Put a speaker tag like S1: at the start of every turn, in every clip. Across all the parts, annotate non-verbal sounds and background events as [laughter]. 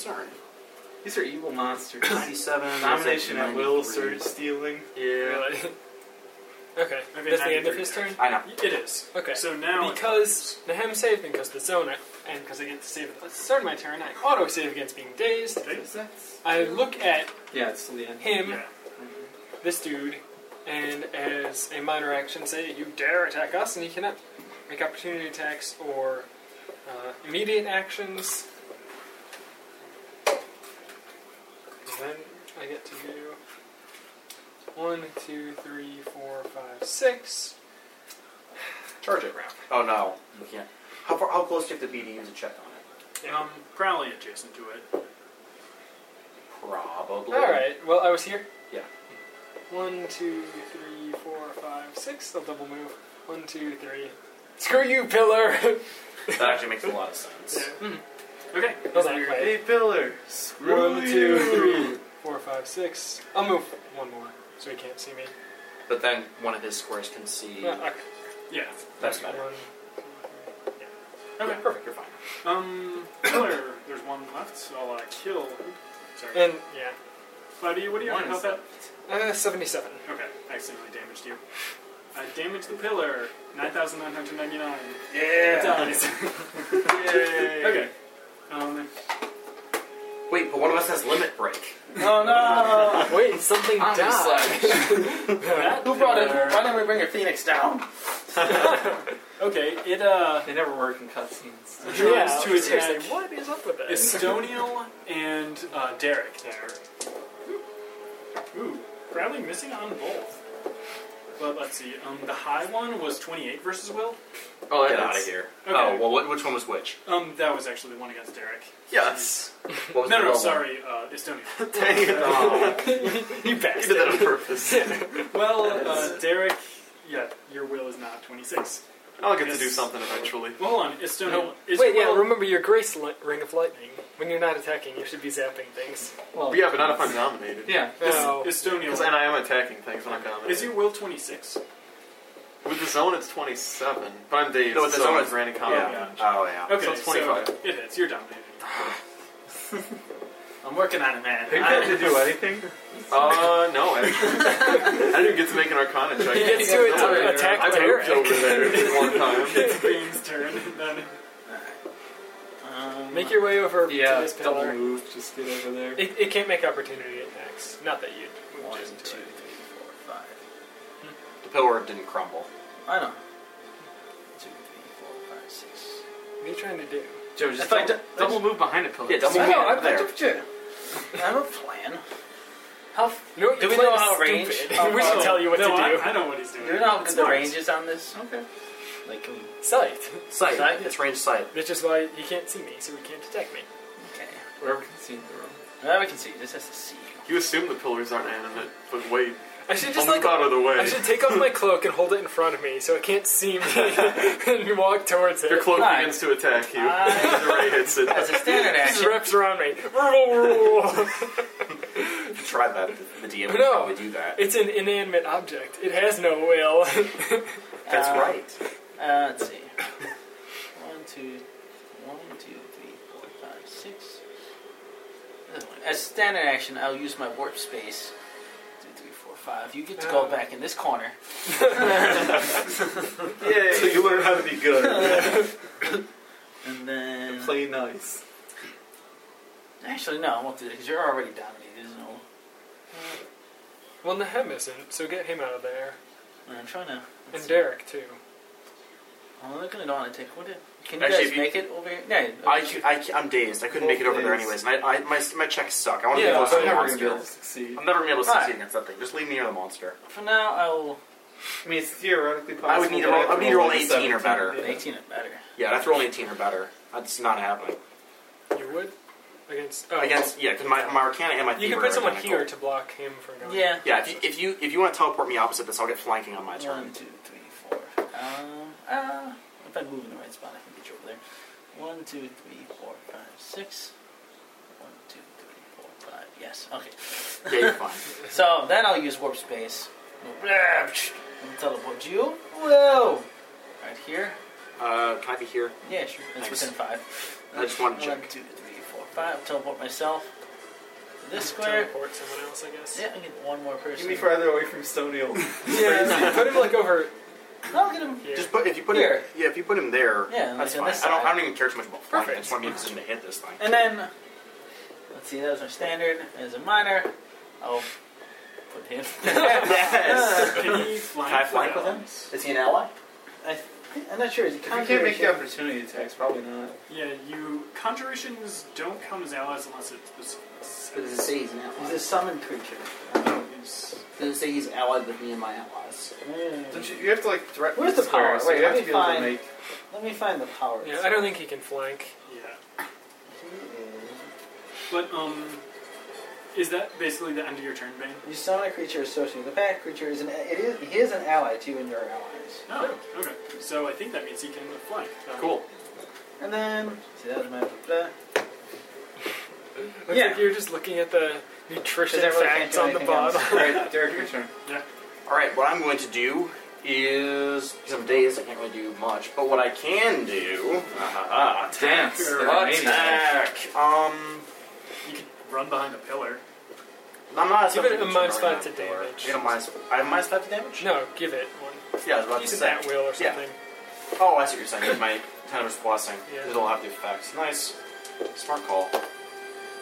S1: Sorry.
S2: These are evil
S3: [coughs]
S2: monsters.
S3: 97.
S2: Domination at will, surge
S3: surge.
S2: stealing.
S1: Yeah.
S4: Really? [laughs] okay.
S1: Okay,
S4: That's the end of
S1: 93.
S4: his turn?
S3: I know.
S4: It is. Okay.
S1: So now
S4: because Nahem saved and because the zone I, and because I get to save at the start of my turn, I auto save against being dazed. I look at
S2: Yeah, it's the end.
S4: him,
S1: Yeah.
S4: this dude, and as a minor action, say you dare attack us, and he cannot make opportunity attacks or uh, immediate actions. Then I get to do one, two, three, four, five, six.
S3: Charge it.
S4: round.
S3: Oh no, we can't. How far? How close do you have to be to use a check on it?
S1: um, probably adjacent to it.
S3: Probably.
S4: All right. Well, I was here. Hmm.
S3: Yeah.
S4: One, two, three, four, five, six. I'll double move. One, two, three. Screw you, pillar. [laughs]
S3: That actually makes a lot of sense.
S1: Okay.
S4: Hold on, wait.
S2: Hey, Pillar! Screw
S4: One,
S2: you!
S4: two, three, four, five, six. I'll move one more so he can't see me.
S3: But then one of his squares can see.
S4: Well, okay.
S1: Yeah.
S3: That's better.
S4: One,
S1: Okay.
S3: Yeah, perfect. You're fine.
S1: Um, Miller, there's one left, so I'll uh, kill. Sorry.
S4: and yeah,
S1: Buddy, what do you have
S2: One
S1: about
S2: is
S1: that?
S4: uh, seventy-seven.
S1: Okay, I accidentally damaged you. I damaged the pillar. [laughs] 9,999.
S2: Yeah!
S1: It dies.
S2: Yay!
S1: okay. Um,
S3: Wait, but one of us has limit break.
S2: Oh no!
S4: Wait, something died. [laughs]
S1: that
S3: Who brought it?
S1: pillar-
S3: Why didn't we bring a phoenix down?
S1: Okay, it, uh,
S2: They never work in cutscenes.
S4: yeah,
S1: tries to
S4: seriously,
S1: attack
S4: what is up with that?
S1: Estonial and uh, Derek there. Ooh, probably missing on both. But let's see. Um, the high one was 28 versus Will.
S3: Oh, get
S2: that's-
S3: out of here.
S1: okay.
S3: Oh well, what, which one was which?
S1: Um, that was actually the one against Derek.
S3: Yes. What was
S1: No,
S3: the
S1: no,
S3: low
S1: sorry, uh,
S2: Dang
S1: Estonia.
S3: [laughs]
S2: it!
S3: One? Oh,
S1: you
S3: you
S1: passed.
S3: did that on [laughs] purpose.
S1: Well, uh, Derek, yeah, your will is not 26.
S2: I'll get to do
S1: Yes.
S2: something eventually.
S1: Well, hold on, Estonia.
S4: No.
S1: Is
S4: Wait, yeah.
S1: will-
S4: Remember your grace li- ring of lightning. When you're not attacking, you should be zapping things.
S2: Well,
S5: Yeah, but not if I'm nominated.
S2: yeah.
S4: No.
S1: Estonia.
S5: Because and I am attacking things when I'm nominated.
S1: Is your will 26?
S5: With the zone, it's 27, but I'm dazed.
S3: No, with the
S5: so
S3: zone, it's-
S5: it's random combat.
S3: yeah. Oh yeah.
S1: Okay,
S5: So it's 25.
S1: so it hits. You're dominating. I'm working on it, [laughs] man.
S2: Have you had to do anything?
S5: Uh, no, actually.
S3: [laughs]
S5: I didn't even get to make an Arcana check.
S4: He gets
S2: Yeah,
S4: to
S2: no,
S4: atta-
S2: yeah.
S4: attack
S5: I
S4: Derek.
S5: moved over there one time.
S1: It's Bean's turn. Then.
S2: Um,
S4: Make your way over to
S2: yeah,
S4: this
S2: double
S4: pillar.
S2: move, just get over there.
S4: It, it can't make opportunity attacks. Not that you.
S2: One, two,
S4: Just
S2: three,
S4: do it.
S2: four, five.
S3: The pillar didn't crumble.
S2: I know. Two, three, four, five, six.
S4: What are you trying to do?
S2: Joe, just
S3: If I
S2: double,
S3: d-
S2: double move behind a pillar.
S3: Yeah, double
S2: I
S3: move
S2: know, I'm
S3: there.
S2: just- I have a plan.
S6: How f-
S4: No,
S6: Do
S4: you
S6: we
S4: play
S6: know
S4: is
S6: how
S4: [laughs]
S6: range-
S4: stupid.
S6: Oh,
S4: we should
S6: oh,
S4: tell you what
S1: no,
S4: to
S1: I,
S4: do.
S1: I know what he's doing.
S6: do you know how good the
S1: Smart.
S6: range is on this?
S2: Okay.
S6: Like, um,
S4: Sight.
S3: Sight.
S6: Sight?
S3: It's range sight.
S4: Which is why he can't see me, so he can't detect me.
S6: okay.
S2: Wherever can see in the room.
S6: Now we can see. This has to see.
S5: You assume the pillars aren't animate, but wait.
S4: I should
S5: I'll
S4: just
S5: move
S4: like.
S5: out of the
S4: I
S5: way.
S4: should take off my cloak and hold it in front of me so it can't see me [laughs] and walk towards it.
S5: Your cloak
S6: Fine.
S5: begins to attack you. [laughs] the ray hits it.
S6: As a standard
S4: Just
S6: action,
S4: wraps around me. it's
S3: You tried that. The DM would
S4: No.
S3: probably do that.
S4: an inanimate object. It has no will. [laughs]
S3: That's
S6: Uh,
S3: right.
S6: Uh, let's see. One, two, one, two, three, four, five, six. Another one. As standard action, I'll use my warp space. Two, three, four, five. You get to go
S4: Uh.
S6: back in this corner.
S2: Yeah. So you learn how to be good.
S6: And then.
S2: Play nice.
S6: Actually, no, I won't do that because you're already dominated. No.
S4: well, Nahem isn't, so get him out of there.
S6: I'm trying to.
S4: And
S6: let's see.
S4: Derek, too.
S6: I'm looking at all and take. What did, can you
S3: Actually,
S6: guys
S3: if you-
S6: make it over here? No,
S3: I, cu- I, cu- I'm dazed. I couldn't make it over there anyways.
S2: Dazed.
S3: And I, I, my, my checks suck. I want to
S4: Yeah,
S3: be close
S4: so
S3: to the
S4: you're
S2: never gonna be
S3: monster.
S2: able to succeed.
S3: I'm never going to be able to
S6: Alright.
S3: succeed against that thing. Just leave me near the monster.
S6: for now, I'll
S2: I mean, it's theoretically possible.
S3: I would need to
S2: but
S3: roll-
S2: have
S3: I would need to roll
S2: like a
S3: 18 or
S2: 17.
S3: better.
S2: Yeah.
S6: 18 it better.
S3: Yeah, that's rolling 18 or better. That's not happening.
S4: You would? Against. Oh,
S3: Against, yeah, because my, my Arcana and my Thievery
S4: You can
S3: are
S4: put someone
S3: identical.
S4: here to block him from going.
S6: Yeah.
S3: Yeah, if you, if you if you want to teleport me opposite this, I'll get flanking on my
S6: One,
S3: turn.
S6: two, three, four. Um, uh, if I move in the right spot, I can get you over there. One, two, three, four, five, six. One, two, three, four, five. Yes. Okay.
S3: Yeah, you're fine.
S6: So then I'll use warp space. And teleport you. Whoa. Right here.
S3: Uh, can I be here?
S6: Yeah, sure. It's
S3: Thanks.
S6: within five.
S3: I just wanted to
S6: One,
S3: check.
S6: two, three, four, five. Teleport myself. to This square.
S4: Teleport someone else, I guess.
S6: Yeah, I can get one more person.
S2: Get me farther away from Stoneel.
S4: Yeah, put him like over.
S6: I'll get him.
S4: Here.
S3: Just put if you put
S6: Here.
S3: him. Yeah, if you put him there.
S6: Yeah,
S3: that's
S6: like on
S3: fine.
S6: this
S3: I don't. I
S6: side.
S3: don't even care too much about flying. I
S4: Perfect.
S3: just want to be in position to hit this thing.
S6: [laughs] And then, let's see, that was my standard. As a minor, I'll put [laughs] him.
S3: yes.
S1: Can he flank,
S3: Can I flank with him?
S1: elves?
S3: Is he an ally?
S6: I th- I'm not sure. Is it
S2: If you
S6: conjuration?
S2: can't make the opportunity attacks, probably not.
S1: Yeah, you conjurations don't count as allies unless it's specific.
S7: But does it say he's an
S6: He's
S7: ally?
S6: a summoned creature.
S7: Does it say he's allied with me and my allies?
S2: Don't you, you have to like threaten
S6: Where's the power?
S2: squares, so
S6: Wait,
S2: you have
S6: let
S2: to
S6: me
S2: be able to
S6: find-
S2: make.
S6: Let me find the power.
S4: Yeah, I don't think he can flank.
S1: Yeah.
S6: You
S1: But um, is that basically the end of your turn, Bane?
S6: summon a creature associated with the pack. Creature is an it is he is an ally to you and your allies.
S1: No. Oh, Okay. So I think that means he can flank. Um,
S5: Cool.
S6: And then see that was my blah, blah.
S4: Looks
S6: Yeah.
S4: like you're just looking at the nutrition
S6: 'Cause I really can't
S4: facts
S6: do
S4: on the
S6: anything else.
S4: bottom.
S2: Alright, Derek, your turn.
S3: All right. What I'm going to do is some days I can't really do much, but what I can do. Ah,
S2: Dance.
S3: attack. Um.
S1: You can run behind a pillar.
S3: I'm not.
S4: Give it
S3: subject
S4: a minus
S3: turn right
S4: five
S3: now.
S4: to damage.
S3: You know, minus, I have minus five to damage.
S4: No, give it one.
S3: Yeah, I was about
S4: Use
S3: to
S4: it
S3: say.
S4: at will or
S3: Yeah.
S4: something.
S3: Oh, I see what you're saying. With my tenebrous blessing,
S4: Yeah.
S3: it'll have the effects. Nice, smart call.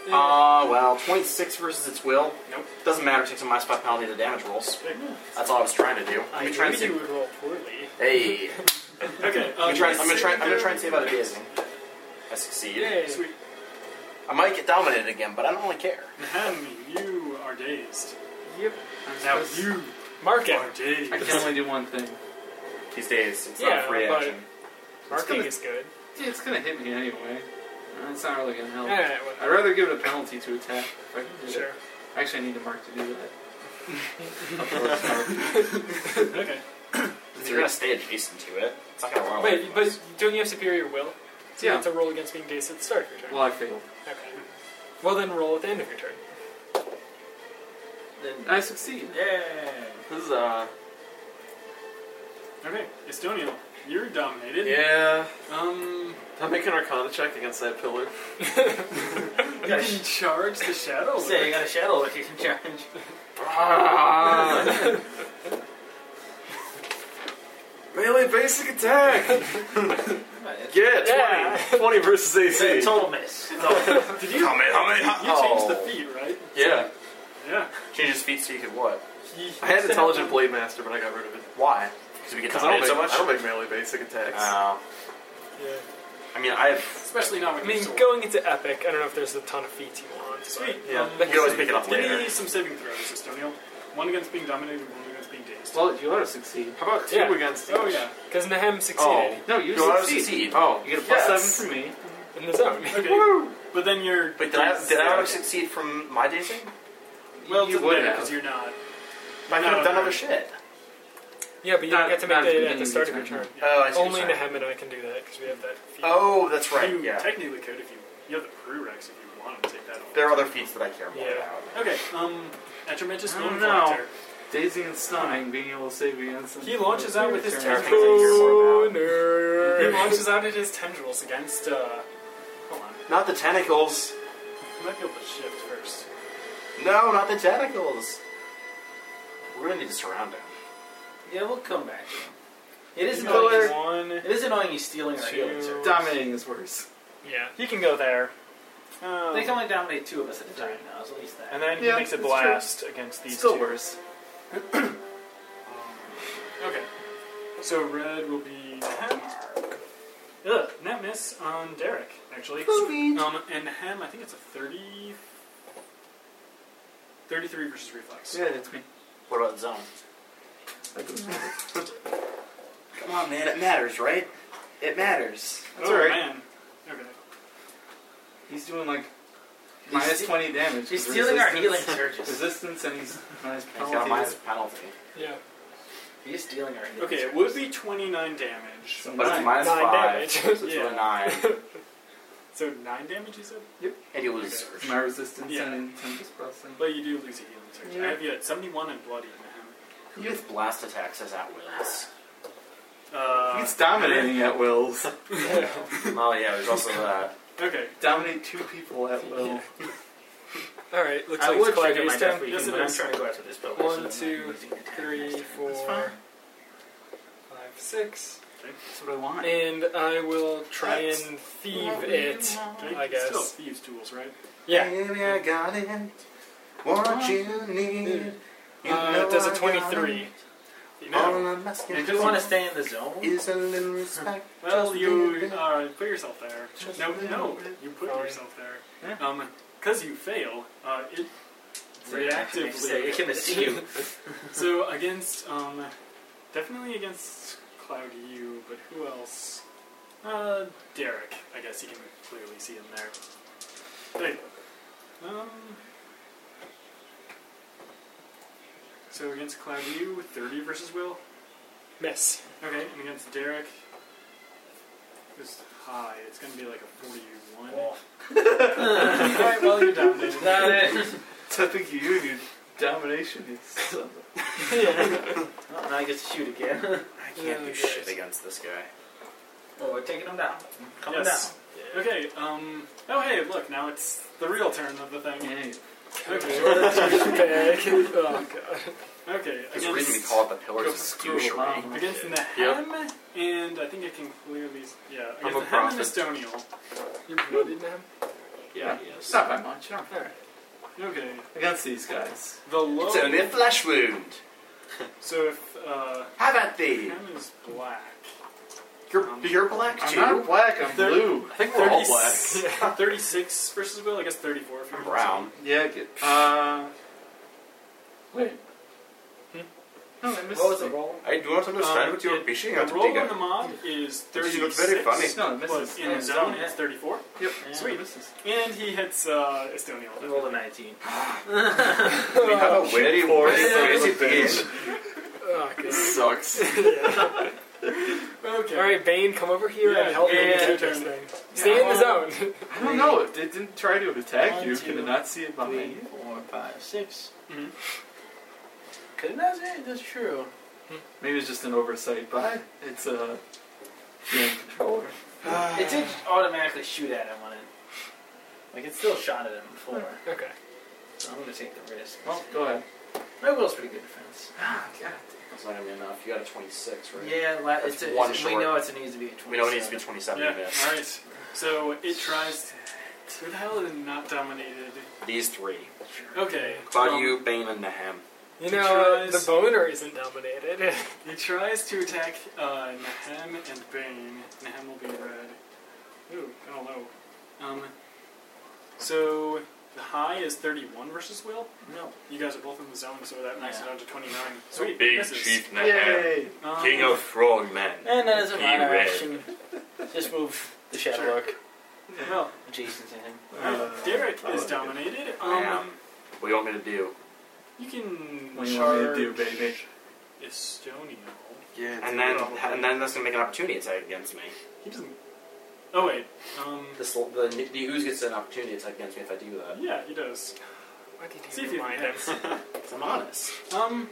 S4: Yeah.
S3: Uh, well, 26 versus its will.
S1: Nope.
S3: Doesn't matter. It takes a minus five penalty to damage rolls.
S1: Okay.
S3: That's all I was trying to do.
S4: I
S3: I'm gonna try and
S4: knew Uh, you
S3: save.
S4: would roll
S3: [laughs]
S4: poorly.
S3: Hey,
S1: [laughs] Okay.
S3: I'm
S1: um,
S3: gonna try. I'm gonna try. I'm gonna
S1: there-
S3: try and save out of dazing. I succeed.
S4: Yay.
S1: Sweet.
S3: I might get dominated again, but I don't really care.
S1: Nahem, you are dazed.
S4: Yep.
S1: And now you
S4: Mark it.
S1: are dazed.
S2: I can only do one thing.
S3: He's dazed. It's not
S4: Yeah,
S3: a free
S4: but-
S3: action.
S4: Marking
S2: gonna-
S4: is good.
S2: Dude, it's gonna hit me anyway. Uh, It's not really gonna
S5: Oh.
S2: help.
S4: Yeah, whatever.
S2: I'd rather give it a penalty to attack. If I can do
S4: Sure.
S2: That. Actually, I need to mark to do that.
S1: okay.
S3: You're gonna stay adjacent to it. It's not gonna run away.
S4: Wait,
S3: from us.
S4: but don't you have superior will? So you
S2: Yeah.
S4: have to roll against being dazed at the start of your turn.
S2: well, I failed.
S4: Okay. Well, then roll at the end of your turn.
S6: [laughs] Then
S2: I succeed.
S6: yeah.
S5: This is uh.
S1: Okay. Estoniel, you're dominated.
S5: Yeah.
S1: Um,
S5: I'm making Arcana check against that pillar.
S1: you can charge the shadow.
S6: So you got a shadow that you can charge.
S5: Ah. [laughs] Melee basic attack. Get
S4: Yeah.
S5: 20. 20 versus AC.
S6: Total miss.
S1: Did you?
S3: Kamehameha.
S1: You changed the
S3: Oh.
S1: feet, right?
S5: Yeah.
S1: Yeah.
S3: Change his feet so you could what?
S1: He-
S5: I had intelligent blade master, but I got rid of it
S3: Why? Because we get
S5: because I don't
S3: dominated
S5: make
S3: so much.
S5: I don't make melee basic attacks.
S3: Oh.
S4: Yeah.
S3: I mean, I have
S1: Especially not
S4: I
S1: when
S4: mean,
S1: you're sword.
S4: going into epic, I don't know if there's a ton of feats you want.
S1: Sweet.
S5: Yeah.
S1: Um,
S5: You
S3: can always pick it up
S1: give me
S3: later.
S1: some saving throws, Estoniel. One against being dominated, and one against being dazed.
S2: Well, you ought to succeed.
S5: How about two
S4: Yeah.
S5: against?
S1: oh yeah.
S4: Because Nahem succeeded
S3: Oh.
S2: No, you,
S3: You ought to
S2: succeed.
S3: succeed.
S5: Oh,
S2: You get a plus
S5: yes.
S2: seven from me.
S4: in the zone. [laughs]
S1: Okay. But then you're.
S3: Wait, did I, did I already succeed from my dazing?
S1: Well,
S2: you
S1: it
S2: would have.
S1: because you're not.
S3: I could
S1: No.
S3: have done other shit.
S4: yeah, but you
S2: Not-
S4: don't get to
S2: not
S4: make
S2: at the
S4: it at
S2: beginning
S4: the
S2: of
S4: start of
S2: your
S4: your
S2: turn.
S4: turn.
S3: Oh, I see. what
S4: Only
S3: you're saying.
S4: Nahem and I can do that because we have that feat.
S3: Oh, that's right.
S1: You
S3: Yeah,
S1: technically could if you. You have the prereqs if you want to take that off.
S3: there are other feats that I care more
S4: Yeah.
S3: about.
S1: Okay. Um, at your Mantis
S2: I
S1: Moon
S2: don't know.
S1: Collector,
S2: Daisy and Stein being able to save against.
S1: He launches out with his
S2: Return.
S1: turn.
S3: Everything's I care more about.
S1: he
S4: nerd.
S1: launches out at his tendrils against. Uh, hold on.
S3: Not the tentacles.
S1: I might be able to shift first.
S3: No, not the tentacles. We're gonna need to surround him.
S6: Yeah, we'll come back to him. It is
S4: He's
S6: annoying.
S4: got
S6: he's-
S4: One.
S6: It is annoying he's stealing our
S4: Two.
S6: healing service.
S2: Dominating is worse.
S4: Yeah, he can go there. Um,
S6: They can only dominate two of us at a time now, so at least that.
S4: and then
S2: Yeah,
S4: he makes a
S2: that's true.
S4: blast against these
S2: Still
S4: two.
S2: worse.
S1: [clears throat] Okay. So red will be Nahem. Ugh, net miss on Derek, actually. Um, and Nahem, I think it's a 30. 33 versus reflex.
S2: Yeah, it's me.
S3: What about zone? Come on, man. It matters, right? It matters.
S2: That's
S1: oh,
S2: alright.
S1: man. Okay.
S2: He's doing like minus
S6: ste-
S2: twenty damage.
S6: He's
S2: with
S6: stealing our healing
S2: resistance-
S6: surges.
S2: Resistance, and he's minus
S3: He's got a minus
S2: penalty.
S3: penalty.
S4: Yeah,
S6: He's stealing our healing
S1: Okay, it
S6: surges.
S1: would be 29 damage.
S2: So
S3: But it's
S2: nine.
S3: minus
S4: Nine
S3: five.
S4: damage.
S3: So it's
S1: Yeah.
S3: a nine.
S1: So 9 damage, you said?
S3: [laughs] And he loses.
S2: My resistance
S1: Yeah.
S2: and Tempest Blessing.
S1: But you do lose a healing surge. I
S2: Yeah.
S1: have you at 71 and bloody, Nahem.
S3: Who gets blast attacks as [laughs] at wills?
S1: Uh,
S2: He's dominating at wills.
S3: oh yeah, there's also that.
S1: Okay.
S5: [laughs] Dominate two [laughs] people at will.
S4: All right, uh, looks
S6: I
S4: like
S6: would
S4: it's Clyde
S6: trigger my
S4: Easton.
S1: Yes,
S6: death region,
S1: it
S6: but I'm
S1: is.
S6: trying to go after this building.
S4: One,
S6: so I'm
S4: two,
S6: not using attack
S4: Three,
S6: next turn. That's
S4: four,
S6: fine.
S4: five, six,
S7: That's what I want.
S4: and I will try
S6: That's
S4: and thieve it.
S1: Okay,
S4: I guess.
S1: Still thieves tools, right?
S4: Yeah.
S3: Maybe I got it. What you need. You
S4: Uh,
S3: know
S4: does
S3: I
S4: a
S3: got it.
S4: twenty-three?
S1: No.
S3: All I'm asking
S6: You do want to stay in the zone?
S3: is a little respect.
S1: Well,
S3: Just a
S1: you
S3: little bit.
S1: uh, put yourself there.
S3: Just a
S1: No,
S3: little
S1: no,
S3: bit.
S1: you put
S4: Fine.
S1: yourself there. Um, because you fail, uh, it
S6: It's
S1: reactively.
S6: gonna see you.
S4: [laughs]
S1: So against, um, definitely against Cloud U, but who else? Uh, Derek. I guess you can clearly see him there. There you go. Um. So against Cloud U, thirty versus Will.
S4: Miss.
S1: Okay, and against Derek, it's high. It's going to be like a 41. [laughs] Alright, well, you're dominated.
S6: Not it.
S5: Tipping you, dude. Domination is.
S6: [laughs]
S5: [laughs]
S6: Oh, now I get to shoot again. [laughs]
S3: I can't
S4: Oh,
S3: do
S4: shit.
S3: shit against this guy.
S6: Oh, we're taking them down. Coming
S1: Yes. Okay, um. Oh, hey, look, now it's the real turn of the
S6: down.
S1: thing.
S6: Yeah.
S1: Okay,
S4: Bag. Oh god.
S1: okay.
S3: There's a reason we
S1: Against,
S3: call it the Pillars of Douchery.
S1: against Nahem, and I think I can clearly. s- Yeah,
S3: I'm
S1: against
S3: a
S1: Nahem and Estonial.
S4: You're bloodied now.
S5: Yeah.
S6: Yes.
S3: Not that
S6: much.
S1: Okay,
S5: Against these guys.
S1: the low.
S3: It's only a flesh wound.
S1: So if, uh.
S3: Have at thee.
S1: Nahem is black.
S3: You're,
S1: Um,
S3: you're black
S5: I'm
S3: too.
S5: not black, I'm
S1: They're-
S5: blue.
S3: I think we're all black.
S1: 36 versus Will? I guess 34 if
S3: [laughs]
S1: you're
S3: I'm brown.
S5: Yeah, I get. Uh. Wait.
S4: Hmm?
S5: No, I missed
S6: What was the
S5: it.
S6: roll?
S3: I do not understand
S1: Um,
S3: what you are
S1: it-
S3: bitching
S1: The
S3: at,
S1: roll on the
S3: Digga.
S1: mod is
S3: This
S1: 36.
S3: looks very funny.
S5: No, it misses.
S1: But in
S5: No,
S1: the
S5: it's
S1: zone,
S6: done.
S1: it's 34.
S5: Yep.
S6: Yeah.
S5: Sweet. It misses.
S1: And he hits uh, Estonian.
S6: We rolled a 19.
S3: We have a very,
S5: poor
S3: very
S5: son of a
S3: crazy [laughs]
S4: Oh,
S3: game.
S4: god.
S3: Sucks.
S1: Okay.
S4: All right, Bane, come over here
S1: Yeah,
S4: and help me
S1: yeah,
S4: with
S1: yeah,
S4: this
S1: turn.
S4: thing. Stay in the zone. [laughs]
S5: I don't know. It it didn't try to attack
S6: One,
S5: you.
S6: two,
S5: Can it not see it behind
S6: Three,
S5: you?
S6: four, five, six.
S4: Mm-hmm.
S1: Mhm.
S6: Could not say that's true.
S5: Maybe it's just an oversight by it's a game controller.
S6: It did automatically shoot at him when it. Like, it still shot at him before.
S4: okay.
S6: So I'm gonna take the risk.
S5: Well, go ahead.
S6: My will's pretty good defense.
S5: Ah,
S3: That's not gonna be enough. You got a 26, right?
S6: Yeah, la-
S3: That's
S6: it's a,
S3: one
S6: it's- we
S3: short.
S6: know it's a needs to be a 27.
S3: We know it needs to be 27
S1: Yeah.
S3: to miss.
S1: All right. So it tries. To, who the hell is not dominated?
S3: These three.
S1: Okay.
S3: Cloud
S1: um,
S3: you, Bane, and Nahem.
S4: You know, uh,
S1: tries-
S4: the boner isn't dominated.
S1: He tries to attack uh, Nahem and Bane. Nahem will be red. Ooh, kind of low. Um. So the high is 31 versus Will.
S6: No.
S1: You guys are both in the zone, so that knocks it
S6: Yeah.
S1: down to 29. Sweet. misses.
S5: Yay!
S1: Um,
S3: Throng Men.
S6: And that is a
S3: Be
S6: minor
S3: red.
S6: action. Just move the shadow
S1: Sure.
S6: arc
S1: Well,
S6: adjacent to him.
S1: uh, Derek
S5: I
S1: is
S5: like it.
S1: dominated.
S3: Yeah.
S1: Um,
S3: What do you want me to do?
S1: you can
S5: What do you want me to
S1: charge
S5: do, baby?
S1: Estonian.
S2: Yeah.
S3: And then,
S1: Probably.
S3: and then that's gonna make an opportunity attack against me.
S1: He doesn't. Oh wait. Um.
S3: This, l- the the ooze gets an opportunity attack against me if I do that.
S1: Yeah, he does.
S4: Why did you
S1: See if you
S4: remind him?
S1: can.
S3: Because I'm honest.
S1: Um.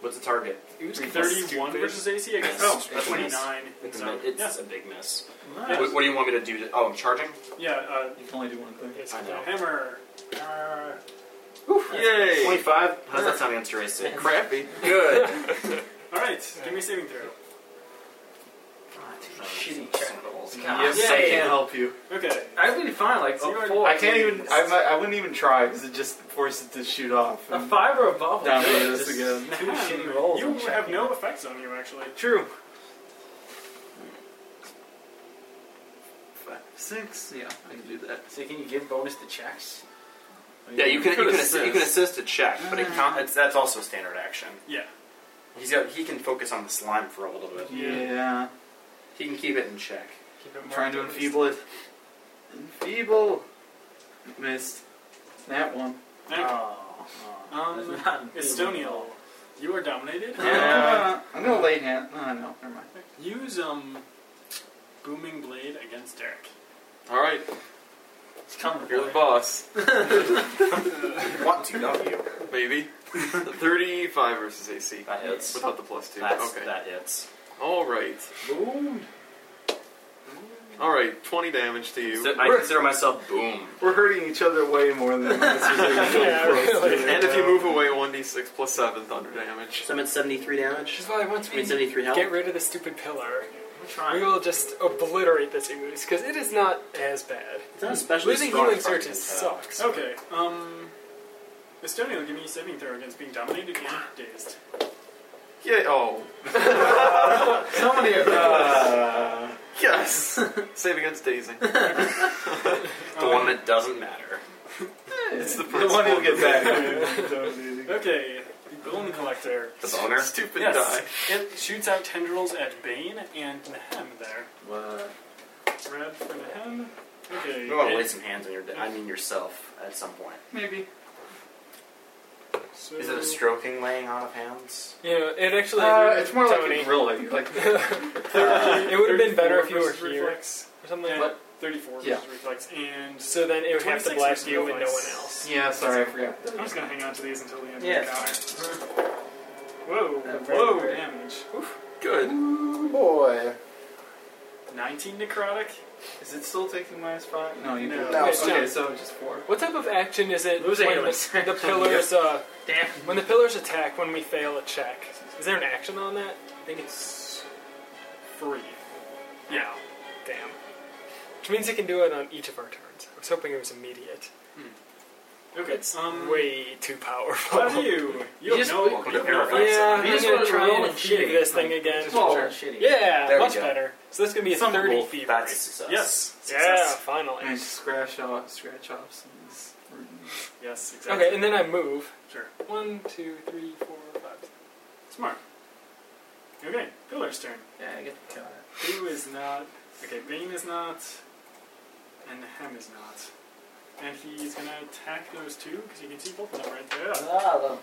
S3: What's the target?
S4: Ooze can be
S1: Thirty-one
S4: stupid.
S1: versus AC against
S3: Oh, that's
S1: twenty-nine.
S3: It's, a,
S1: so,
S3: mi- it's a
S1: yeah.
S3: big miss.
S1: Yeah.
S3: What, what do you want me to do? To, oh, I'm charging.
S1: Yeah. Uh,
S5: You can only do one thing.
S4: Yes,
S3: I know.
S1: hammer. Uh,
S5: Yay!
S3: Twenty-five. How's that sound against your AC? [laughs]
S5: Crappy.
S3: Good.
S1: all right. Give me a saving throw.
S6: Shitty check rolls. God.
S5: Yes, I
S3: Yay.
S5: can't help you.
S1: Okay.
S6: I would be fine, like,
S1: So
S6: a
S1: you're-
S6: four.
S5: I can't even. I, might- I wouldn't even try because it just forced it to shoot off.
S6: A five or above. would
S5: Down
S6: do it.
S5: to this
S6: Just
S5: again.
S6: Two shitty
S1: Um,
S6: rolls.
S1: You
S6: I'm
S1: have
S6: checking.
S1: no effects on you actually.
S5: True. Five, six. Yeah, I can do that.
S6: So can you give bonus to
S5: [laughs]
S6: checks?
S5: Oh,
S3: Yeah, you can you can, assist. you can assist
S5: assist.
S3: Mm. a check, but it can't, it's, that's also a standard action.
S1: Yeah.
S3: He's got he can focus on the slime for a little bit.
S5: Yeah,
S3: He can keep it in check.
S6: Keep it
S5: I'm
S6: more
S5: trying to
S6: focused.
S5: enfeeble it. Enfeeble. Missed. That one.
S6: Oh, oh.
S1: Um,
S6: That's not
S1: Estonial.
S6: enfeeble.
S1: You are dominated.
S5: Yeah. I'm gonna lay hand. Oh, no, never mind.
S1: Use um, booming blade against Derek.
S5: All right,
S6: It's coming.
S5: you're the boss,
S3: You want to, don't you?
S5: [laughs] baby.
S2: Thirty-five versus AC
S3: That hits.
S2: without the plus two.
S3: That's,
S2: okay.
S3: That hits.
S2: All right.
S6: Boom.
S8: All right, twenty damage to you.
S3: I consider myself boom.
S5: We're hurting each other way more than this is even
S4: [laughs] Yeah,
S5: close to.
S4: really.
S8: And if you move away, one d six plus seven thunder damage.
S7: So I'm at 73 damage.
S4: That's why once
S7: I
S4: we
S7: mean, 73 health.
S4: get rid of the stupid pillar,
S1: I'm
S4: we
S1: trying.
S4: will just obliterate this ooze because it is not as bad.
S7: It's not especially
S4: Losing
S7: strong
S4: healing
S7: from
S4: surges
S7: Tinta.
S4: sucks.
S5: Oh,
S1: Okay, um. Estonia will give me a saving throw against being dominated and dazed.
S8: Yeah. Oh.
S5: [laughs] So many of those.
S8: [laughs]
S5: [laughs]
S8: Yes. Save against dazing.
S3: The one that doesn't matter.
S5: [laughs] It's the
S8: first
S5: one who'll
S8: one.
S5: get
S1: [laughs]
S5: back.
S1: Okay, the Golden Collector.
S3: The
S8: [laughs]
S3: boner.
S8: Stupid
S1: Yes,
S8: die.
S1: it shoots out tendrils at Bane and Nahem there.
S5: What?
S1: Red for Nahem. Okay.
S3: You want to lay
S1: it-
S3: some hands on your, I mean yourself, at some point.
S1: Maybe. So,
S3: Is
S1: Mm.
S3: it a stroking laying on of hands?
S4: Yeah, it actually.
S5: Uh, it's more like
S4: Tony.
S5: a grilling. Like,
S4: it would have been better if you were
S1: 34
S4: here
S1: Reflex,
S4: or something.
S1: and
S4: Like
S5: What?
S1: 34
S5: Yeah.
S1: versus reflex, and
S4: so then it would have to
S1: 26
S4: blast
S1: with
S4: you and no one
S1: reflex.
S4: else.
S5: yeah, sorry, I forgot.
S1: I'm just gonna hang on to these until the end
S6: Yes.
S1: of the encounter.
S5: [laughs]
S1: Whoa,
S6: That very
S1: whoa,
S6: hurt.
S1: damage.
S8: Good.
S2: Boy.
S1: 19 necrotic.
S5: Is it still taking my spot? No, you
S1: No.
S5: did.
S2: No.
S5: Okay, so just four.
S4: What type of action is it
S6: Losing
S4: when
S6: healing
S4: the, the
S5: [laughs]
S4: pillars? Uh,
S6: Damn.
S4: when the pillars attack, when we fail a check, is there an action on that? I think it's
S1: Free. Yeah.
S4: damn, which means it can do it on each of our turns. I was hoping it was immediate.
S1: Okay.
S4: It's
S1: um,
S4: way too powerful.
S1: How
S4: [laughs]
S1: do you? You
S6: You
S1: don't
S6: just-
S1: know.
S3: Welcome
S1: You
S3: to
S1: have no
S3: paradise.
S1: effects.
S4: Yeah,
S6: You
S4: I'm
S6: just
S4: gonna
S6: wanna
S4: try
S6: roll
S4: and
S6: and
S4: achieve
S6: shitty.
S4: this thing again.
S6: Well, shitty.
S4: Yeah,
S3: There we
S4: much
S3: go.
S4: better. So this could be a
S1: Some
S4: 30
S1: wolf
S4: fever.
S3: That's a success.
S1: Yes.
S4: yeah,
S1: Success.
S4: finally.
S5: And I just scratch off, scratch off some of these runes.
S1: Yes. Exactly.
S4: Okay, and then I move.
S1: Sure.
S4: One, two, three, four, five. six.
S1: Smart. Okay. Pillar's turn.
S6: Yeah, I get the
S1: Who is not? Okay. Bane is not. And Hem is not. And he's gonna attack those two because you can see both of them right there.
S6: Ah,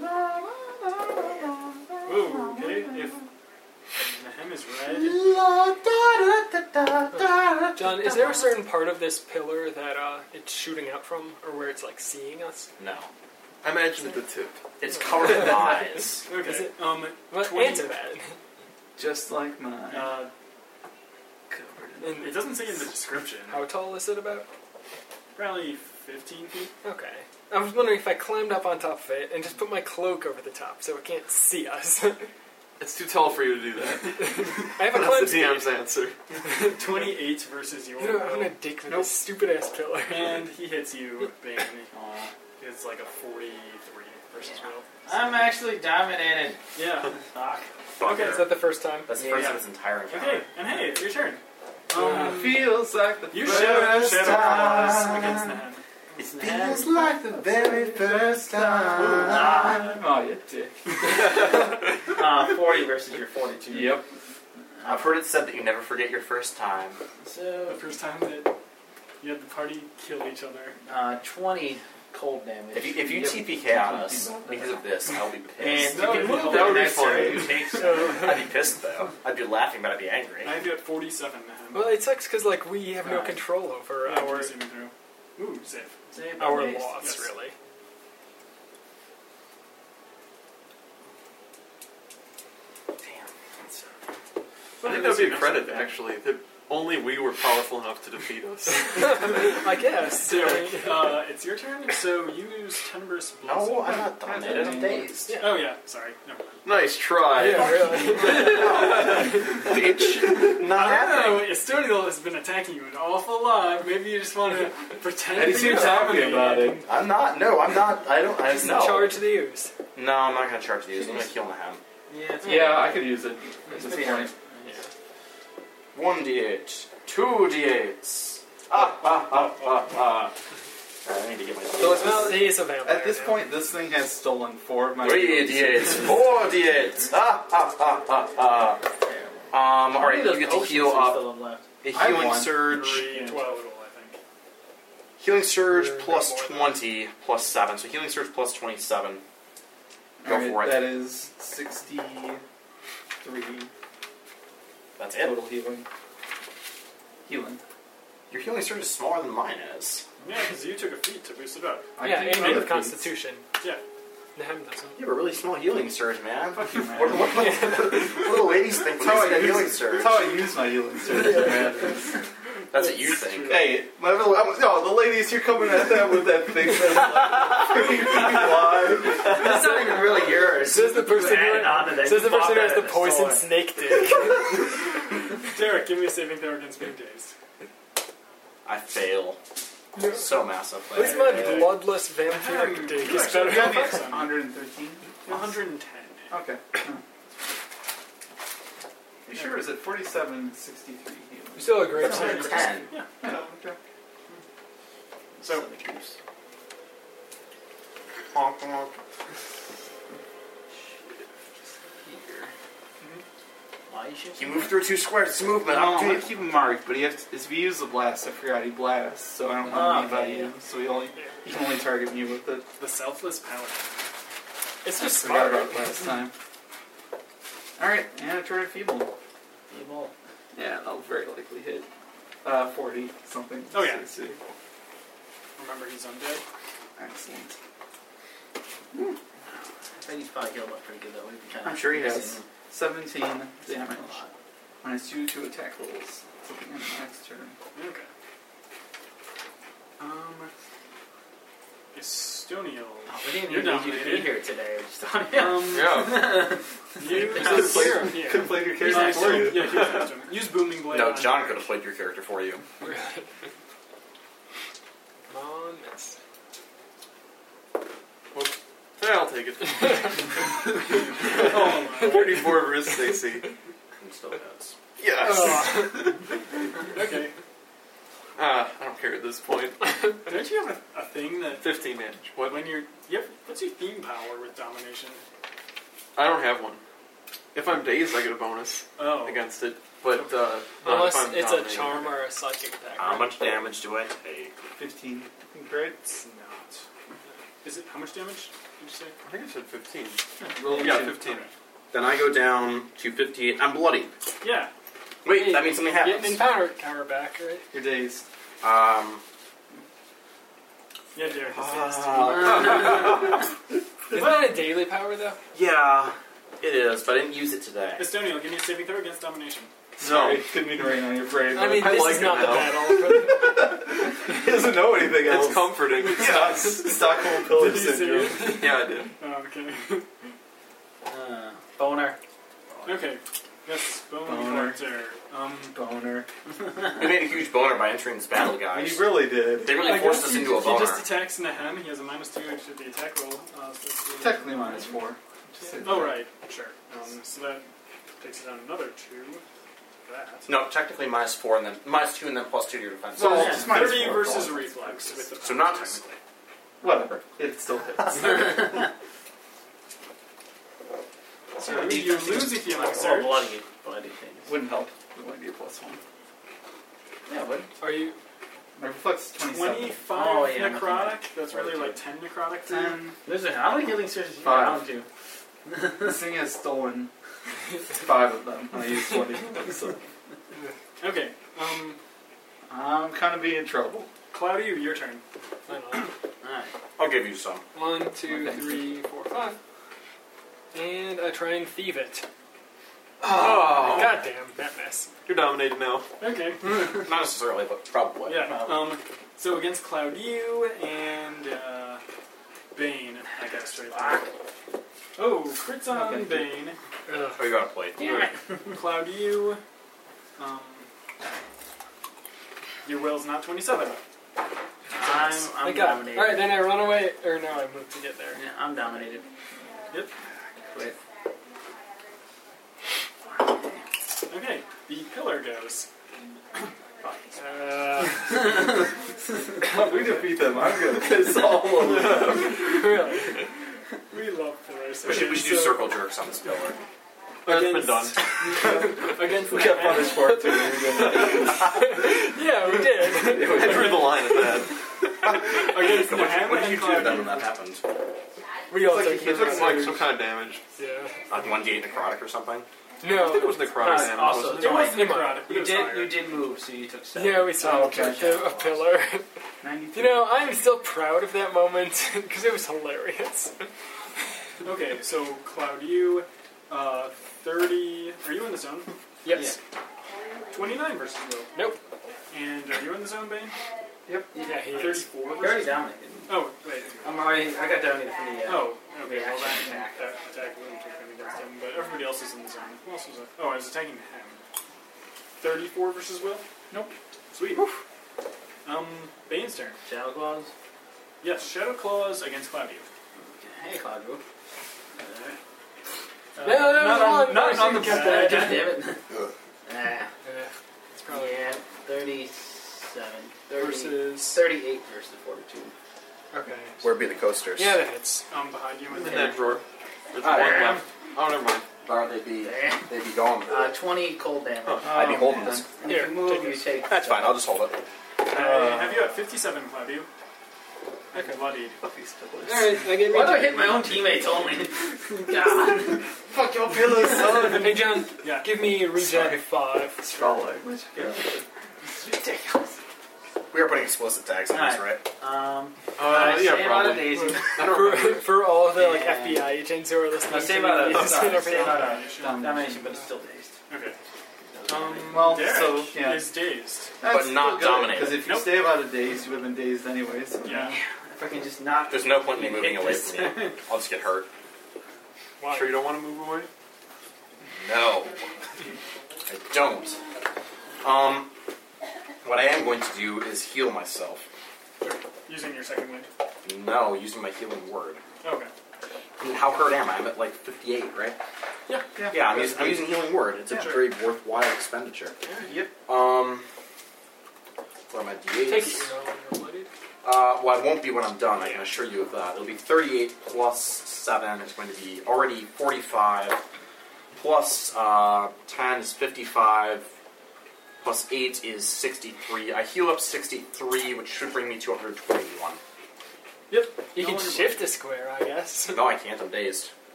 S3: Ah,
S1: Whoa. Okay. If Nahem is red.
S4: John, is there a certain part of this pillar that uh, it's shooting out from, or where it's like seeing us?
S3: No.
S8: I imagine at the tip.
S3: It's covered in
S1: [laughs]
S3: eyes.
S1: Okay.
S4: Is it-
S1: um,
S4: Well,
S1: 20.
S4: answer that.
S5: Just like mine.
S1: uh,
S5: Covered in-
S1: it
S4: And
S1: doesn't say in the description.
S4: how tall is it about?
S1: Probably 15 feet.
S4: [laughs] Okay. I was wondering if I climbed up on top of it and just put my cloak over the top so it can't see us. [laughs] I
S8: It's too tall for you to do
S5: [laughs]
S8: that.
S4: have a
S8: That's
S4: climb
S8: the
S4: speed.
S8: DM's answer.
S1: 28 versus your
S4: You know, I'm
S1: will.
S4: gonna dick with this stupid ass pillar. [laughs]
S1: And he hits you with Bane. It's like a 43 versus will.
S6: I'm actually dominated.
S1: Yeah.
S3: Bunker.
S4: Is that the first time?
S3: That's the first
S1: Yeah.
S3: time this entire encounter.
S1: Okay, and hey, it's your turn.
S5: It
S1: Um,
S5: feels like the
S1: you
S5: first
S1: shadow, shadow claws
S5: time.
S1: against Nahem.
S6: It's
S5: Feels like the very first time. Oh, you dick.
S6: [laughs] uh, 40 versus your 42.
S5: Yep.
S3: I've heard it said that you never forget your first time.
S1: The
S6: So,
S1: first time that you had the party kill each other.
S6: uh, 20 cold damage.
S3: If you, if you
S5: Yep.
S3: TPK on us because of this, I'll be pissed.
S6: and
S1: That
S6: you
S1: would
S6: can
S1: be-
S6: move
S1: that
S3: would be
S6: next
S3: funny.
S6: turn, you take some.
S3: I'd be pissed though. I'd be laughing, but I'd be angry.
S1: I have you at 47, Nahem.
S4: Well, it sucks because like we have no
S6: Right.
S4: control over
S1: Yeah,
S4: our
S1: saving throw. Ooh, save.
S3: [laughs]
S6: Save
S4: our
S6: base.
S4: loss,
S1: yes.
S4: really.
S8: I think that would be a credit, actually. That only we were powerful enough to defeat
S5: [laughs]
S8: us.
S4: I [laughs] guess.
S1: So, uh, it's your turn, so you use Tenebris Blossom.
S3: No, I'm not dominated. I'm dazed.
S4: Yeah.
S1: Oh, yeah, sorry. Never mind.
S8: nice try.
S4: Yeah, [laughs] really.
S3: Bitch. Not
S1: I
S3: happening.
S1: don't know. Estonial has been attacking you an awful lot. Maybe you just [laughs] want to pretend.
S5: And he
S1: that
S5: seems
S1: you're
S5: happy
S1: dominating.
S5: about it.
S3: I'm not. No, I'm not. I don't. I
S4: Just
S3: no.
S4: charge the ooze.
S3: No, I'm not gonna charge these. I'm gonna kill Naham.
S6: Yeah, it's
S5: Yeah, I could use it at
S6: It's
S5: this
S6: pretty
S5: point.
S3: One d8, two d8s. Ah ah ah ah ah. Alright, I need to get my
S5: So
S3: d8s.
S5: it's-
S4: Well, he is a vampire.
S5: At this
S4: now.
S5: point, this thing has stolen four of my
S3: Three d8s, four d8s. Ah ah ah ah ah. Um. Alright, you get to heal up. A
S5: I
S3: healing
S5: won.
S3: surge.
S1: Three and twelve total, I think.
S3: Healing surge
S4: We're
S3: plus
S4: not more than-
S3: twenty plus seven. So healing surge plus twenty-seven. Go
S5: Alright,
S3: for it.
S5: That is 63
S3: That's it.
S5: total healing. Healing.
S3: Your healing surge is smaller than mine is.
S1: Yeah, because you took a feat to boost it up.
S5: I
S4: yeah,
S5: think
S4: and
S5: other
S4: with
S5: feats.
S4: Constitution.
S1: Yeah.
S4: Nahem doesn't.
S3: You have a really small healing surge, man. Fuck you,
S5: man.
S3: What, what, what, what do the ladies think when
S5: That's
S3: they see
S5: how I
S3: that
S5: use-
S3: healing surge?
S5: That's how I use my healing surge. man.
S3: That's what you think.
S8: [laughs]
S5: [laughs] Hey, whatever. the- No, the ladies, you're coming at that with that thing. That's like,
S3: That's not even really yours.
S4: Says the person who,
S2: Add on to that,
S4: says the
S2: you bought
S4: person who has
S2: that
S4: the
S2: at a
S4: poison
S2: store.
S4: snake dick.
S1: Derek, give me a saving throw against being dazed.
S3: I fail. So massively.
S4: What's my bloodless vampiric dick?
S1: Derek, it's
S5: So
S1: better
S5: you
S1: than
S5: got me
S1: this
S5: at
S1: one.
S5: 113.
S1: 110.
S5: Okay. You sure is at 4763 healing.
S4: You still have a great
S3: Ten.
S4: surge.
S5: Yeah, okay.
S1: So,
S6: Why should
S3: You move through two squares. It's movement.
S5: No, I'm gonna
S3: opportunity.
S5: keep him marked, but he has to, if he uses a blast, I forgot he blasts, so I don't know
S6: Oh,
S5: how many by
S6: okay,
S5: you, so he only he can only target me with it.
S1: the selfless paladin.
S4: It's just
S5: Forgot
S4: smart.
S5: about it last time. All right, and I turn feeble.
S6: Evil.
S5: Yeah, I'll very likely hit uh, 40 something.
S1: Oh, yeah.
S5: CC.
S1: Remember, he's undead.
S5: Excellent.
S6: I bet he's probably healed up pretty good though. We've been trying
S5: I'm
S6: to-
S5: sure he
S6: we've
S5: has
S6: seen him.
S5: 17
S6: Seen him
S5: damage.
S6: a lot.
S5: Minus two to attack rolls. It's at the end of next turn.
S1: Okay. Um. Estonial.
S6: Oh, we didn't
S1: You're
S6: even need you to be
S1: dominated.
S6: here today. We just thought, yeah.
S1: Um,
S6: [laughs]
S5: [laughs]
S8: Yeah.
S1: you
S5: Could've
S1: use,
S5: played-
S1: yeah.
S5: Could've played your
S1: Use,
S5: character for you.
S1: yeah, use, Astro- use booming blade.
S3: No,
S1: on-
S3: John could have played your character for you.
S4: Really. Come on, miss.
S8: yeah, I'll take it.
S1: [laughs]
S5: [laughs]
S1: Oh, my.
S8: 34 versus AC.
S3: And still does.
S8: Yes.
S5: Oh,
S1: okay.
S8: Uh, I don't care at this point. [laughs]
S1: Don't you have a, a thing that
S8: 15 damage. What?
S1: when you're you have, what's your theme power with domination?
S8: I don't have one. If I'm dazed, I get a bonus
S1: Oh,
S8: against it. But uh, not if
S4: Unless
S8: I'm
S4: it's a
S8: dominated.
S4: charm or a psychic attack.
S3: How much damage do I take?
S5: 15. Great.
S1: it's not. Is it how much damage? Did you say?
S8: I think I said 15.
S5: Roll
S8: Yeah,
S5: two.
S8: 15.
S3: Then I go down to 58. I'm bloody.
S1: Yeah.
S3: Wait, that means something
S4: Getting
S3: happens.
S4: in power, power back, right?
S5: You're dazed.
S3: Um,
S1: Yeah, Derek is dazed.
S4: Isn't that a daily power though?
S3: yeah, it is, but I didn't use it today.
S1: Estonial, give me a saving throw against [laughs] domination.
S5: Sorry, couldn't mean to rain on your
S4: [laughs]
S5: parade.
S4: I mean,
S8: I
S4: this
S8: like
S4: is
S8: it
S4: not the
S8: now.
S4: battle.
S5: he doesn't know anything else.
S8: It's comforting.
S5: yeah, Stockholm
S1: [laughs]
S5: Pillar
S1: Did you see
S5: Syndrome.
S1: it?
S8: yeah, I did.
S1: Oh, okay.
S6: Uh,
S3: [laughs]
S6: boner.
S1: okay. Yes, bone
S5: Boner.
S1: character. Um,
S5: Boner.
S3: We made a huge boner by entering this battle, guys.
S5: He really did.
S3: They really
S1: I
S3: forced
S1: guess
S3: us
S1: he-
S3: into a boner.
S1: He just attacks Nahem. He has a minus two to the attack roll. Uh, so it's the-
S5: Technically minus four. Just said-
S1: Oh right, sure. Um, so that takes it down another two. That.
S3: No, technically minus four and then minus two and then plus two to your defense.
S5: Well,
S1: So
S5: it's just minus
S1: thirty
S5: four,
S1: versus
S5: well,
S1: reflex with the
S3: so not
S1: penalties.
S3: technically.
S5: Whatever. It still hits.
S1: So you, you lose a healing
S6: Oh,
S1: surge.
S6: bloody, bloody things.
S5: Wouldn't help. It might be a plus one.
S6: Yeah, but
S4: Are you?
S5: My reflex is 27.
S1: 25
S6: Oh, yeah, nothing
S1: necrotic.
S6: like-
S1: That's really like 10 necrotic for you.
S5: 10.
S6: Listen, how many healing surges you
S5: Five.
S6: around you?
S5: [laughs] This thing has stolen five of them. I used one of them, so
S1: Okay. Um,
S5: I'm kind of being in trouble.
S1: Cloudy, your turn.
S4: I don't know.
S6: Alright.
S3: I'll give you some.
S4: One, two,
S5: Okay.
S4: three, four, five. And I try and thieve it.
S8: Oh,
S4: God damn, that mess.
S8: You're dominated now.
S1: Okay.
S3: Not necessarily, but probably.
S1: Yeah. Um, so against Cloud U and uh, Bane, I guess, right there. Oh, crits on
S5: Okay.
S1: Bane.
S4: Ugh.
S3: Oh, you got to play.
S6: Damn
S1: [laughs]
S6: it.
S1: Cloud U. Um, your will's not 27.
S6: I'm, I'm
S4: Thank God.
S6: dominated.
S4: All right, then I run away, or no, I move to get
S6: [laughs]
S4: there.
S6: Yeah, I'm dominated.
S1: Yep.
S6: Quit.
S1: Okay. The pillar goes.
S4: Uh,
S5: [laughs] we defeat them. I'm gonna piss all over them.
S4: really?
S1: We love pillars.
S3: We should, we should do circle jerks on this pillar. [laughs]
S8: That's been done.
S1: [laughs] Against
S5: We got
S1: Nahem.
S5: punished for it too. We
S4: Yeah,
S3: [laughs]
S4: we did.
S8: I drew the line at that.
S1: Against
S3: What did you,
S1: Nahem
S3: what did
S1: and
S3: you do to
S1: Cloud
S3: them when
S1: U.
S3: that happened?
S4: We all
S5: It's like
S4: took
S8: It
S4: hits.
S8: looks like some kind of damage.
S4: Yeah.
S3: [laughs] Like 1d8 necrotic or something?
S8: I think it
S4: No.
S8: was necrotic
S6: Alright,
S8: damage.
S6: also-
S8: wasn't it?
S1: It was
S4: Come on.
S1: necrotic. but it
S6: You
S1: was
S6: did,
S1: higher.
S6: you did move, so you took seven.
S4: Yeah, we saw
S5: Oh, okay.
S4: a, a pillar. [laughs]
S5: got-
S4: You know, I'm still proud of that moment because it was hilarious. [laughs]
S1: Okay, so Cloud, you uh, 30. Are you in the zone?
S4: Yes.
S1: 29 versus Will.
S4: Nope.
S1: And are you in the zone, Bane?
S4: Yeah, he is.
S1: 34 versus.
S2: Very dominated.
S1: Oh, wait.
S2: I'm already. I got dominated from the. Uh,
S1: Oh, okay. Well, that,
S2: Reaction attack.
S1: that attack wouldn't kick them against him, but everybody else is in the zone. Who else was I? Oh, I was attacking him. 34 versus Will? Nope. Sweet. Um, Bane's turn.
S2: Shadow claws.
S1: Yes, Shadow Claws against Cloudy.
S2: Hey, Claudio.
S4: No,
S1: Uh,
S4: no,
S1: not
S4: no,
S1: on,
S4: no,
S1: not
S4: no,
S1: on the
S4: no,
S2: [laughs]
S1: bad.
S2: God damn it. Ah,
S6: [laughs]
S4: Yeah, it's probably
S2: yeah, 37. 30,
S1: Versus
S2: 38 versus 42.
S4: okay.
S3: Where be the coasters?
S4: Yeah, that hits.
S1: um behind you
S8: In
S1: and
S8: that drawer. There's
S3: Ah,
S8: one
S3: yeah.
S8: left. Oh, never mind.
S3: Or they be
S2: Eh,
S3: they be gone.
S2: Uh, 20 cold damage.
S1: Um,
S8: Oh.
S3: I'd be holding this.
S2: And if
S4: Here,
S2: you move,
S4: take
S2: you
S4: this.
S2: take.
S3: That's fine. I'll just hold it.
S1: I have you at 57, Cloudy.
S4: Okay.
S1: Okay. Bloodied.
S5: Fuck these pillars.
S4: All right, I get
S2: Why do I
S4: me.
S2: hit my own teammates only? [laughs] God. Fuck your pillows, son.
S4: Hey John,
S1: Yeah.
S4: give me regen five.
S5: Skull language. Yeah.
S2: It's ridiculous.
S3: We are putting explosive tags on this, right?
S2: Um,
S8: Uh, yeah,
S2: save out a
S8: probably.
S2: daisy.
S8: I don't
S4: For,
S8: remember.
S4: [laughs] for all of the like
S2: Yeah.
S4: FBI agents who are listening.
S2: No,
S4: to
S2: save out
S4: me,
S2: a.
S4: [laughs] it's gonna
S2: Sorry,
S4: be-
S2: save out a.
S5: Domination.
S2: Domination, but it's still dazed.
S1: Okay.
S4: Um,
S5: Well,
S1: Derek
S5: so yeah,
S1: is dazed.
S3: But not dominated.
S5: Because if you
S1: Nope.
S5: stay about a daze, you would have been dazed anyway. So
S1: Yeah.
S2: If I can just not.
S3: There's no point in me moving away from you. I'll just get hurt.
S1: Why?
S8: Sure, you don't want to move away?
S3: No, I don't. Um, what I am going to do is heal myself.
S1: Using your second wind.
S3: No, using my healing word.
S1: Okay.
S3: I mean, how hurt am I? I'm at like 58, right?
S1: Yeah.
S3: Yeah, I'm, using, I'm using healing word. It's a
S1: Yeah.
S3: very worthwhile expenditure.
S5: Yep.
S3: Um, where are my D8s?
S4: Take it. You're no longer bloodied.
S3: Uh, well, I won't be when I'm done. I can assure you of that. It'll be 38 plus seven. It's going to be already 45. Plus uh, 10 is 55. Plus eight is 63. I heal up 63, which should bring me to 121.
S4: You
S1: No
S4: can
S1: wonder-
S4: shift a square, I guess.
S3: No, I can't. I'm dazed.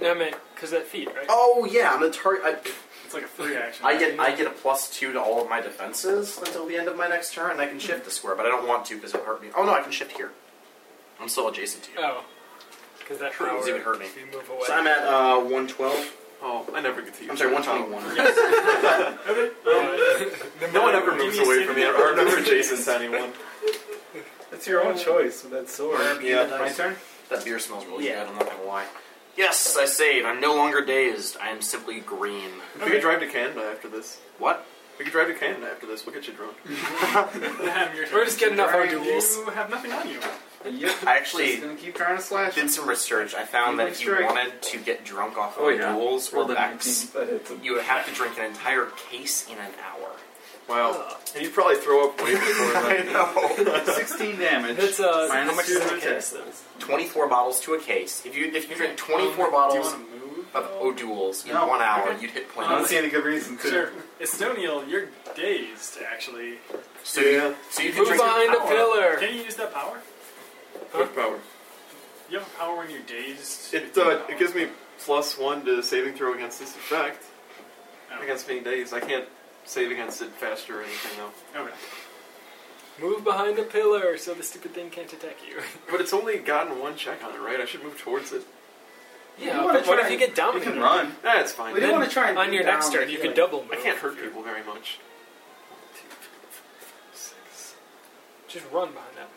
S4: No, I mean, because that feet, right?
S3: Oh yeah, I'm a target.
S1: It's like a free action.
S3: I, I get I get a plus two to all of my defenses until the end of my next turn, and I can shift the square, but I don't want to because it'll hurt me. Oh no, I can shift here. I'm still adjacent to you.
S4: Oh, because that
S3: It
S4: power.
S3: doesn't even hurt me.
S4: If you move away.
S3: So I'm at uh, 112.
S8: Oh, I never get to use
S3: I'm sorry,
S8: that.
S3: 121.
S1: Uh,
S8: No one ever moves away from me or never
S4: [laughs]
S8: adjacent to anyone.
S5: [laughs] It's your own choice with that sword.
S3: Yeah.
S5: My turn.
S3: That beer smells really
S2: Yeah.
S3: good, I'm not gonna lie. Yes, I saved. I'm no longer dazed. I am simply green.
S8: We could drive to Canada after this.
S3: What?
S8: We could drive to Canada after this. We'll get you drunk.
S1: Ham, your turn.
S4: We're just getting off our
S1: You
S4: duels.
S1: have nothing on you.
S5: Yep.
S3: I
S5: Just
S3: actually
S5: gonna keep trying to slash.
S3: did some research. I found that if you
S5: Strike.
S3: wanted to get drunk off of
S5: Oh, yeah.
S3: duels
S5: Roll
S3: or
S5: the
S3: backs,
S5: 19, but it's a
S3: you would have to drink an entire case in an [laughs] hour.
S8: Wow. And you'd probably throw up way before
S5: [laughs]
S8: that.
S3: know.
S5: 16 damage.
S4: That's uh,
S5: Minus
S4: how much
S5: two
S4: is
S5: to
S4: that?
S5: attack.
S4: case, though?
S3: 24 bottles to a case. If you if you drink
S1: Um,
S3: 24
S1: Do you
S3: bottles
S1: want to move?
S3: of O'Duels in
S5: No.
S3: one hour,
S1: Okay.
S3: you'd hit
S5: I don't
S3: point.
S5: see any good reason to.
S1: Sure. Estoniel, you're dazed, actually.
S3: So you, so you can
S4: Move
S3: drink.
S4: behind a
S1: Power.
S4: pillar.
S1: Can you use that power?
S8: Which power?
S1: You have a power when you're dazed.
S8: It uh, it gives me plus one to saving throw against this effect.
S1: Oh.
S8: Against being dazed, I can't save against it faster or anything though.
S1: Okay.
S4: Move behind a pillar so the stupid thing can't attack you.
S8: But it's only gotten one check on it, right? I should move towards it.
S4: Yeah,
S5: You wanna
S4: but what
S5: try
S4: if you
S5: and-
S4: get
S5: You
S4: dominated?
S5: can run.
S8: Nah, it's fine.
S2: We don't
S4: Then
S2: want to try and
S4: On
S2: beat
S4: your
S2: down
S4: next turn,
S2: the
S4: you
S2: healing.
S4: can double move.
S8: I can't hurt people very much.
S4: Just run behind that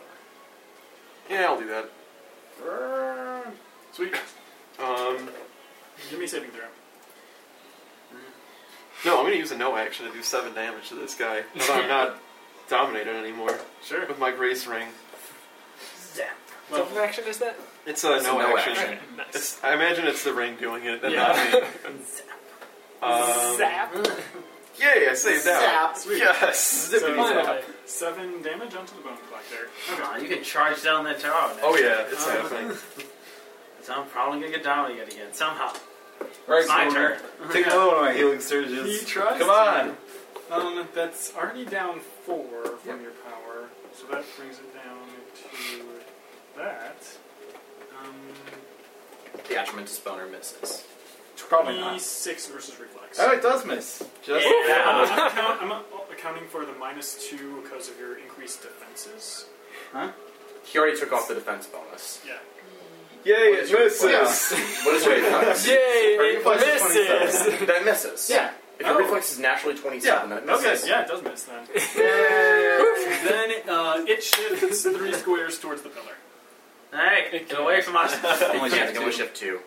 S4: pillar.
S8: Yeah, I'll do that.
S1: Sweet.
S8: Um,
S1: Give me a saving throw.
S8: no, I'm gonna use a no action to do seven damage to this guy. Now that I'm not dominated anymore
S1: Sure.
S8: with my grace ring.
S2: Zap.
S4: What
S1: Well,
S4: type of action is that?
S8: It's a
S3: It's a
S8: no,
S3: no
S8: action.
S3: action.
S4: Nice.
S8: It's, I imagine it's the ring doing it, and
S4: Yeah.
S5: [laughs]
S8: not me. Um,
S4: Zap.
S8: yay! I saved that.
S2: Zap.
S8: Yes.
S1: So-
S8: Zippity zap.
S4: Finally.
S1: seven damage onto the bone clock there.
S2: Come on, you can charge down that tower. next
S8: Oh
S2: turn.
S8: yeah, it's
S5: Uh-huh.
S2: Um,
S8: happening.
S2: So I'm probably gonna get dominated again somehow.
S5: Alright,
S2: It's my
S5: so
S2: turn.
S5: Take another one of my healing
S1: He
S5: surges.
S1: tries.
S5: Come on.
S1: Um, that's already down four from your power, so that brings it down to that. Um,
S3: The attribute disboner misses.
S5: Probably not.
S1: twenty-six versus reflex.
S5: Oh, it does miss. Just
S1: Uh, I'm, account- I'm uh, accounting for the minus two because of your increased defenses.
S3: He already took off the defense bonus.
S1: Yeah.
S4: Yay,
S3: What is your- What is your reflex?
S4: Yay,
S3: Her
S4: it
S3: reflex is
S4: misses.
S3: 27. [laughs] That misses.
S2: Yeah.
S3: If your
S1: Oh.
S3: reflex is naturally 27,
S5: Yeah.
S3: then it
S1: Okay,
S3: misses.
S1: yeah, it does miss then.
S2: [laughs] Yay.
S1: then uh, it shifts three squares towards the pillar.
S6: Alright, get away from us.
S3: Only
S5: Yeah.
S3: shift, you can only shift two.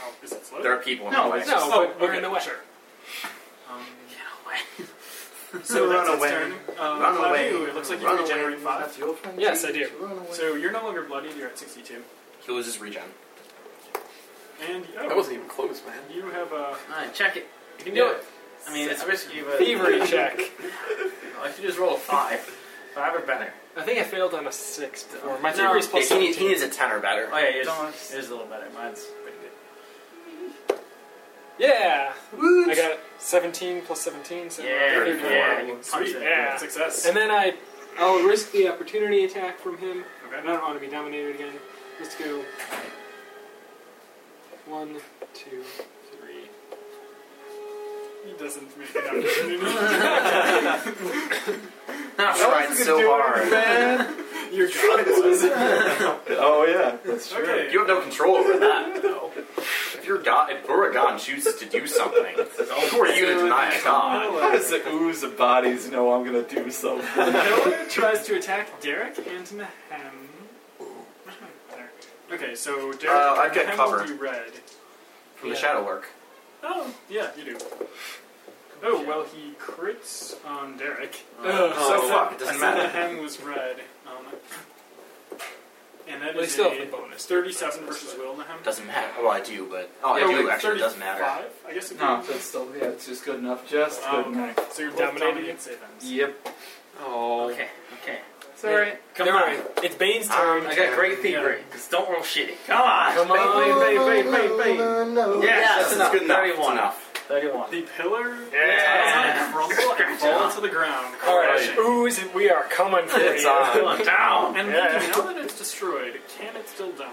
S1: Oh, is it slow?
S3: There are people in
S2: No,
S3: the way.
S2: it's
S4: No,
S1: Oh,
S4: but we're
S1: okay,
S4: in the way.
S1: Sure.
S2: [laughs]
S1: Um,
S2: So
S1: so
S2: run
S1: that's its
S2: away.
S1: turn. Um,
S2: Run
S1: Cloud,
S2: away.
S1: you- It looks like you
S2: Run
S1: regenerate
S2: away.
S1: five.
S4: Yes, I do.
S1: So you're no longer bloodied. You're at 62.
S3: He loses regen.
S1: And
S8: That
S1: oh,
S8: wasn't even close, man.
S1: you have a.
S6: Alright, check it.
S4: You can do it.
S6: I mean, it's risky,
S2: [laughs]
S6: but. [laughs]
S4: Thievery check.
S6: All I should just roll a five. Five or better.
S4: I think I failed on a six before. My
S6: No,
S4: thievery is plus
S3: Yeah, he, needs, he
S4: 17.
S3: needs a 10 or better.
S6: Oh, yeah, yours,
S2: Don't-
S6: yours is a little better. Mine's pretty good.
S4: Yeah. I got 17 plus 17. So
S6: Yeah,
S4: Thirty-four.
S6: yeah, you
S1: Sweet.
S6: punch it.
S4: Yeah.
S1: Success.
S4: And then I, I'll risk the opportunity attack from him. I
S1: okay.
S4: don't want to be dominated again. Let's go. One, two, three.
S1: He doesn't make an opportunity. [laughs]
S2: [laughs]
S6: No,
S3: I tried so hard.
S1: You're godless.
S5: Oh yeah, that's true.
S1: Okay.
S3: You have no control over that, though. If your god, if Buragon chooses to do something, who are you to deny a god?
S5: How does the ooze of bodies know I'm gonna do something?
S1: Miller tries to attack Derek and Nahem. There. Okay, so Derek
S3: Uh, I've got
S1: and Nahem
S3: cover.
S1: will be red.
S3: From the Shadow Lurk.
S1: Oh, yeah, you do. Oh, well, he crits on Derek.
S3: Oh, fuck, it doesn't
S1: I said
S3: matter.
S1: Nahem was red. Um, and that
S4: Well,
S1: is
S4: he still has
S1: a
S4: the bonus.
S1: 37 versus Will Nahem.
S3: Doesn't matter. Well, I do, but oh, I
S1: Yeah,
S3: do
S1: wait,
S3: actually. It doesn't matter.
S1: 35? I guess it
S5: No,
S1: would be-
S5: that's still yeah. It's just good enough. Just
S1: Oh,
S5: good enough.
S1: okay. So you're
S5: Well,
S1: dominating
S5: dominate.
S1: save ends.
S5: Yep.
S8: Oh.
S6: Okay, okay.
S2: Sorry.
S6: Come
S4: Never
S6: on.
S4: mind. It's Bane's turn.
S3: Um,
S6: I got great thievery. Just don't roll shitty. Come on.
S2: Come on. Bane, bane, bane, bane, bane.
S6: Yes,
S3: Yes, it's
S6: enough.
S3: good enough. It's
S6: 31.
S3: enough.
S6: 31.
S1: The pillar
S6: Yeah.
S1: does not crumble and fall to the ground.
S4: All right. Ooze, we are coming for
S3: It's
S4: you.
S3: on.
S6: Come on, down.
S1: And
S4: Yeah.
S1: now that it's destroyed, can it still dominate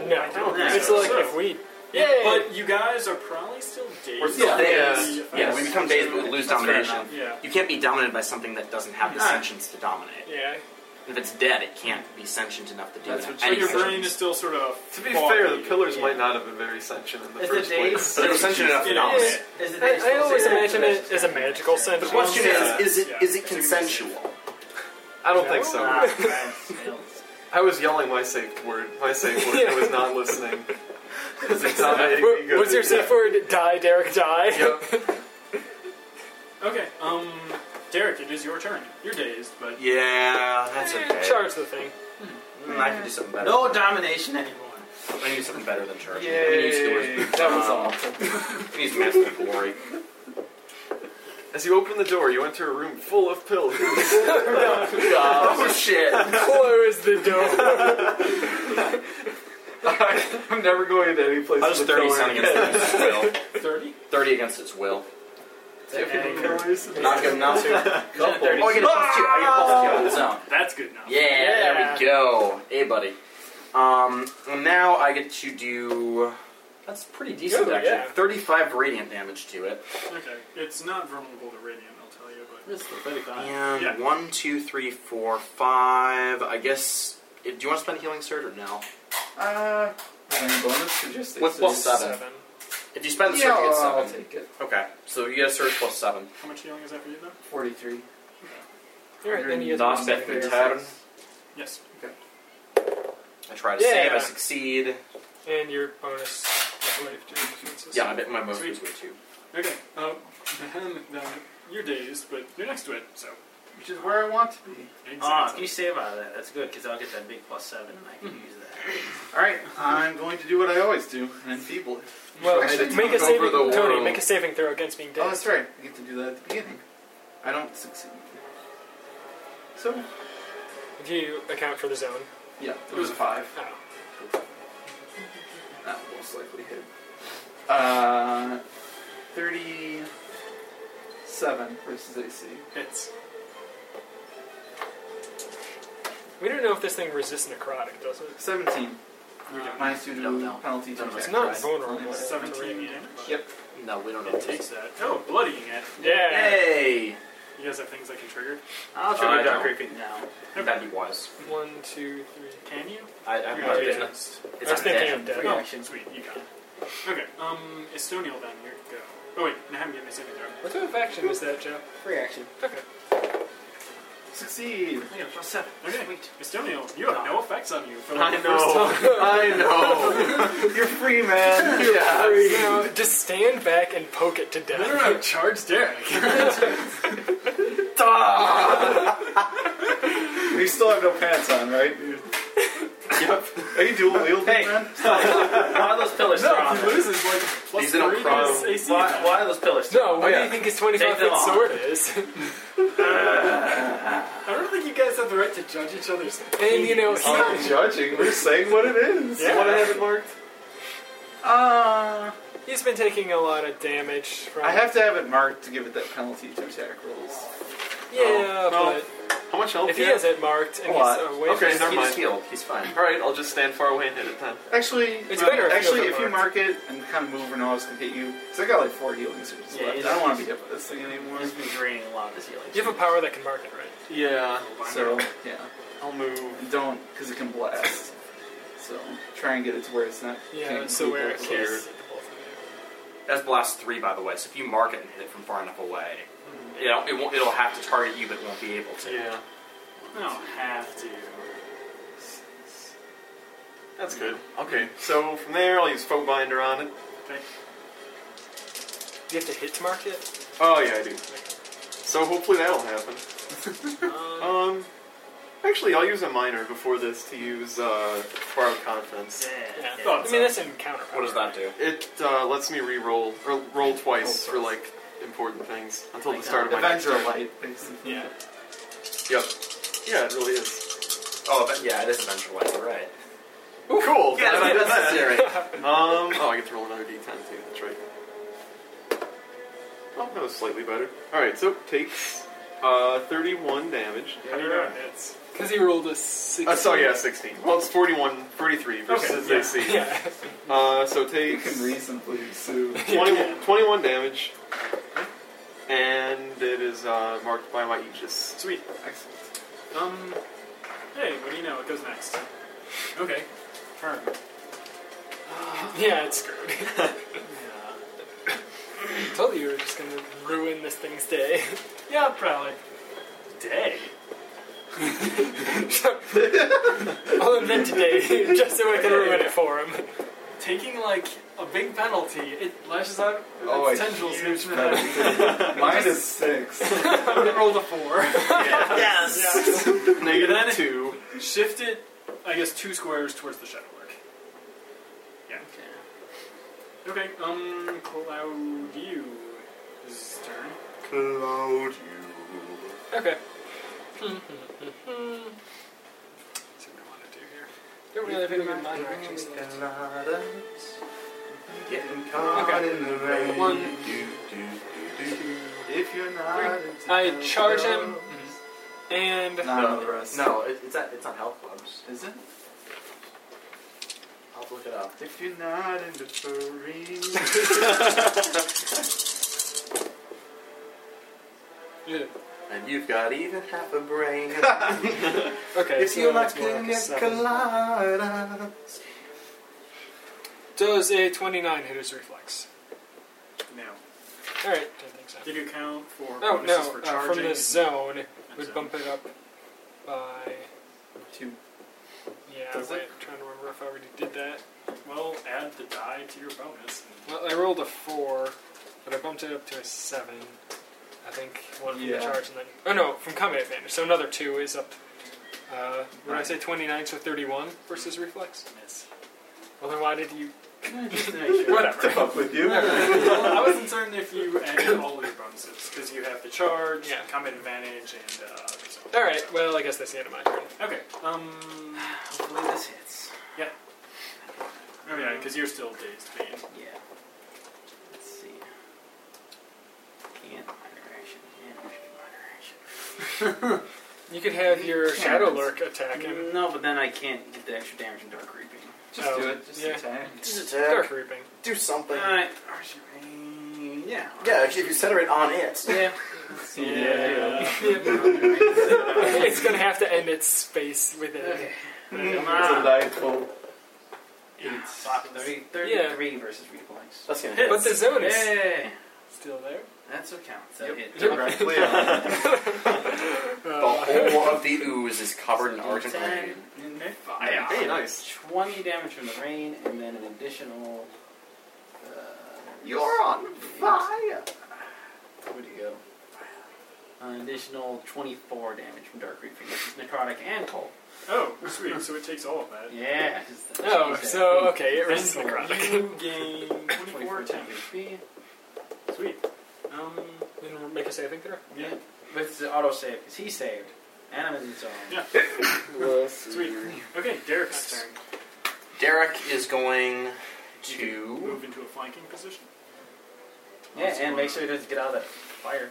S1: you?
S4: No,
S1: I don't think
S4: it's
S1: so.
S4: like if we.
S1: Yeah, But you guys are probably still dazed.
S3: We're still dazed.
S1: Yeah.
S3: Yeah, we become dazed, but we lose domination.
S6: enough.
S1: Yeah.
S3: You can't be dominated by something that doesn't have the
S6: Ah.
S3: sentience to dominate.
S4: Yeah.
S3: If it's dead, it can't be sentient enough to do
S8: That's
S3: that.
S8: what
S1: So
S3: Any
S1: your brain
S3: sentience.
S1: is still sort of.
S8: To be
S1: foggy.
S8: fair, the pillars
S6: Yeah.
S8: might not have been very sentient in the
S6: It's a
S8: first place.
S6: daze.
S3: But it was sentient enough
S1: It
S3: to dominate.
S1: is.
S6: Is it
S4: I, I always
S6: Yeah.
S4: imagine it as a magical
S3: The
S4: sentence.
S3: question is, is it
S1: Yeah.
S3: is it consensual?
S8: [laughs] I don't think so.
S6: Nah, that's fails.
S8: I was yelling my safe word. My safe word. I was not
S5: [laughs]
S8: listening. Because it's not making me
S4: What-
S8: good.
S4: What's your safe word? Die, Derek, die.
S8: Yep.
S1: Okay, um, Derek, it is your turn. You're dazed, but
S3: Yeah, that's
S4: Eh,
S3: okay.
S4: [laughs] Charge the thing.
S3: Mm, I can do something better.
S6: No domination anymore.
S3: I can do something better than charge. I can use
S5: Yay!
S3: healer's-
S5: That was
S3: um,
S5: awesome.
S3: I can use master of
S5: [laughs]
S3: glory.
S8: As you open the door, you enter a room full of [laughs] pillars.
S3: oh shit!
S4: Close the
S3: [laughs]
S4: door.
S5: I'm never going to any place.
S3: I was
S5: with
S3: thirty
S5: pillar
S3: sound against
S5: again.
S3: its
S5: [laughs]
S3: will.
S1: 30?
S3: Thirty against its will.
S5: Not
S3: Not good [laughs] enough.
S6: Couple.
S3: Oh, I get a plus two. I get a plus two on the zone.
S1: [laughs] That's good enough.
S3: Yeah, there we go. Hey, buddy. Um, and now I get to do. That's pretty decent,
S4: Good,
S3: actually.
S4: yeah.
S3: Thirty-five radiant damage to it,
S1: Okay, it's not vulnerable to radiant, I'll tell you, but.
S6: This is 35.
S3: and
S1: Yeah.
S3: one, two, three, four, five. I guess. eh, Do you want to spend a healing surge or no?
S5: Uh, any bonus or just
S3: What's
S5: it's
S3: plus
S5: just-
S3: seven? If you spend the
S5: Yeah,
S3: surge, you get
S5: I'll
S3: seven.
S5: take it.
S3: Okay, so you get a surge plus seven.
S1: How much healing is that for you, though?
S5: Forty-three.
S4: Alright, then he has
S3: Knocked
S4: one
S3: back
S4: there.
S3: turn.
S1: Yes.
S3: I try to
S4: Yeah.
S3: save. I succeed.
S4: And your bonus of life to defenses.
S3: Yeah, I bet my most
S1: Sweet.
S3: was way too.
S1: Okay, um, Nahem, now, you're dazed, but you're next to it, so.
S2: Which is where I want to be.
S6: Ah, if
S1: Exactly.
S6: you save out of that, that's good because I'll get that big plus seven and I can use that.
S2: Alright, I'm going to do what I always do and enfeeble it.
S4: Well,
S5: Actually,
S4: make a
S5: take over
S4: saving,
S5: the
S4: Tony.
S5: world.
S4: Make a saving throw against being
S2: Oh,
S4: dead.
S2: that's right. I get to do that at the beginning. I don't succeed. So,
S4: if you account for the zone.
S5: Yeah, it was a five.
S4: Oh.
S2: that will most likely hit. Uh, 37 versus AC.
S1: Hits.
S4: We don't know if this thing resists necrotic, does it?
S2: 17. Minus
S8: Mm,
S2: 2 to
S6: No, no.
S2: penalty to
S6: No, no,
S2: attack.
S4: It's not
S2: Right.
S4: vulnerable.
S1: 17 damage.
S2: Yep.
S3: No, we don't know.
S1: It takes that. Oh, bloodying it.
S4: Yeah.
S3: Hey!
S1: You guys have things that can trigger?
S6: Hmm. I'll
S3: Uh,
S6: try
S3: I
S6: to
S3: don't.
S6: dark creepy. No.
S3: That'd be wise.
S4: One, two, three.
S1: Can you?
S3: I, I, I,
S1: You're not
S3: didn't.
S1: aged.
S3: It's
S4: I was
S3: not
S4: thinking
S3: dead.
S4: of death.
S1: Oh, sweet, you got it. Okay, um, Estonial then, here you go. Oh wait, now I'm getting my second throw.
S4: What type of action is that, Joe?
S7: Free action.
S5: Succeed.
S6: I got a plus seven.
S1: Okay.
S6: Sweet.
S1: Estonial, you have no effects on you for like,
S8: I
S1: the first time.
S8: know. [laughs]
S4: [laughs]
S8: I
S3: [laughs]
S8: know.
S2: You're free, [laughs] man.
S8: yeah.
S4: No, just stand back and poke it to
S1: No,
S4: death.
S1: no, no, charge Derek.
S2: You still have no pants on, right?
S8: Yep.
S2: Are you dual wielding,
S6: Hey.
S2: man?
S6: Why are those pillars
S1: no,
S6: thrown on
S1: if he
S6: there?
S1: loses like plus
S3: He's in a
S1: three to his
S3: problem.
S1: AC.
S6: Why, why are those pillars
S4: No, what
S3: Oh,
S4: do
S3: yeah.
S4: you think his 25
S6: Take them
S4: foot
S6: off.
S4: sword is? [laughs]
S1: I don't think you guys have the right to judge each other's.
S4: and you know,
S2: I'm not judging. We're saying what it is.
S1: Yeah.
S2: What I haven't marked. Uh,
S4: he, has been taking a lot of damage from.
S2: I have to have it marked to give it that penalty to attack rolls.
S4: Yeah,
S8: Oh. How much
S4: but
S8: health
S4: if
S8: do
S4: he
S8: you
S4: has it marked and
S2: A
S4: he's
S2: lot.
S4: away
S8: Okay,
S4: from
S8: never
S3: He
S8: mind.
S3: just healed. He's fine.
S8: have? All right, I'll just stand far away and hit it then.
S2: Actually,
S4: It's better if you
S2: Actually,
S4: have it
S2: if you mark it and kind of move or know it's gonna hit you, because I got like four healing surges
S6: Yeah,
S2: left. I
S6: you
S2: don't
S6: don't-
S2: want to be hit by this thing anymore.
S6: He's been draining a lot of this healing.
S4: you have a power that can mark it, right?
S8: Yeah.
S2: So yeah,
S8: I'll move.
S2: don't because it can blast. So try and get it to where it's not.
S4: Yeah,
S2: can't
S4: so
S2: do
S4: where it
S2: both of
S4: cares.
S2: those.
S3: That's blast three, by the way. So if you mark it and hit it from far enough away, you know, it won't, it'll have to target you, but it won't be able to.
S8: Yeah.
S1: I don't have to.
S8: That's good. Okay, so from there, I'll use Foe Binder on it.
S4: You have to hit to mark it?
S8: Oh, yeah, I do. So hopefully that'll happen.
S4: Um,
S8: Um, actually, I'll use a minor before this to use uh, Borrowed Confidence.
S4: yeah.
S1: yeah.
S4: I mean, that's an encounter.
S3: What does that do?
S8: It uh, lets me re-roll, or roll twice for, like, important things until the start of my next
S2: Avenger
S8: turn.
S2: light, basically.
S4: Yeah.
S8: Yep. Yeah, it really is.
S3: Oh, but yeah, it is adventure light. You're right.
S8: Cool!
S3: Yeah,
S8: glad I did
S3: that's
S8: that.
S3: necessary.
S8: [laughs] Um, oh, I get to roll another d10 too, that's right. Oh, that was slightly better. Alright, so it takes uh, 31 damage.
S1: How do you know it hits?
S4: Because he rolled a 6.
S8: Uh, so yeah, 16. Well, it's 41, 33 versus
S1: Okay, yeah.
S8: AC.
S4: Yeah.
S8: Uh, so
S2: You
S8: take
S2: can reasonably
S4: [laughs]
S2: sue.
S8: 20, 21 damage, and it is uh, marked by my Aegis.
S1: Sweet.
S2: Excellent.
S1: Um, hey, what do you know? It goes next. Okay. Turn.
S4: yeah, it's screwed. [laughs]
S1: Yeah.
S4: I told you you were just going to ruin this thing's day. [laughs]
S1: Yeah, probably. Day.
S4: I'll invent today [laughs] just so I can ruin it for him.
S1: Taking like a big penalty, it lashes out with
S2: Oh,
S1: its
S2: a
S1: tendrils.
S2: huge
S1: into the-
S2: Mine is
S4: [laughs]
S2: six.
S1: it rolled a four.
S6: Yes!
S8: Negative
S1: Then-
S8: two.
S1: Shift it, I guess, two squares towards the shadow work. Yeah. Okay. Um, Cloud you is his turn.
S3: Cloud
S4: Okay.
S1: See what I want to do here.
S4: Don't really have any good minor actions left.
S3: Getting caught
S4: Okay.
S3: in the rain.
S4: One.
S3: Do, do, do, do.
S2: If you're not, into
S4: I charge him.
S2: those-
S4: And
S2: Not on the rest.
S3: No, it, it's at, it's on health clubs.
S2: Is it?
S3: I'll have to look it up.
S2: If you're not into furries.
S4: Yeah.
S3: And you've got even half a [laughs] brain.
S4: Okay. so it's more like a seven.
S2: colada.
S4: Does a 29 hit his reflex?
S1: Now,
S4: Alright, don't think so.
S1: did you count for
S4: Oh,
S1: bonuses
S4: no,
S1: for
S4: uh,
S1: charging?
S4: from the zone,
S1: and
S4: would
S1: zone?
S4: bump it up by.
S2: Two.
S4: Yeah,
S2: Does
S4: wait,
S2: it?
S4: I'm trying to remember if I already did that.
S1: Well, add the die to your bonus.
S4: Well, I rolled a 4, but I bumped it up to a 7. I think one from
S2: Yeah.
S4: the charge and then. Oh no, from combat advantage. So another 2 is up. Uh, when I say 29, so 31 versus reflex? [laughs]
S1: Miss.
S4: Well, then why did you. [laughs]
S1: Just to make sure.
S4: Whatever.
S2: Fuck with you.
S1: well, I was concerned if you [coughs] added all of your bonuses because you have the charge,
S4: Yeah.
S1: combat advantage, and uh, so.
S4: Alright, well, I guess that's the end of my turn.
S1: Okay. Um.
S6: Hopefully this hits.
S1: Oh yeah, because you're still dazed, Bane.
S6: Yeah. Let's see. Can't minor action. Can't minor action.
S4: You could have your
S2: Yeah,
S4: Shadow
S2: that's-
S4: Lurk attack him.
S6: No, but then I can't get the extra damage from Dark Creeping.
S2: Just
S4: Oh,
S2: do it. Just
S4: yeah.
S2: attack.
S3: Just
S4: Dark Reaping.
S3: uh, Do something.
S6: Alright. Archie Rain. Yeah.
S3: Yeah, if you center it on it.
S4: [laughs]
S6: Yeah.
S5: Yeah.
S4: [laughs] it's gonna have to end its space with it.
S6: Okay.
S5: It's a delightful.
S6: Fuck, 30, 33 versus redeploying.
S3: That's gonna
S4: But the zone is
S6: Yay!
S4: still there.
S6: That's what counts. That hit.
S5: Directly on.
S4: Uh,
S3: The whole of the ooze is covered in argent
S6: 10,
S3: green.
S6: fire.
S5: Hey, nice.
S6: 20 damage from the rain, and then an additional. Uh,
S3: You're on fire.
S6: Where'd he go? An additional 24 damage from Dark Reaper, which is necrotic and cold.
S1: Oh, sweet. So it takes all of that.
S6: Yeah. 'cause the-
S4: [laughs] Oh,
S6: geez,
S4: so
S6: that-
S4: okay, it resists necrotic. [laughs]
S1: You gain 24
S6: 24
S1: temp.
S6: times HP.
S1: Sweet. Um,
S4: Then make a saving throw.
S1: yeah.
S6: With the auto save, because he saved. Animus own.
S1: Yeah. Sweet. Okay, Derek's turn.
S3: Derek is going to.
S1: Move into a flanking position.
S6: Yeah, and make sure he doesn't get out of that fire.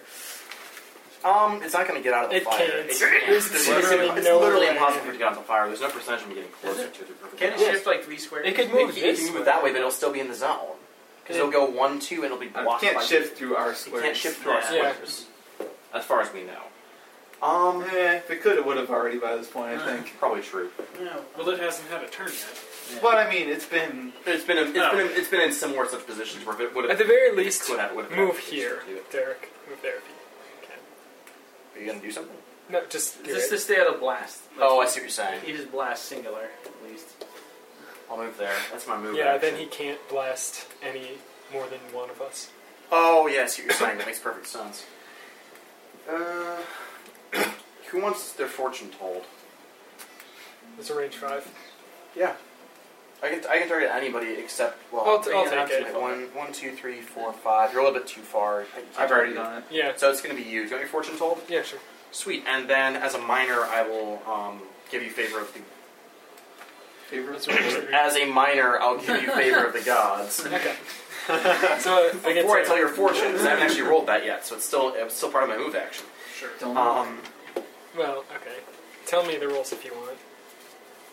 S3: Um, it's not going to get out of the
S4: It
S3: fire.
S4: can't.
S3: It's,
S4: There's
S3: it's
S4: literally
S3: it's
S4: no
S3: literally
S4: way.
S3: impossible for it to get out of the fire. There's no percentage of me getting closer
S6: it-
S3: to the river.
S6: Can it shift like three squares?
S4: It could
S3: It
S4: move
S3: can- it
S4: this.
S3: can move
S4: way.
S3: it that way, but it'll still be in the zone. Because it'll go one, two, and it'll be
S5: I
S3: blocked.
S5: can't
S3: by
S5: shift through our
S3: It
S5: squares.
S3: can't shift through our
S4: Yeah.
S3: squares, as far as we know. Um,
S5: Eh, if it could, it would have already by this point, I
S8: Uh-huh.
S5: think.
S3: probably true.
S6: No.
S1: Well, it hasn't had a turn yet.
S5: But I mean, it's been.
S3: It's been a, it's
S1: No.
S3: been a, it's been in similar such positions where if it would have
S4: At the very least,
S3: could have, would have
S4: move here,
S3: Do it.
S4: Derek. Move there if you
S3: Are you gonna do something?
S4: can. No, just do
S6: Just
S4: it.
S6: to stay out of blast.
S3: Oh, I see what you're saying.
S6: He just blasts singular, at least.
S3: I'll move there. That's my move.
S4: Yeah,
S3: action.
S4: then he can't blast any more than one of us.
S3: Oh yeah, I see what you're saying. That makes perfect sense. Uh, [coughs] who wants their fortune told?
S4: It's a range five.
S3: Yeah. I can, I can target anybody except well.
S4: I'll, t- I'll
S6: yeah,
S4: take
S3: wait,
S4: it.
S3: one, one, two, three, four, five. You're a little bit too far.
S5: I've already done it.
S4: Yeah.
S3: So it's gonna be you. Do you want your fortune told?
S4: Yeah, sure.
S3: Sweet. And then as a minor, I will um, give you favor of the.
S5: Favorites
S3: [coughs] As a minor, I'll give you favor of the
S5: [laughs]
S3: gods.
S4: Okay. so I
S3: [laughs]
S4: get
S3: Before I
S4: to-
S3: tell your fortune, 'cause I haven't actually rolled that yet, so it's still it's still part of my move action.
S1: Sure.
S5: Don't
S3: Um,
S4: Well, okay. Tell me the rules if you want.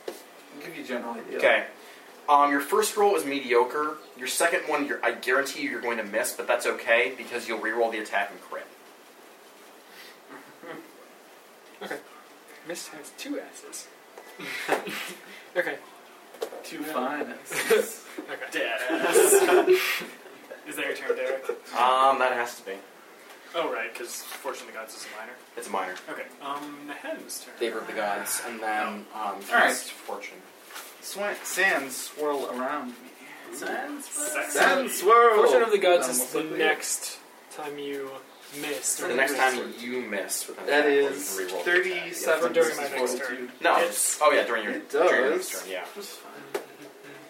S5: I'll give you a general idea.
S3: Okay. Um, your first roll is mediocre. Your second one, you're, I guarantee you, you're going to miss, but that's okay because you'll reroll the attack and crit.
S4: Miss has two [laughs] asses. okay.
S5: Too fine.
S4: Okay.
S1: Dead [laughs] Is that your turn, Derek?
S3: Um, that has to be.
S1: Oh, right, because Fortune of the Gods is a minor.
S3: It's a minor.
S1: Okay, um, Nahem's turn.
S3: Favor of the gods, and then um,
S5: All right.
S3: cast fortune.
S5: Swan, sand swirl around me.
S1: Sexy.
S5: Sand swirl!
S4: Fortune of the Gods
S5: Almost
S4: is the
S5: like that.
S4: next time you miss.
S3: So the next time you miss with an
S5: That
S3: attack roll,
S5: is
S3: you can reroll the attack.
S5: 37
S4: Yeah, during my
S5: versus
S4: next
S5: 42.
S3: No.
S1: It's-
S3: oh yeah, during your,
S5: It
S3: during your next
S5: does.
S3: turn. Yeah.
S5: Just fine.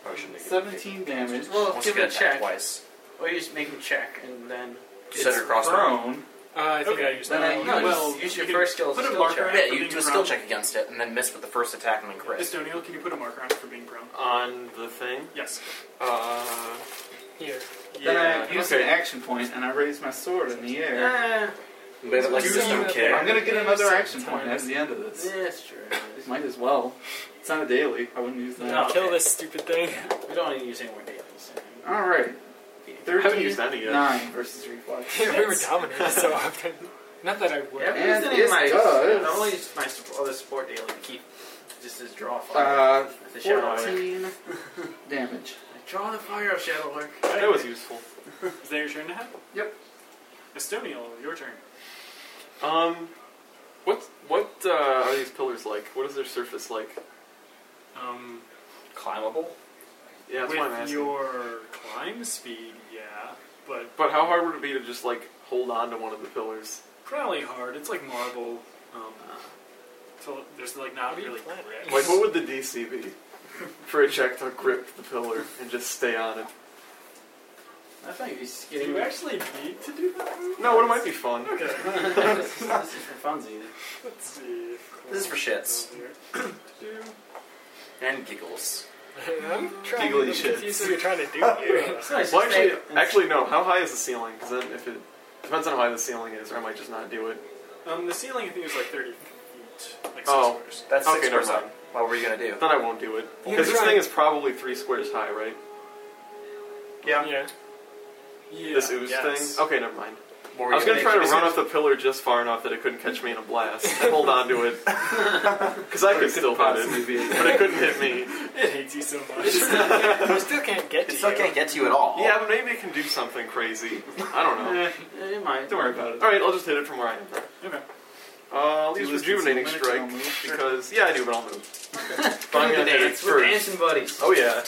S3: Probably shouldn't have given-
S5: 17 damage.
S6: Well,
S3: Once you
S6: give it a
S3: get attacked
S6: check.
S3: twice.
S6: Or you just make him check, and then.
S3: You set your crossbow.
S5: prone.
S4: Uh, I think
S1: Okay,
S4: I used
S5: then
S4: that.
S5: I
S4: one.
S5: use-
S6: well,
S1: you
S6: use your
S1: can
S6: first skill as
S1: put a
S6: skill
S1: marker
S6: check.
S3: Yeah, you do a skill check against it, and then miss with the first attack and then crit.
S1: Miss Doniel, can you put a marker on it for being prone?
S8: on the thing.
S1: Yes.
S8: Uh,
S4: Here.
S5: Then I use
S8: okay.
S5: an action point and I raise my sword in the air.
S6: Ah,
S3: But it, like,
S4: Do
S3: system
S4: that.
S3: kick.
S5: I'm gonna get another
S4: Yeah.
S5: action point at the end of this.
S6: yeah, that's true.
S5: Might as well. It's not a daily. I wouldn't use that.
S6: No.
S4: Kill
S6: okay.
S4: this stupid thing. [laughs]
S6: We don't need to use any more dailies.
S5: All right.
S8: I haven't used
S5: 13,
S8: any yet.
S5: nine versus reflex.
S4: we were dominated so often. Not that I would.
S6: Yeah,
S5: And
S6: but it's
S5: it
S6: my,
S5: does.
S6: I only use my support, other support daily to keep just as draw fire.
S5: Uh,
S6: the shadow work.
S5: 14 damage.
S6: Draw the fire of shadow work.
S8: That was useful.
S1: Is that your turn, Nahem?
S5: Yep.
S1: Estoniel, your turn.
S8: Um, what what uh, are these pillars like? What is their surface like?
S1: Um,
S3: Climbable?
S8: Yeah, that's why I'm
S1: with
S8: asking.
S1: your climb speed, yeah, but
S8: But how hard would it be to just like hold on to one of the pillars?
S1: probably hard. It's like marble. Um, so there's like not really grip.
S8: Like, what would the DC
S5: [laughs]
S8: be for a check to grip the pillar and just stay on it?
S6: I thought you were just
S1: Do
S6: getting
S1: you actually need to do that? move?
S8: No, it might be fun.
S1: Okay.
S6: this is for funsies.
S1: Let's see.
S3: This is for shits.
S1: Do-
S3: And giggles.
S4: [laughs] I'm trying
S8: Giggly
S4: to
S8: shit.
S4: confuse what you're trying to do
S6: [laughs]
S4: here.
S6: It's nice.
S8: Well,
S6: to
S8: actually,
S6: stay-
S8: actually, no. How high is the ceiling? Because then, if it depends on how high the ceiling is, or I might just not do it.
S1: Um, the ceiling I think is like 30 feet, like six
S8: Oh.
S1: squares.
S3: That's
S8: Okay,
S3: six
S8: never
S3: percent.
S8: mind.
S3: What were you gonna do?
S8: Then I won't do it
S4: You
S8: because this
S4: try.
S8: thing is probably three squares high, right?
S4: Yeah.
S1: Yeah.
S8: This ooze thing. Okay, never mind.
S3: What were
S8: I was
S3: you
S8: going to try to run up the pillar just far enough that it couldn't catch me in a blast and hold on to
S5: [laughs]
S8: it. Because I could still hit it,
S5: Possibly be-
S8: but it couldn't hit
S5: [laughs]
S8: me.
S1: It hates you so much.
S4: I still can't get
S3: It
S4: to
S3: still
S4: you.
S3: can't get to you at all.
S8: Yeah, but maybe it can do something crazy. I don't know.
S5: Eh,
S6: Eh, you might.
S5: Don't worry about it.
S8: All right, I'll just hit it from where I am.
S1: Okay.
S8: Uh, I'll
S5: Do you
S8: use
S5: lose
S8: rejuvenating
S5: concealment and
S8: strike
S5: I'll move?
S8: because yeah, I do, but I'll
S5: [laughs]
S8: move. but I'm gonna hit it
S2: We're
S8: first.
S2: dancing buddies.
S8: Oh yeah.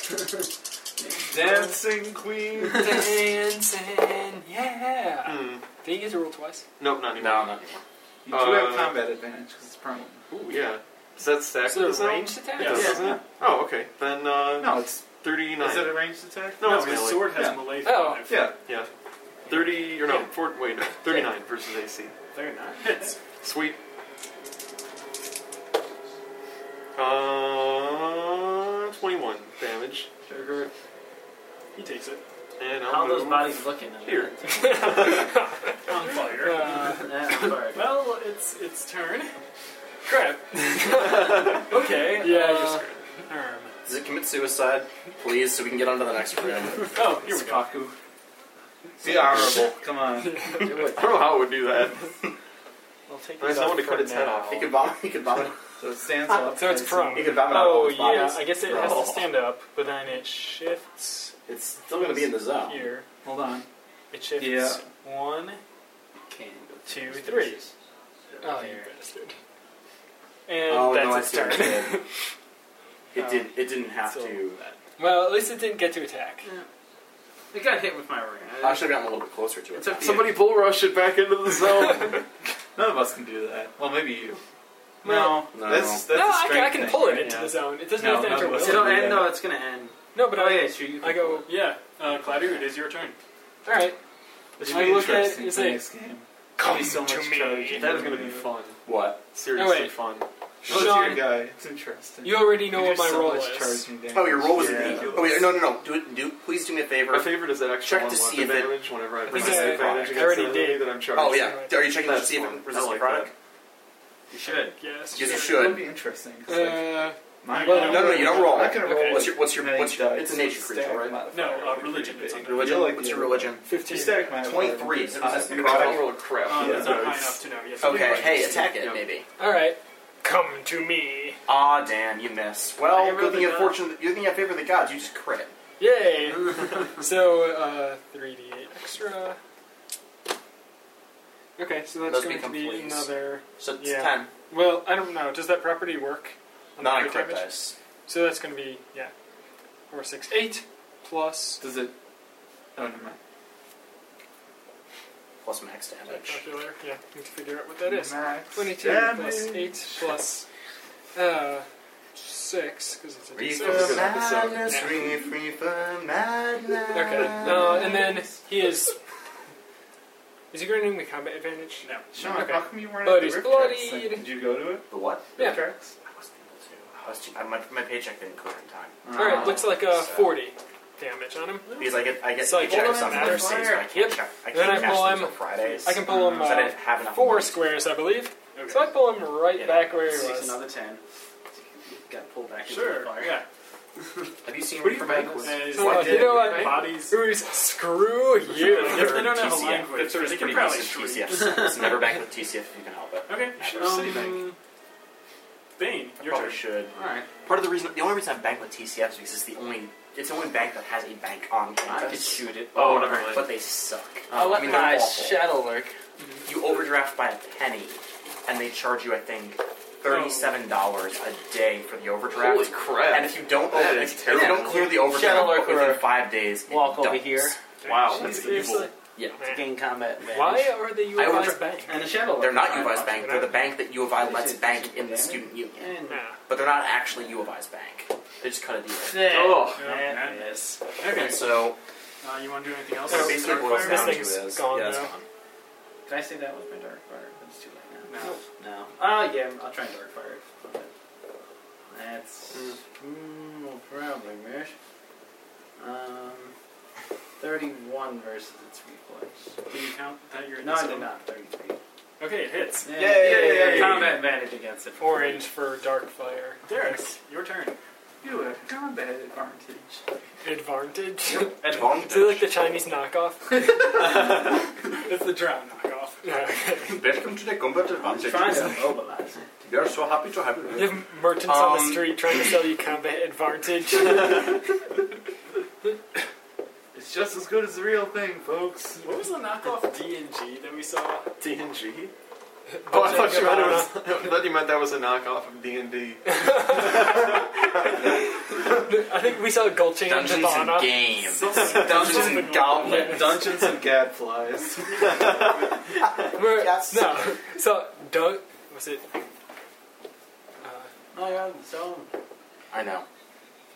S5: Dancing queen.
S4: Dancing, yeah.
S8: Hmm.
S4: Did you get to roll twice?
S8: Nope, not anymore.
S3: No, not anymore.
S5: You do have
S8: Uh,
S5: combat advantage because it's permanent.
S8: Ooh yeah. Is that stacked?
S4: So
S8: with
S4: the
S8: that?
S4: ranged attack?
S8: Yeah.
S5: Yeah.
S8: isn't it? Oh okay. Then uh,
S5: No, it's.
S8: thirty-nine.
S5: Is it a ranged attack?
S8: no, it's
S1: the
S8: melee.
S1: sword has
S5: Yeah.
S1: melee
S4: Oh.
S1: five.
S5: Yeah.
S8: Yeah. Thirty or no?
S4: Yeah.
S8: Four, wait, no. Thirty-nine versus AC.
S1: They're not hits.
S8: Sweet. Uh, twenty-one damage,
S5: Sugar.
S1: He takes it.
S8: and I'll
S2: How are
S8: move
S2: those bodies looking?
S6: Uh,
S2: in
S8: here.
S1: On fire.
S4: Uh,
S2: that? Yeah, [laughs] sorry.
S1: well, it's its turn.
S4: crap. okay.
S1: Yeah,
S4: uh,
S1: you're screwed. Erm.
S4: Arm.
S3: Does it commit suicide, please, so we can get on to the next room?
S1: Oh, here we go.
S5: Kaku. Be honorable. Come on.
S8: I don't know how it would do that.
S6: I'll take
S8: Nice,
S6: these
S8: I
S6: off
S8: want to
S6: for
S8: cut its head
S6: now.
S8: off.
S3: He could vomit. He could vomit.
S5: So it stands up.
S4: So it's prone.
S3: He could vomit out all
S4: Oh
S3: his bodies.
S4: yeah, I guess it has
S3: Oh.
S4: to stand up, but then it shifts
S3: It's still gonna be in the
S1: Oh.
S3: zone.
S4: here.
S5: Hold on.
S4: It shifts
S5: Yeah.
S4: one,
S7: Can go
S4: two, three. Oh, you bastard. And
S3: Oh no, I
S4: that's
S3: see what
S4: its
S3: it
S4: turn.
S3: did. It did. It didn't have
S4: So-
S3: to.
S4: Well, at least it didn't get to attack.
S2: It got hit with my ring.
S3: I should have gotten a little bit closer to it.
S2: It's up to you.
S8: Somebody bull rush it back into the [laughs] zone.
S5: None of us can do that. Well, maybe you.
S4: No.
S3: No.
S5: That's, that's
S4: no,
S5: a
S4: I can,
S5: strength
S4: I can
S5: thing,
S4: pull it
S5: right?
S4: into the zone. It doesn't
S5: No,
S4: have to
S5: none
S4: enter
S5: of
S4: will.
S5: us
S2: It'll
S5: Yeah.
S2: end. No, it's gonna end.
S4: No, but
S2: oh yeah,
S4: I,
S2: sure. You can
S4: I go,
S1: Yeah, uh, Claudio, it is your turn.
S4: all right.
S5: It should
S4: I
S5: be
S4: look at it
S5: interesting
S4: and
S5: for
S4: say,
S5: next game.
S4: Come
S5: so much
S4: to me.
S5: charge.
S8: that is going to be fun.
S3: What?
S8: Seriously
S4: wait.
S8: fun.
S5: Look at
S4: Sean,
S5: your guy. It's interesting.
S4: You already know
S5: You
S4: what
S5: do
S4: my
S5: so
S4: role
S5: much
S4: is.
S5: charging damage.
S3: Oh, your roll was
S5: Yeah.
S3: an eight. Oh wait, no, no, no. Do it. Do please do me a favor.
S8: My favorite is that extra
S3: Check
S8: one
S3: to
S8: weapon
S3: see if it-
S8: damage whenever I bring
S4: think I-
S8: disadvantage
S4: I
S8: against
S4: already
S8: an enemy
S4: did.
S8: that I'm charged.
S3: Oh yeah. Are you checking to
S8: That's
S3: see if
S8: fun.
S3: it
S8: I
S3: resists
S8: like
S3: product?
S2: You should.
S3: Yes,
S1: Yes.
S3: you
S5: It'll
S3: should.
S5: be interesting. 'cause, like,
S4: Uh,
S5: mine-
S4: well,
S3: No, no, you don't roll.
S5: I can roll.
S4: Okay.
S3: What's your what's your
S5: many
S3: what's your,
S5: dice
S3: it's a
S5: with
S3: nature
S5: stack
S3: creature, right?
S5: modifier.
S1: No, uh,
S5: You're
S1: religion,
S5: pretty
S1: it's
S5: big.
S1: on
S3: Religion.
S5: You're like
S3: What's
S5: the-
S3: your religion?
S5: You
S4: 15.
S5: stack modifier.
S3: 23, is it
S5: Uh,
S3: resistant
S5: you
S3: to
S5: roll.
S3: product?
S8: roll a crap.
S1: Uh, That's
S5: Yeah,
S1: not high enough
S5: it's-
S1: to know.
S4: Uh,
S1: Yes,
S3: Okay.
S1: you-
S3: Hey, attack it
S8: Yep.
S3: maybe.
S4: All right. Come to me.
S3: Ah, Dan, you miss. Well,
S2: I
S3: good
S2: rolled
S3: thing
S2: a
S3: you have
S2: god.
S3: fortune. Good thing you have favor of the gods. You just crit.
S4: Yay.
S5: [laughs]
S4: so, uh, 3d8 extra. Okay, so that's
S3: Those
S4: going to
S3: become
S4: be
S3: fleas.
S4: another.
S3: So it's
S4: Yeah.
S3: ten.
S4: Well, I don't know. Does that property work? on
S3: Not a
S4: crit
S3: crit
S4: damage?
S3: dice.
S4: So that's going to be, yeah. 4, 6, 8 plus.
S5: Does it? Oh, never mind.
S3: Plus max damage.
S4: Calculator. Yeah, need to figure out what that is.
S5: Max
S4: 22 plus
S5: damage.
S4: 8 plus uh, 6, because it's a
S3: Read
S4: d6.
S3: for
S8: Good episode.
S3: madness, read free for madness.
S4: Okay. Uh, and then he is. Is he granting me combat advantage?
S1: No.
S5: Sean,
S4: Okay.
S5: how come you weren't
S4: But
S5: at the
S4: he's
S5: Rift Tracks
S4: bloodied.
S5: thing? Did you go to it?
S3: The what?
S4: Yeah.
S5: Rift Tracks?
S3: I wasn't able to. I was too, I, my, my paycheck didn't clear in time.
S4: Alright, looks like uh,
S3: So-
S4: 40 damage on him.
S3: Because I get I get
S4: So I
S3: paychecks
S4: pull them
S3: on
S4: in
S3: other
S4: the
S3: states,
S4: fire.
S3: but I can't
S4: Yep.
S3: check. I
S4: Then I
S3: can't cash
S4: pull
S3: them
S4: him-
S3: until Fridays.
S4: I can pull him
S3: so I
S4: uh,
S3: didn't have enough.
S4: four
S3: money.
S4: squares, I believe.
S1: Okay.
S4: So I pull him right
S3: Yeah.
S4: back where he
S2: Six
S4: was.
S2: another ten. Got pulled back into the
S1: Sure.
S2: fire.
S1: Yeah.
S3: Have you seen
S1: What do you
S3: Reaper
S1: think?
S3: Madness?
S1: Uh, is
S4: So, uh,
S1: like
S4: you know what?
S1: bodies.
S4: Ooze, screw you.
S1: If they don't have a
S3: TCF.
S1: language,
S3: It's a
S1: they can
S3: pretty
S1: probably
S3: decent
S1: treat.
S3: TCF. It's never back with TCF if you can help it.
S1: Okay.
S3: Sure,
S1: Um, Bane,
S3: I
S1: [laughs] your turn.
S3: probably should.
S2: All right.
S3: Part of the reason, the only reason I bank with TCF is because it's the only, it's the only bank that has a bank on
S2: I could
S3: campus.
S2: shoot it.
S8: Oh, never mind.
S3: But they suck. Um,
S6: I'll
S3: I
S6: let
S3: mean, they're
S6: my
S3: awful.
S6: shadow lurk.
S3: You overdraft by a penny, and they charge you, I think, thirty-seven dollars a day for the overdraft.
S8: Holy crap.
S3: and if you don't,
S8: That
S3: over,
S8: is
S3: if you don't
S8: terrible.
S3: clear the
S6: Shadow
S3: overdraft
S6: Lurker.
S3: within five days, it
S6: Walk over
S3: doubles.
S6: here.
S8: Wow, that's
S4: It's
S8: evil.
S4: like-
S3: Yeah.
S6: to gain combat advantage.
S4: Why are the
S3: I
S4: UFIs
S3: overdra-
S4: bank?
S2: And the shadow.
S3: They're not U
S2: Fine.
S3: of I's bank. They're the bank that U of I lets bank in the student union,
S2: And
S4: Yeah.
S3: but they're not actually U of I's bank. They just cut a deal.
S2: there.
S8: Oh.
S1: Yeah.
S2: Yes.
S1: Okay.
S3: And so
S1: Uh, you want to do anything else?
S4: So
S3: it basically
S1: Dark
S3: boils
S1: fire?
S3: down to
S4: This thing's
S3: is
S4: gone
S3: yeah, it's
S4: now.
S3: gone.
S2: Did I say that was my dark fire? It's too late now.
S1: No.
S2: No. Ah, yeah, I'll try and dark fire it. That's.
S8: Mm.
S2: Mm, well, probably miss. Um, 31 versus its reflex.
S1: Can you count that you're
S2: No, I did not. 33.
S1: Okay, it hits.
S2: Yeah,
S5: Yay!
S2: Combat advantage against it.
S4: Orange for dark fire.
S1: Derek, your turn.
S5: You have combat advantage.
S4: Advantage.
S3: [laughs] Gone.
S4: Is it like the Chinese knockoff? it's the drown knock. [laughs] Yeah, okay.
S3: Welcome to the combat advantage.
S7: Trying to mobilize it.
S3: We are so happy to have you.
S4: You have merchants on the
S3: Um,
S4: street trying to sell you combat advantage.
S3: [laughs]
S5: It's just as good as the real thing, folks.
S1: What was the knockoff D and G that we saw?
S5: D&G?
S8: Oh, I thought you meant it was. I thought you meant that was a knockoff of D and D.
S4: I think we saw Golchan and
S3: Dungeons and
S4: Nirvana.
S3: Games.
S5: Dungeons
S3: and Goblins.
S5: Dungeons and Gadflies.
S4: Where-
S7: Yes.
S4: No, so Doug was it? Uh,
S7: No, you're on zone.
S3: I know.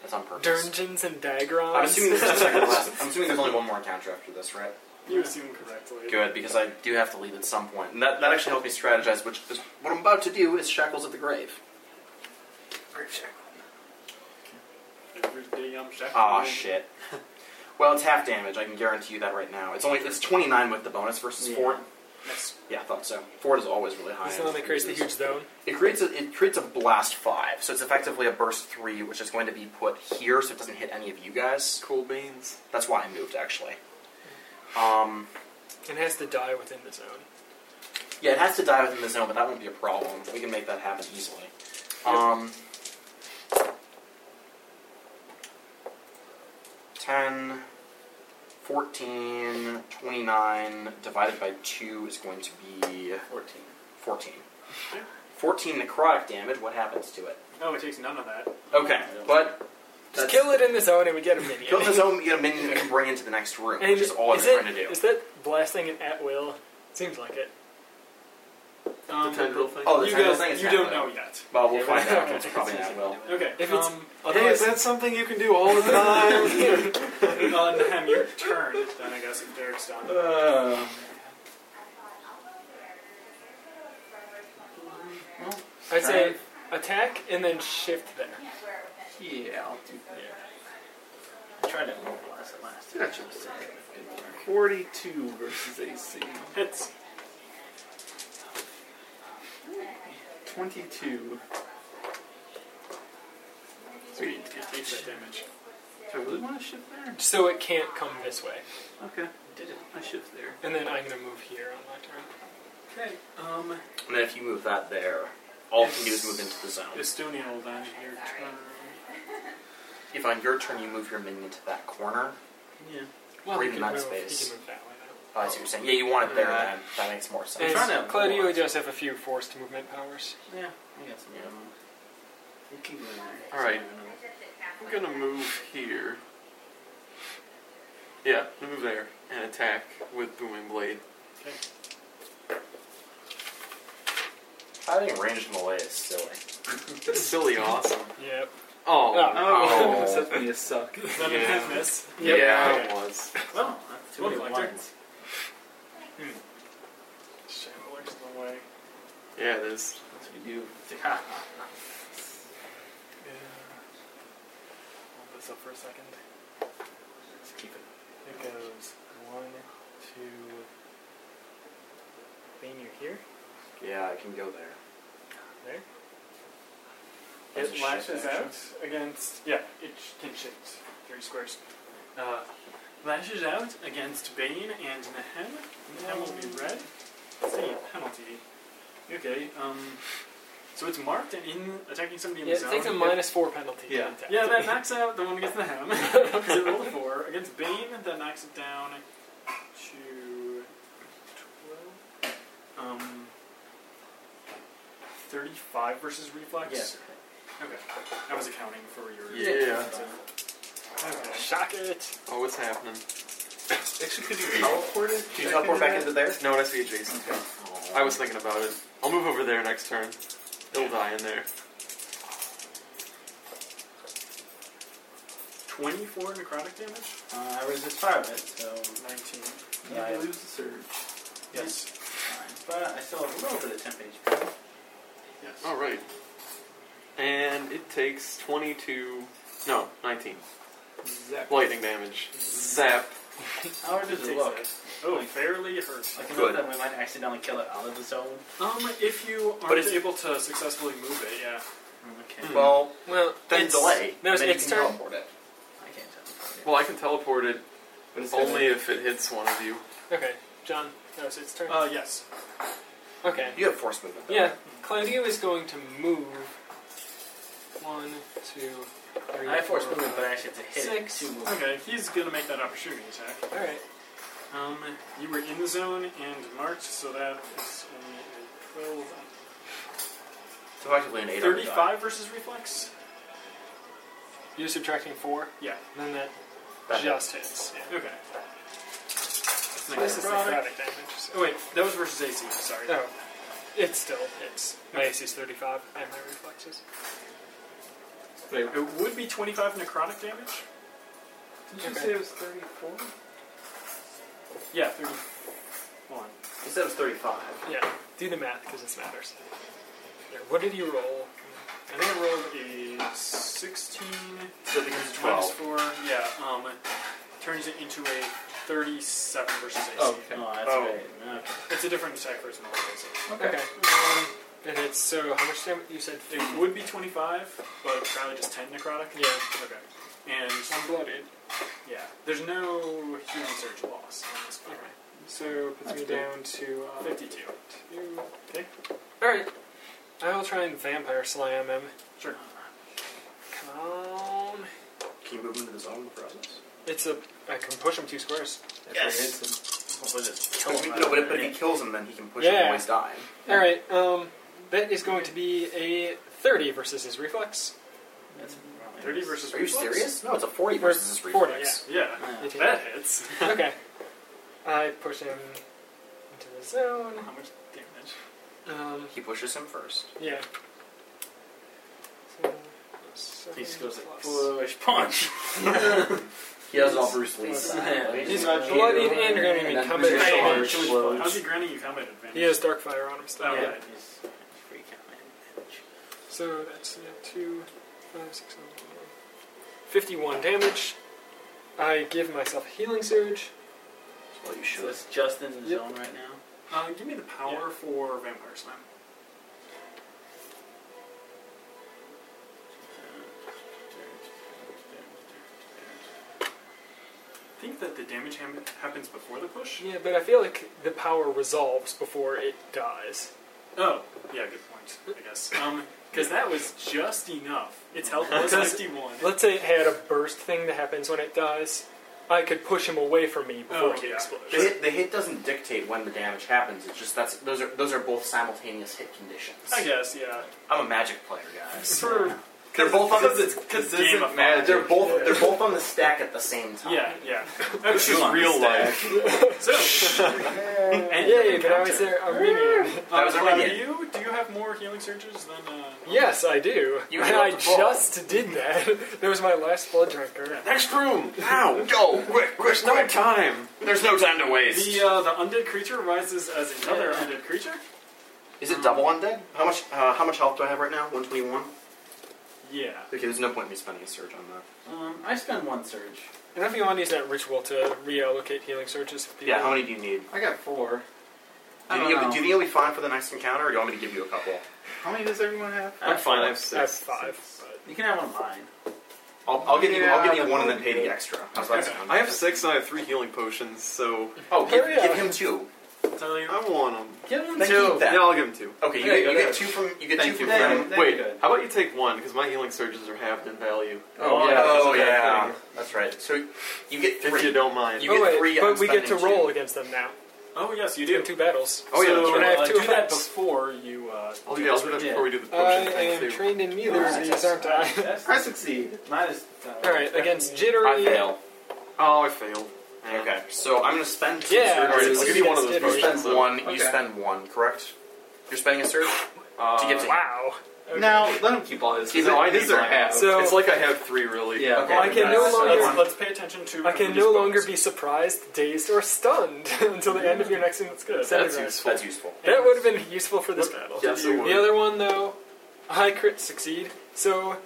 S3: That's on purpose.
S4: Dungeons and Dagrons.
S3: I'm assuming, this is the second to last, I'm assuming there's only one more encounter after this, right?
S1: You assume correctly.
S3: Good, because I do have to leave at some point. And that, that actually helped me strategize, which is what I'm about to do is Shackles of the Grave.
S1: Every day I'm shackled.
S3: Aw, Ah, shit. [laughs] Well, it's half damage. I can guarantee you that right now. It's only it's 29 with the bonus versus
S7: Yeah.
S3: Fort.
S1: That's-
S3: Yeah, I thought so. Fort is always really high.
S4: He's the one that creates the huge zone.
S3: It creates a, it creates a blast five, so it's effectively a burst three, which is going to be put here, so it doesn't hit any of you guys.
S8: Cool beans.
S3: That's why I moved actually. Um,
S4: and has to die within the zone.
S3: yeah, it has to die within the zone, but that won't be a problem. We can make that happen easily. Um, ten. 14, 29 divided by 2 is going to be
S7: 14.
S3: 14.
S1: Yeah.
S3: 14 necrotic damage, what happens to it?
S1: No, it takes none of that.
S3: Okay, but
S4: Just
S3: That's-
S4: kill it in the zone and we get a minion.
S3: Kill the zone, you get a minion that can bring into the next room,
S4: And
S3: which is all
S4: is
S3: I've
S4: it-
S3: been trying to
S4: Is
S3: do.
S4: that blasting an at will? Seems like it.
S1: Um,
S8: The tendril thing.
S3: Oh, the
S1: you
S3: tendril
S1: guys,
S3: thing is
S1: you
S3: not
S1: don't
S3: that.
S1: know yet.
S3: Well, we'll find
S4: [laughs]
S3: out.
S4: Okay.
S3: It's probably not will.
S1: Okay.
S4: If it's-
S1: um,
S5: Hey, is that something you can do all the time?
S1: uh, Nahem, [laughs] your turn. Then I guess if Derek's done.
S5: Uh,
S4: I'd say attack and then shift there.
S7: Yeah, I'll do that. I tried to mobilize it last time.
S5: Gotcha. 42 versus AC.
S1: Hits.
S5: 22.
S1: Sweet. It takes that damage.
S5: Do I really want to shift there?
S4: So it can't come this way.
S5: Okay. Did it. I shift there.
S4: And then I'm gonna move here on my turn.
S1: Okay. Um,
S3: And then if you move that there, all you can do is move into the zone.
S1: Estonia will then your turn.
S3: If on your turn you move your minion to that corner,
S1: Yeah.
S4: Well,
S3: Or
S4: he
S3: even that
S4: can move, he
S3: space.
S4: can move that way.
S3: oh,
S4: though.
S3: I see what you're saying. Yeah, you want it there
S5: Yeah.
S3: then. That makes more sense.
S4: And
S7: trying to
S4: Claudio
S7: mobilize.
S4: does have a few forced movement powers.
S7: Yeah, I got some. You keep going there.
S8: All right. I'm gonna move here. Yeah, I'm gonna move there and attack with booming blade.
S3: Having ranged melee is silly.
S8: That's silly awesome.
S4: Yep.
S8: Oh,
S4: Oh.
S5: Oh,
S2: [laughs]
S3: Oh.
S5: that's definitely a suck.
S1: Then
S8: Yeah.
S1: Nahem miss.
S8: yeah,
S4: Yep.
S8: it was.
S1: Well,
S7: That's
S1: Well,
S7: two
S1: like
S7: ones.
S1: Shamblers in the way.
S8: Yeah, it is.
S7: That's what you do.
S1: Yeah. Hold this up for a second. Let's keep it.
S4: It goes one, two. Bane, you're here.
S3: Yeah, I can go there.
S4: There.
S3: That's a
S1: It
S3: shift
S1: lashes
S3: action.
S1: out against. Yeah, it sh- can shift three squares. Uh, lashes out against Bane and Nahem. Nahem will be red. See, penalty. Okay, um. So it's marked and in attacking somebody in
S4: Yeah,
S1: the
S4: it
S1: zone.
S4: takes a minus four penalty. to
S5: Yeah.
S4: attack.
S1: Yeah, that knocks out the one against [laughs] Nahem. Because it rolled a four. Against Bane, that knocks it down to 12. Um, 35 versus reflex?
S7: Yes.
S1: Okay. I was accounting for your.
S8: Yeah.
S1: Okay.
S4: Shock it.
S8: Oh, what's happening?
S5: Actually, could you teleport it?
S3: Do you teleport back into there?
S8: No, that's the adjacent. I was thinking about it. I'll move over there next turn. It'll die in there.
S1: 24 necrotic damage?
S7: Uh, I resist fire of it, so
S1: 19.
S7: yeah,
S5: You
S7: I-
S5: lose the surge.
S1: Yes.
S7: fine. But I still have a little bit of temp HP.
S1: Yes.
S8: All right. And it takes 22. No, 19.
S5: Zap.
S8: Lightning damage. Zap.
S7: How hard does it look?
S1: Oh, fairly hurt.
S7: Like,
S3: Good.
S7: Good. that we might accidentally kill it out of the zone.
S1: Um, if you
S3: But
S1: aren't
S3: it's-
S1: able to successfully move it, yeah.
S7: Okay.
S3: Well,
S4: Well,
S3: then
S4: it's,
S3: delay.
S4: No,
S3: and
S4: it's
S3: then you
S4: its
S3: can
S4: turn.
S3: teleport it.
S7: I can't tell.
S8: Well, I can teleport it
S5: But it's
S8: only if it hits one of you.
S4: Okay, John. No, it's its turn.
S1: Uh, yes.
S4: okay.
S3: You have force movement. Though.
S4: Yeah, Claudio is going to move. One, two, three.
S7: I have force
S4: four,
S7: movement, but I
S4: five.
S7: actually have to hit
S4: Six.
S7: it. Two movement.
S1: Okay, he's gonna make that opportunity attack.
S4: All right.
S1: Um, you were in the zone and marked, so that is only a 12.
S3: It's effectively an eight. on the die.
S1: 35 versus reflex?
S4: You're subtracting four.
S1: Yeah.
S4: Then that
S3: That hits.
S4: just hits. Yeah.
S1: Okay.
S4: This is
S1: Necrotic.
S4: necrotic damage. so-
S1: Oh, wait, that was versus AC, sorry.
S4: Oh, it still hits. My AC is 35 and my reflexes.
S5: Wait,
S1: It would be 25 necrotic damage?
S5: did you
S4: Okay.
S5: say it was 34?
S1: Yeah, 31.
S3: He said it was 35.
S4: Yeah, do the math because this matters. There, what did you roll?
S1: I think I rolled a 16
S3: So it becomes 12.
S1: minus 4. Yeah, um, turns it into a 37 versus AC.
S5: Oh, okay.
S7: Oh, that's
S1: Oh.
S7: right. Okay.
S1: It's a different attack for its normal AC.
S4: Okay. Um, it hits, so how much damage? You said
S1: It would be 25, but probably just 10 necrotic.
S4: Yeah,
S1: Okay. And,
S4: I'm blooded.
S1: yeah, there's no human surge loss on this one.
S4: So it puts me down to uh,
S1: 52.
S4: two.
S6: All right.
S4: I will try and vampire slam him.
S1: Sure.
S4: Come on.
S3: Can you move into the zone in the process?
S4: It's a. I can push him two squares.
S5: That's
S7: Yes.
S5: where it hits him.
S7: Hopefully this
S3: But
S7: kills
S3: if he-
S7: him.
S3: no, but if, but if he kills him, then he can push
S4: Yeah.
S3: him while he's dying.
S4: All right. Um, that is going to be a 30 versus his reflex.
S7: That's probably-
S1: 30 versus
S3: Are you
S1: reflex?
S3: serious? No, it's a 40 versus his reflex.
S4: 40. Yes.
S1: Yeah.
S7: Oh, Yeah.
S4: It
S1: [laughs] That hits.
S4: hit. okay. I push him into the zone.
S1: How much damage?
S4: Um,
S3: He pushes him first.
S4: yeah. So, seven
S7: He just goes like
S4: plus-
S7: push, punch.
S3: He does it all Bruce Lee.
S6: [laughs]
S7: Yeah,
S4: He's
S7: not
S4: bloodied and you're going to be
S5: And
S4: combat
S5: then
S4: advantage.
S5: charge
S1: How's
S5: blows.
S1: he granting you combat advantage?
S4: He has dark fire on him still.
S1: Oh,
S7: Yeah,
S1: right.
S7: he's freak out, man.
S4: So that's yeah, two, five, six, seven, eight, nine. 51 damage. I give myself a healing surge.
S3: Well, you
S7: So
S3: should.
S7: it's just in the
S4: Yep.
S7: zone right now.
S1: Uh, give me the power for Vampire Slam. I think that the damage ham- happens before the push.
S4: Yeah, but I feel like the power resolves before it dies.
S1: Oh, yeah, good point, I guess. Um, because that was just enough. Its health was 51.
S4: Let's say it had a burst thing that happens when it dies. I could push him away from me before
S1: Oh,
S4: he
S1: yeah.
S4: explodes.
S3: The hit, the hit doesn't dictate when the damage happens. It's just that's those are those are both simultaneous hit conditions.
S1: I guess, yeah.
S3: I'm a magic player, guys.
S1: For,
S3: They're both on
S5: Because
S3: the
S5: it's, because
S1: Game
S5: it's
S1: of
S5: magic.
S3: they're both they're both on the stack at the same time.
S1: yeah, yeah.
S8: This is real life.
S1: So,
S4: And Yay, but I was there Armenian.
S1: uh,
S3: That was
S1: Cloud,
S3: Arminian.
S1: you, do you have more healing surges than. Uh,
S4: Yes, I do.
S3: You
S4: and
S3: hit
S4: I
S3: the ball.
S4: just did that. [laughs] that was my last blood drinker.
S8: Next room.
S3: [laughs] Ow! Go quick, quick,
S8: There's no time.
S3: There's no time to waste.
S1: The uh, the undead creature rises as another undead creature.
S3: Is it double undead? How much uh, how much health do I have right now? 121.
S1: Yeah.
S3: Okay, there's no point in me spending a surge on that.
S7: Um, I spend one surge.
S4: I don't know if you want to use that ritual to reallocate healing surges. if you-
S3: Yeah, how many do you need?
S5: I got four.
S3: Do
S7: I
S3: you,
S7: don't
S3: think you'll-
S7: know.
S3: do you think you'll be fine for the next encounter, or do you want me to give you a couple?
S5: How many does everyone have?
S8: I'm fine. I have
S4: I have
S8: six.
S4: five.
S7: You can have one of mine.
S3: I'll, I'll give you I'll give you
S5: Yeah,
S3: one and
S5: that
S3: then pay
S5: would be
S3: the extra. How's that sound?
S8: I have six and I have three healing potions, so
S3: Oh, give,
S4: Oh, yeah.
S3: give him two.
S1: Tell you,
S8: I want them.
S7: Give him
S3: Then
S7: two.
S3: keep that.
S8: Yeah, I'll give them two.
S3: Okay, you,
S7: There
S3: get,
S7: you
S3: you
S7: go.
S3: get two from you get
S5: Thank
S3: two from
S5: you, Frank.
S3: him.
S5: That'd
S8: Wait,
S5: be good.
S8: how about you take one? Because my healing surges are halved in value.
S3: Oh,
S8: yeah, that's
S3: oh
S8: a bad
S3: yeah,
S8: thing.
S3: that's right. So you get three.
S8: If you don't mind.
S3: You
S4: oh
S3: get
S4: wait,
S3: three,
S4: but
S3: I'm
S4: we get to
S3: spending
S4: roll
S3: two.
S4: against them now.
S1: oh yes, you
S4: We have
S1: do.
S4: two battles.
S3: Oh, yeah,
S1: so,
S3: that's
S4: right.
S1: uh,
S4: I have two
S1: do that
S4: effects.
S1: before you. Uh,
S8: Oh yeah, I'll do that
S7: Yeah.
S8: before we do the
S4: I
S8: potion thing
S4: am
S8: too.
S4: trained in neither of these, aren't I?
S1: [laughs]
S7: That's-
S5: I succeed.
S7: Mine is. uh,
S4: All right, against
S3: I
S4: jittery.
S3: fail.
S8: oh, I failed. Yeah.
S3: Okay, so I'm gonna spend two
S4: Yeah,
S8: All right,
S3: surges.
S8: I'll give you one of those
S4: Jittery.
S3: You
S8: potions.
S3: spend
S8: though.
S3: one. You
S5: Okay.
S3: spend one, correct? You're spending a surge.
S8: Uh,
S3: to get to-
S4: Wow.
S5: Now let him keep all his.
S8: You know, I
S5: His
S8: need
S5: are
S8: mine.
S5: half.
S4: So-
S8: it's like I have three really.
S5: yeah.
S3: Okay.
S4: I can no
S5: Nice.
S4: longer-
S1: let's, let's pay attention to.
S4: I can no longer be surprised, dazed, or stunned [laughs] until the end of your next That's
S1: good.
S8: That's useful.
S3: That's useful.
S4: That would have been useful for this battle.
S8: Yes, it would.
S4: The other one, though, I crit succeed, so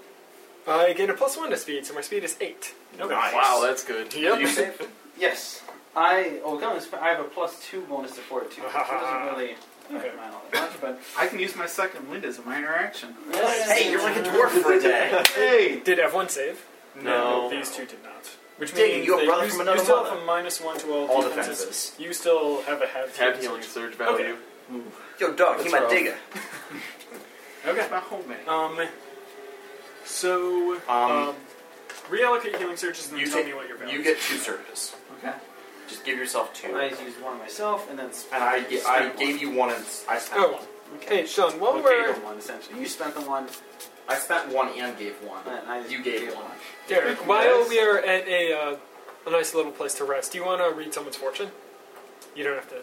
S4: I gain a plus one to speed, so my speed is eight.
S1: Okay.
S3: Nice.
S8: Wow, that's good.
S3: Did you save?
S7: Yes. I oh come this, I have a plus two bonus to
S3: [laughs]
S7: fortitude. Which doesn't really affect mine all that much, but
S5: I can use my second wind as a minor action.
S7: Yes.
S3: Hey, you're like a dwarf for a day.
S5: Hey.
S4: Did everyone save?
S8: No.
S1: These two did not. Which
S3: Digging,
S1: means
S3: you have
S1: that
S3: brother
S1: you,
S3: from another
S1: you still have
S3: mother.
S1: a minus one to all,
S3: All
S1: defenses.
S3: defenses.
S1: You still have a
S8: Have
S1: have healing
S8: healing
S1: surge.
S8: surge value.
S3: [laughs] Yo, dog,
S5: That's
S3: he my
S5: rough.
S3: digger.
S1: Okay.
S3: My homie.
S1: Um. So um,
S3: Um,
S1: reallocate healing surges and
S3: you
S1: then tell
S3: take-
S1: me what your value.
S3: You get two surges.
S5: Okay.
S3: Just give yourself two.
S7: I used one myself and then spent
S3: and I, ge- I gave you one and s- I spent
S4: Oh.
S3: one.
S4: Hey, Sean, while
S7: well,
S4: we're.
S7: gave him one essentially. You spent the one
S3: I spent one and gave one.
S7: and I
S3: You gave one.
S4: Derek, while we are at a, uh, a nice little place to rest, do you want to read someone's fortune? You don't have to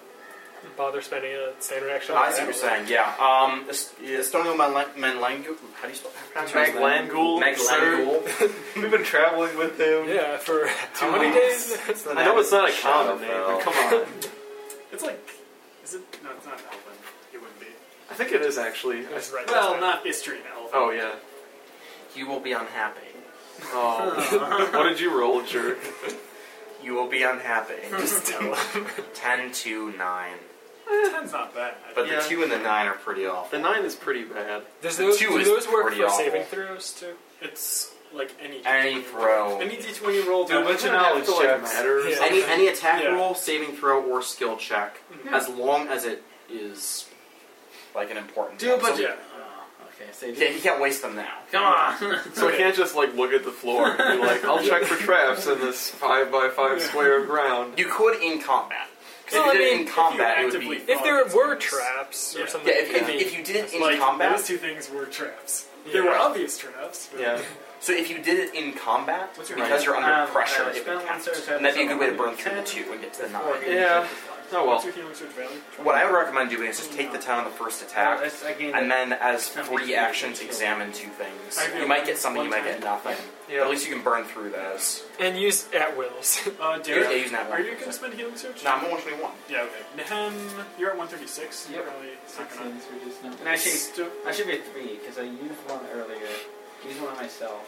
S4: bother spending a standard action. on
S3: I see what you're saying,
S4: that.
S3: yeah. Um, Es- Estonio Manlang- Manlangu, how do you spell how do you pronounce his name?
S8: Maglangul,
S3: Maglangul.
S5: We've been traveling with him.
S4: Yeah, for how
S3: [laughs] Two
S4: many
S3: weeks.
S4: days?
S3: It's the
S8: I know
S3: name
S8: it's not a
S3: of
S8: common name,
S3: Shadowfell.
S8: but come on.
S1: It's like, is it? No, it's not Elven. It wouldn't be.
S8: I think it is actually.
S1: It was right
S4: Well,
S1: well, not Istrian
S3: [laughs]
S1: Elven.
S8: Oh yeah.
S3: You will be unhappy.
S8: Oh. what did you roll, jerk?
S3: You will be unhappy.
S1: [laughs]
S3: Just tell him. 10, 2, 9.
S1: Ten's not bad.
S3: But
S8: Yeah.
S3: the 2 and the 9 are pretty awful.
S8: The nine is pretty bad.
S4: Does
S3: The
S4: those,
S3: two
S4: do
S3: is
S4: those work
S3: pretty
S4: for
S3: awful.
S4: saving throws too?
S1: it's like any
S3: Any
S1: D20
S3: throw.
S1: Any D20 roll.
S5: Do a
S8: [laughs]
S5: bunch
S8: Doesn't
S5: of
S8: have
S5: knowledge
S8: to, like,
S5: checks.
S8: matter or
S4: Yeah.
S8: something.
S3: Any any attack
S1: Yeah. Mm-hmm.
S3: roll, saving throw, or skill check, as long as it is like an important.
S7: Do a
S3: one.
S7: bunch
S3: So-
S1: Yeah.
S7: Oh, okay, so you
S3: yeah,
S7: did.
S3: you can't waste them now.
S6: Come on.
S8: So I can't just like look at the floor and be like, I'll check for traps in this five by five square of ground.
S3: You could in combat. 'Cause
S4: Well,
S3: if you
S4: I
S3: did
S4: mean,
S3: it in
S1: if you
S3: combat, it would
S1: actively-
S3: be.
S4: If there
S1: it's
S4: were
S1: nice.
S4: traps
S1: Yeah.
S4: or something,
S3: Yeah, if,
S4: it could
S3: if,
S4: be-
S3: if you did it in
S1: like, Those
S3: combat,
S1: two things were traps.
S4: Yeah.
S1: They were obvious traps. But
S8: Yeah.
S3: so if you did it in combat,
S7: What's your
S3: because you're under
S7: Um,
S3: pressure,
S7: uh,
S3: it
S7: spell
S3: would
S7: one
S3: count.
S7: surge,
S3: And that'd be a good way to
S7: spell
S3: burn
S7: one.
S3: through the two and get to the
S7: Four
S3: nine.
S7: games.
S8: Yeah. Oh
S1: What's
S8: well.
S1: your healing surge value?
S3: What I would recommend doing is just take the ten on the first
S7: Uh,
S3: attack,
S7: that's- I gained
S3: and
S7: it.
S3: then as free actions, examine two
S1: I
S3: things.
S1: do
S3: You might get something, you
S1: one
S3: might get nothing. But at
S8: Yeah.
S3: least you can burn through those.
S4: and use at wills. [laughs]
S1: Uh,
S3: Yeah,
S1: Derek,
S3: use that
S1: are
S3: one.
S1: you gonna spend healing surge?
S3: No, I'm only twenty-one.
S1: Yeah. Okay. Nehem, you're at 136. You're
S7: Yep.
S1: probably it's not
S5: Six
S1: gonna.
S5: things we just know.
S7: And actually, I should be at three because I used one earlier. Used one myself.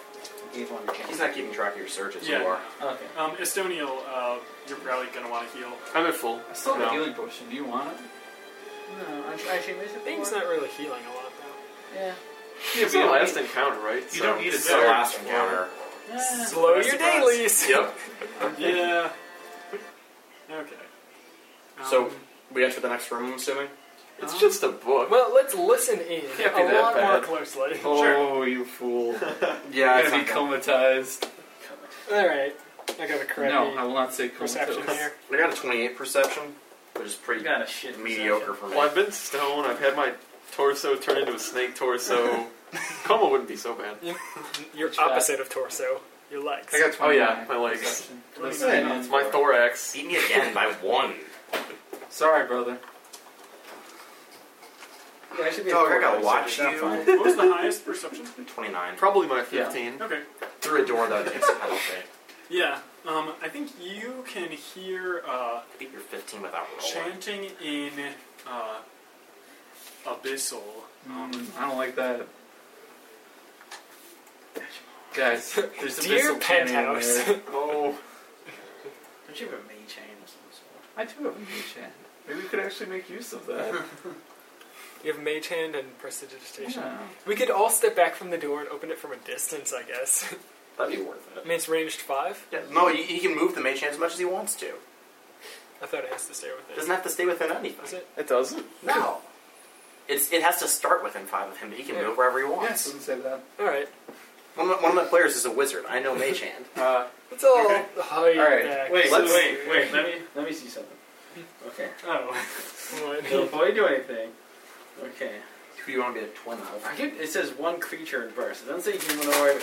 S7: Gave one to him.
S3: He's not keeping track of your surges.
S1: Yeah.
S3: You are.
S7: Okay.
S1: Um, Estonial, uh, you're probably gonna want to heal.
S8: I'm at full.
S5: I still have
S8: No.
S5: a healing potion. Do you want it?
S7: No, I should, I should raise it.
S4: Thing's
S7: four.
S4: not really healing a lot though.
S7: Yeah.
S8: It's the last encounter, right?
S5: You don't need a
S3: It's the
S5: surge.
S3: last encounter.
S7: Yeah.
S4: Slow your
S1: Surprise.
S4: dailies.
S3: Yep.
S1: Yeah. Okay. Um,
S3: So we enter the next room. I'm assuming.
S8: It's just a book.
S4: Well, let's listen in
S8: Can't be
S4: a
S8: that
S4: lot
S8: bad.
S4: more closely.
S5: Oh, you fool. [laughs]
S3: Yeah.
S5: I'm gonna be comatized.
S4: All right, I got a crappy
S5: No, I will not say comatose.
S4: perception here.
S3: I got a 28 perception, which is pretty
S7: You got a shit.
S3: mediocre for me.
S8: Well, I've been stoned. I've had my torso turn into a snake
S5: [laughs]
S8: torso. Coma wouldn't be so bad.
S4: Your
S5: Which
S4: opposite of torso, your legs.
S5: I got
S8: Oh
S5: 29.
S8: yeah, my legs.
S5: Perception.
S1: That's
S5: Listen,
S8: It's my thorax.
S3: Beat me again by one.
S5: Sorry, brother.
S7: Yeah, I should be. at
S3: Dog,
S7: four,
S3: I gotta
S7: so
S3: watch
S7: that's fine.
S3: you.
S1: what was the highest perception?
S3: 29.
S8: Probably my
S5: Yeah.
S8: 15.
S1: Okay.
S3: Through a door that takes a penalty.
S1: Yeah. Um, I think you can hear uh,
S3: I beat your 15 without rolling.
S1: chanting in uh, abyssal. Um,
S5: I don't like that. Guys, there's a
S4: Dear
S5: missile cannon in
S4: penthouse.
S5: there.
S8: Oh,
S7: Don't you have a main chain or something?
S5: I do have a new chat. Maybe we could actually make use of that.
S4: You have mage hand and prestidigitation.
S5: Yeah.
S4: We could all step back from the door and open it from a distance, I guess. [laughs]
S3: That'd be worth
S4: I
S3: it.
S4: mean, it's ranged five.
S3: Yeah, no, he, he can move the mage hand as much as he wants to.
S4: I thought it has to stay with
S3: Doesn't have to stay within anything.
S4: Is it?
S8: it doesn't.
S3: No. It's, it has to start within five of him, but he can
S4: Yeah.
S3: move wherever he
S5: Yes,
S3: wants.
S5: doesn't say that.
S4: All right,
S3: One, of my, one of my players is a wizard. I know mage hand.
S5: Uh,
S4: let's all
S5: Okay.
S4: hide
S5: All right,
S4: back.
S7: Wait,
S5: Let's-
S7: wait, wait. Let me let me see something. Okay.
S1: oh.
S7: So before you do anything, okay.
S3: [laughs] Who you want to be a twin of? [laughs]
S7: I get, it says one creature in burst. It doesn't say humanoid.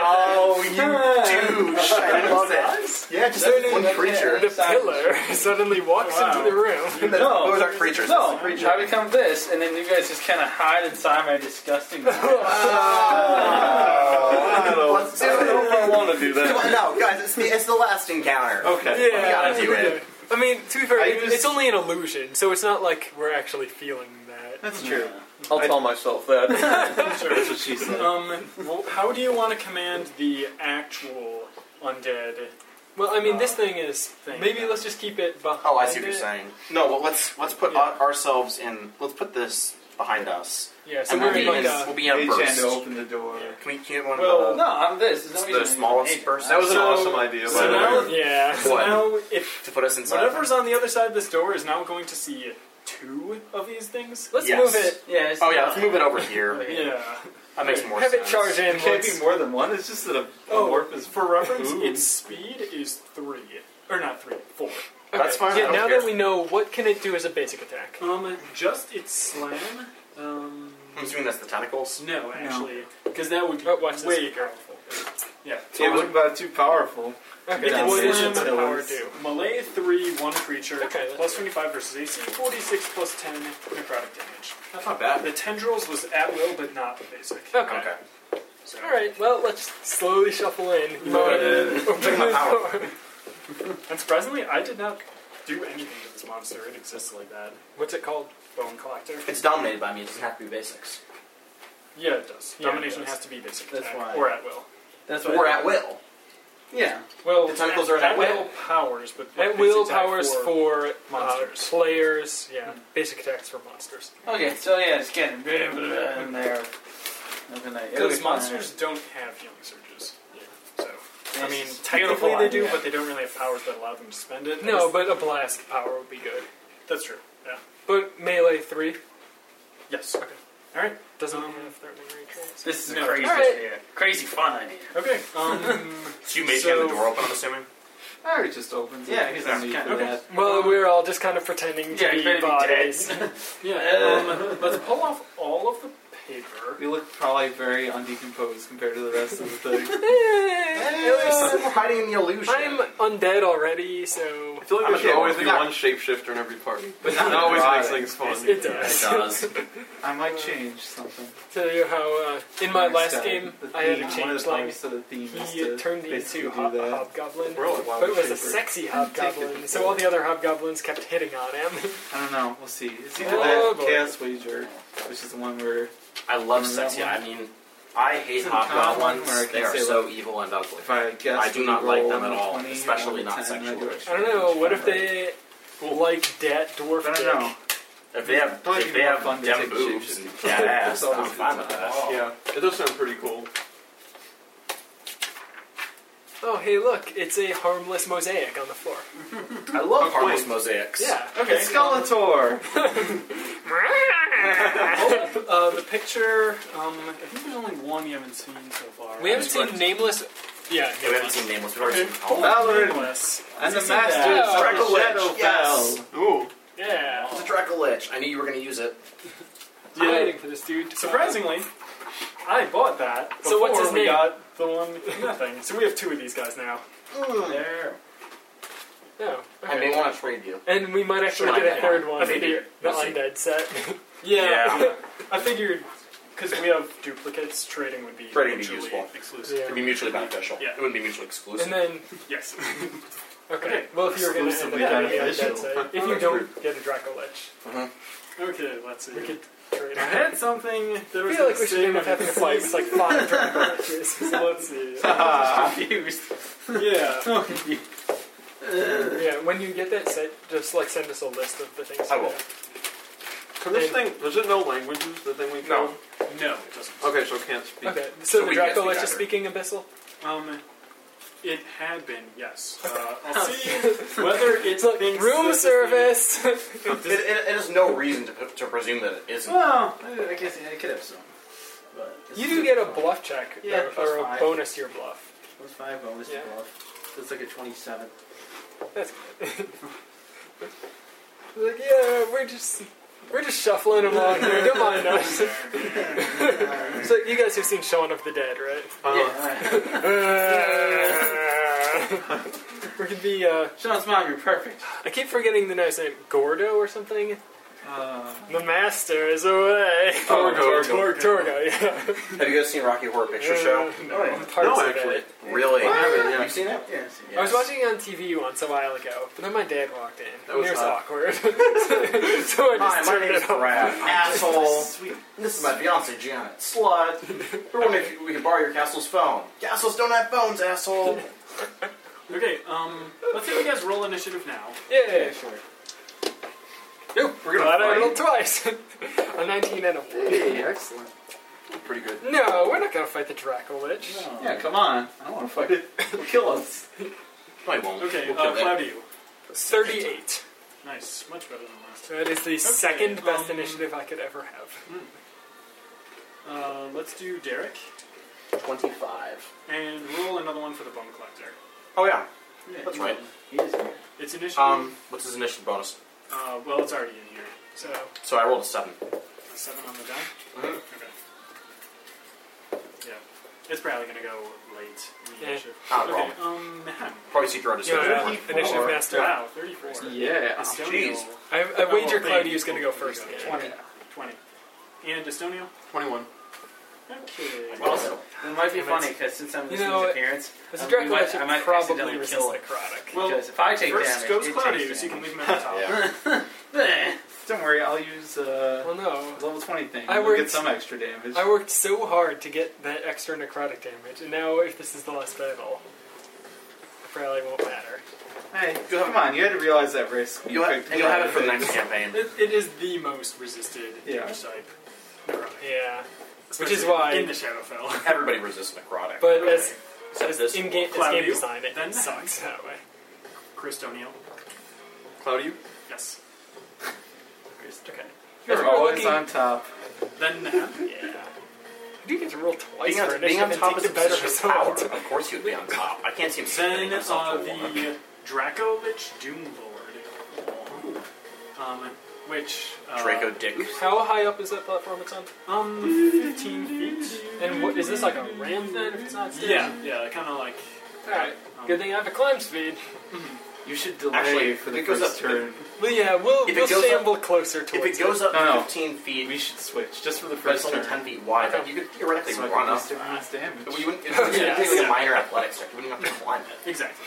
S3: Oh, you douche! I love it.
S5: yeah,
S3: Just one creature.
S4: The pillar [laughs] suddenly walks
S7: Wow.
S4: into the
S5: [laughs]
S4: room.
S7: No.
S3: Those are creatures.
S7: No, I become this, and then you guys just kind of hide inside my disgusting.
S3: Let's do it.
S8: I want to do
S3: Come
S8: that.
S3: on, no, guys, it's the, it's the last encounter.
S5: Okay.
S3: We gotta do it.
S4: I mean, to be fair,
S5: I
S4: it-
S5: just-
S4: it's only an illusion, so it's not like we're actually feeling that.
S5: That's true.
S8: I'll tell myself that.
S5: That's what she said.
S1: Um, well, how do you want to command the actual undead?
S4: Well, I mean, this thing is.
S1: Thing.
S4: Uh, Maybe let's just keep it behind.
S3: [laughs] Oh, I see what you're
S4: it.
S3: saying. No, well, let's let's put
S4: Yeah.
S3: our- ourselves in. Let's put this behind us.
S4: Yeah, so
S3: And
S4: we're
S3: we'll
S4: in
S3: be
S4: like
S3: in,
S4: a.
S3: we'll be in a
S5: Mage
S3: burst.
S5: hand to open the door.
S3: Can we can one
S7: Well,
S3: of the,
S7: no, I'm this. There's no
S3: it's
S7: reason
S3: the
S7: to
S3: smallest
S7: hate it.
S3: person.
S8: That was an
S4: So-
S8: awesome idea, by
S1: So
S8: the way.
S1: now, yeah. So
S3: What?
S1: now, if
S3: to put us inside?
S1: whatever's on the other side of this door is now going to see two of these things.
S4: Let's
S3: Yes.
S4: move it.
S7: Yeah, it's
S3: Oh yeah, let's move it over here.
S4: Okay.
S1: Yeah.
S3: That makes more
S4: Have it
S3: sense.
S4: charge in.
S5: It can't
S4: once.
S5: be more than one. It's just that a, a
S1: Oh.
S5: warp is
S1: For reference,
S5: Ooh.
S1: its speed is three, or not three, four.
S3: That's fine. I
S4: Yeah,
S3: don't
S4: now
S3: care.
S4: that we know what can it do as a basic attack.
S1: Um, just its slam. Um,
S3: I'm assuming that's the tentacles.
S1: no, actually, because that would be
S4: Oh, watch this.
S1: way powerful. Yeah.
S5: It was about too powerful.
S1: It
S4: Okay,
S1: can
S4: what is
S1: slam
S4: its power do?
S1: Melee 3, 1 creature,
S4: Okay, that's
S1: plus 25 versus AC, 46 plus 10 necrotic damage.
S3: That's not bad.
S1: The tendrils was at will, but not basic.
S4: Okay.
S3: Okay.
S1: So.
S4: All right. Well, let's slowly shuffle in. You might
S3: [laughs]
S4: open the
S3: Power.
S4: door.
S1: And surprisingly, I did not do anything to this monster. It exists like that.
S4: What's it called?
S1: Bone collector.
S3: It's dominated by me. It doesn't have to be basics.
S1: Yeah, it does.
S4: Yeah, it
S1: Domination
S4: does.
S1: has to be basic
S7: That's
S1: attack
S7: why-
S1: or at will.
S7: That's what
S3: Or at will.
S7: Yeah.
S4: Well,
S3: The tentacles are at
S1: will.
S3: will.
S1: powers, but
S4: At
S1: basic
S4: will
S1: attack
S4: powers for, uh, monsters.
S1: monsters.
S4: players. Yeah, basic attacks for monsters.
S7: Okay, so yeah, it's getting blah, blah, blah, in there.
S1: Because monsters don't have healing surges. Yeah. So I mean, technically
S7: beautiful
S1: they do,
S7: idea.
S1: but they don't really have powers that allow them to spend it.
S4: No,
S1: That's-
S4: but a blast power would be good.
S1: that's true. Yeah.
S4: But melee three
S1: Yes. Okay. All right.
S4: doesn't
S1: Um,
S4: have threatening range.
S7: This is
S1: No.
S7: a crazy
S4: Alright.
S7: idea. Crazy fun idea.
S1: Okay. Um,
S3: So you mage hand
S1: So-
S3: the door open. I'm assuming.
S5: Or it just opens.
S7: Yeah,
S5: it.
S7: because
S5: No
S7: that's
S5: need
S7: kind
S5: for
S7: of
S5: that.
S4: Well, we're all just kind of pretending to
S7: Yeah, you
S4: be
S7: better be
S4: bodies. [laughs]
S1: yeah. Um, let's pull off all of the paper. [laughs]
S5: We look probably very undecomposed compared to the rest of the
S7: [laughs]
S5: thing.
S3: We're hiding in the illusion.
S4: I'm undead already, so
S8: I feel like
S3: I'm
S8: there should
S3: okay,
S8: always
S3: we're
S8: be
S3: not-
S8: one shapeshifter in every party.
S5: But
S8: That
S5: not
S8: always
S5: right.
S8: makes things fun.
S4: it does.
S3: It does.
S5: I might change something.
S4: [laughs] Tell you how uh, in my
S5: Next
S4: last
S5: time.
S4: game
S5: The
S4: I had a
S5: theme- one of the
S4: changeling.
S5: parts of the theme is
S4: He
S5: to
S4: turned
S5: basically
S4: into
S5: do
S4: hob- a
S5: that.
S4: hobgoblin,
S5: Really? Why
S4: but it was
S5: would they
S4: a
S5: for-
S4: sexy
S5: Take
S4: hobgoblin.
S5: it.
S4: So all the other hobgoblins kept hitting on him. [laughs]
S5: I don't know. We'll see. It's either
S4: Oh,
S5: that
S4: boy.
S5: or Chaos Wager, which is the one where
S3: I love
S5: Remember that
S3: sexy.
S5: one?
S3: I mean, I hate
S5: It's in common where I
S3: hobgoblins.
S5: can
S3: They are
S5: say,
S3: so evil and ugly.
S5: if I guess
S3: I do
S5: we
S3: not like
S5: roll
S3: them at
S5: a
S3: all,
S5: 20
S3: especially
S5: or a
S3: not
S5: 10,
S3: sexually.
S5: do
S4: I don't know. What if they like dat dwarf?
S5: I don't know.
S3: If they have,
S5: Don't
S3: if
S5: even
S3: they
S5: have
S3: have
S5: fun to
S3: dem
S5: take
S3: boobs
S5: shapes.
S3: and fat ass,
S5: It's always
S3: I'm
S5: a
S3: fine
S5: good
S3: with
S5: time.
S3: that.
S8: Yeah, it does sound pretty cool.
S4: Oh, hey, look! It's a harmless mosaic on the floor.
S3: I love
S8: Okay.
S3: harmless mosaics.
S4: Yeah.
S5: Okay,
S6: [laughs]
S5: Skeletor.
S1: Hold up, uh, the picture. Um, I think there's only one you haven't seen so
S4: [laughs]
S1: far.
S4: We haven't
S3: It's
S4: seen
S3: gorgeous.
S4: nameless. Yeah,
S3: Yeah, we haven't seen nameless. We've already seen
S1: Hold
S3: Colin.
S1: up,
S5: Valorant.
S1: nameless.
S5: and the
S1: This is
S5: Masters
S4: bad.
S5: of the
S3: Dracolich,
S5: Shadow
S3: yes.
S5: Fell.
S8: Ooh.
S1: Yeah.
S3: It's a Dracolich. I knew you were going to use it.
S4: I'm
S1: Yeah.
S4: waiting for this dude. To
S1: Surprisingly, I bought that. Before
S4: So what's his
S1: we
S4: name?
S1: got the one nothing. So we have two of these guys now.
S7: There.
S4: No.
S3: I may want to trade you.
S4: And we might actually
S3: Sure.
S4: get a third one.
S1: I think
S4: the,
S1: you're-
S4: the
S3: you'll see.
S4: undead [laughs] set.
S1: Yeah. I figured because we have duplicates, trading would be
S3: Trading would be
S1: mutually
S3: useful.
S1: Exclusive.
S4: yeah.
S3: It'd be mutually beneficial.
S1: Yeah.
S3: It wouldn't be mutually exclusive.
S4: And then
S1: Yes. [laughs]
S4: okay. Well, if you were going to end up
S5: Exclusively
S4: getting the
S5: beneficial.
S4: undead set, if you don't get a Draco Lich,
S1: okay. Let's see.
S4: we could trade. [laughs]
S1: I had something that
S4: I feel
S1: was going
S4: like
S1: to
S4: we should
S1: say
S4: end up having a fight with like [laughs] five Draco Liches.
S1: So let's see.
S3: [laughs]
S5: Ah,
S7: Confused.
S4: Oh,
S1: Yeah.
S5: Hmm.
S4: Yeah, when you get that set, just like send us a list of the things.
S3: I will.
S8: Can this thing, does it know languages, the thing we
S3: No.
S8: found?
S1: No, it doesn't.
S8: Okay, so it can't speak.
S4: Okay, so,
S3: So
S4: the
S3: we guessed
S4: Draco Lich
S3: each
S4: is
S3: other.
S4: speaking Abyssal?
S1: Um, it had been yes. Uh,
S4: [laughs]
S1: I'll see whether it's like
S4: Room service! [laughs]
S3: It, it, it is no reason to, to presume that it isn't.
S7: Well, I I guess I could have some. But it's
S4: you do get a bluff check,
S7: Yeah,
S4: though,
S7: plus
S4: or a
S7: five.
S4: bonus to your bluff.
S7: Plus five
S5: oh,
S7: bonus
S4: Yeah.
S7: twelve. So it's like a twenty-seven.
S4: That's good. like, yeah, we're just. We're just shuffling along here. Don't mind us. so you guys have seen Shaun of the Dead,
S8: [laughs]
S4: right?
S5: Oh,
S8: Uh,
S7: yeah.
S4: [laughs]
S7: Alright.
S4: we could be. Uh,
S7: Sean's mom, you're perfect.
S4: I keep forgetting the nice name, Gordo or something.
S5: uh,
S4: The master is away.
S5: Oh,
S8: Torgo.
S4: Tor- Torgo, yeah.
S3: Have you guys seen Rocky Horror Picture Show?
S7: Oh, yeah.
S4: Parts
S8: No,
S4: of
S8: actually.
S4: it.
S3: Really?
S7: What?
S3: You've seen it?
S7: Yeah, I see.
S4: I was watching it on TV once a while ago, but then my dad walked in.
S8: That
S4: and
S8: was
S4: it was
S8: hot.
S4: awkward. [laughs] so I
S3: Hi,
S4: just
S3: my
S4: turned
S3: name is
S4: it off.
S3: Brad. Asshole.
S7: Sweet.
S3: This is my fiance, Janet. Slut. We're wondering if we could borrow your castle's phone. Castles don't have phones, asshole.
S1: Okay, um, let's see if you guys roll initiative now.
S4: Yeah,
S7: Yeah, sure.
S4: Nope.
S3: We're gonna
S4: Glad I
S3: fight?
S4: rolled twice. [laughs] a 19 and a.
S3: Hey, excellent. Pretty good.
S4: No, we're not gonna fight the Draco Lich.
S5: Yeah, come on. I don't want to fight it. It'll kill us.
S3: No, I won't.
S1: Okay,
S3: We'll
S1: uh,
S3: kill that.
S1: Cloudy.
S4: 38.
S1: Nice. Much better than last
S4: That is the second best
S1: um,
S4: initiative I could ever have.
S1: time. Uh, let's do Derek.
S3: 25.
S1: And roll another one for the bone collector.
S3: Oh, yeah.
S7: Yeah,
S3: That's
S7: he-
S3: right.
S7: He is here.
S1: It's initially.
S3: Um, what's his initial bonus?
S1: uh, well, it's already in here.
S4: So,
S3: So I rolled a 7.
S1: A seven on the die?
S3: Mm-hmm.
S1: Okay. Yeah. It's probably going to go late. in the
S4: Yeah.
S1: shift.
S3: Ah,
S1: Okay,
S3: wrong.
S1: um, man.
S3: Probably see Gerard
S4: yeah,
S3: yeah. Oh,
S4: initiative master.
S1: Wow, 34.
S5: Yeah.
S1: Estonial.
S3: jeez.
S4: I, I
S1: Oh,
S4: wager
S1: thank
S4: Claudia
S1: you.
S4: is going to go first.
S1: Okay.
S4: again.
S1: 20. 20. And Estonial?
S3: 21.
S1: Okay.
S3: Well,
S7: It might be
S4: Damn it.
S7: funny because since I'm
S4: You
S7: this
S4: know,
S7: his appearance,
S4: Because the
S7: Um,
S4: Draco
S7: we might-
S4: Lich
S7: I
S4: would
S7: might
S4: probably
S7: accidentally
S4: resist
S7: kill it.
S4: necrotic.
S1: well,
S7: because if I take
S1: First
S7: damage,
S1: goes
S7: it
S1: Claudius,
S7: takes
S1: you can
S7: damage.
S1: leave him at the top.
S5: Don't worry. I'll use uh,
S4: Well, no.
S5: level 20 thing.
S4: I
S5: I will
S4: worked-
S5: get some extra damage.
S4: I worked so hard to get that extra necrotic damage, and now if this is the last battle, it probably won't matter.
S5: Hey, come on. You had to realize that risk. when
S3: you'll have,
S5: picked
S3: you'll have it
S5: Cloud.
S3: for the next campaign.
S1: [laughs] It, it is the most resisted
S5: Yeah.
S1: damage type. Necrotic.
S4: Yeah. Which
S1: Especially
S4: is why-
S1: In
S4: [laughs]
S1: the Shadowfell.
S3: Everybody resists necrotic.
S4: But as,
S3: Except
S4: as
S3: this
S4: in
S3: one.
S4: game, as
S1: Claudio,
S4: game design, it
S1: then [laughs]
S4: sucks that way.
S1: Christonial.
S8: Claudio?
S1: Yes.
S4: Okay. As
S5: You're
S4: we're
S5: always
S4: looking-
S5: on top.
S1: Then [laughs] Naham.
S4: Yeah. Do you get to roll twice
S3: being
S4: for
S3: on,
S4: initiative
S3: being on
S4: and
S3: top
S4: take
S3: is
S4: the
S3: a
S4: better
S3: position of power.
S4: result?
S3: Of course, you'd be on top. I can't see him sitting
S1: Then
S3: himself
S1: uh,
S3: for long.
S1: the Dracolich Doomlord. Um, which. Uh,
S3: Draco Dick.
S4: How high up is that platform it's on?
S1: Um, 15 feet.
S4: [laughs] And what is this like a ramp then? If it's not stairs?
S1: Yeah, yeah, kind of like.
S4: All right.
S1: Um,
S4: Good thing I have a climb speed.
S5: You should delay
S3: Actually,
S5: for the
S3: it goes
S5: first
S3: up-
S5: turn.
S4: Well, yeah, we'll,
S3: If it
S4: we'll
S3: goes up-
S4: shamble closer towards
S3: If it goes up
S5: No, no.
S3: 15 feet,
S5: We should switch just for the
S3: but it's
S5: first
S3: only
S5: turn.
S3: 10 feet wide, like, you could theoretically
S5: So I
S3: run
S5: can
S3: up.
S5: just do mass damage.
S3: But you wouldn't, it's it's
S4: Yeah.
S3: like a minor athletics check. You wouldn't even have to climb it.
S1: Exactly.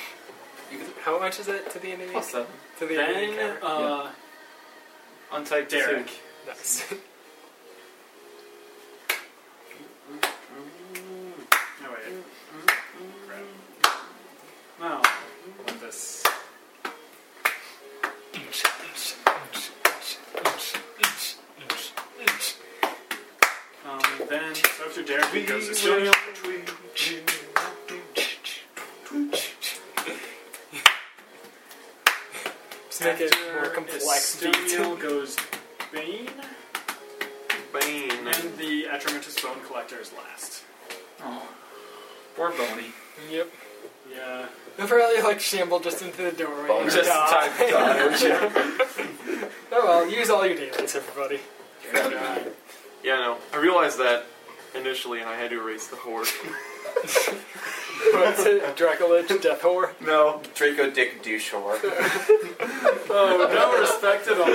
S4: How much is that to the enemy?
S5: Plus seven.
S4: To the enemy
S1: Then,
S4: counter.
S1: uh,
S5: Untyped
S1: Derek.
S5: two.
S4: Nice.
S1: No, wait. Crap. No. Let this. Um, then, so after Derek, it goes [laughs] Estonial.
S4: Just make it more complex.
S1: Estonial [laughs] goes Bane,
S8: Bane.
S1: and the Atromitous Bone Collector is last.
S5: Oh, poor Boney.
S4: [laughs] Yep.
S1: Yeah.
S4: They'll probably like shamble just into the doorway. and
S3: Bonus.
S5: Just in
S4: die. [laughs]
S5: time to dodge.
S4: Oh well, use all your dailies, everybody.
S8: Yeah, no. I realized that initially, and I had to erase the horde.
S4: What's it? Dracolich, Death Whore.
S5: no.
S3: Draco Dick [laughs] Douchor.
S5: Oh, no respect at all.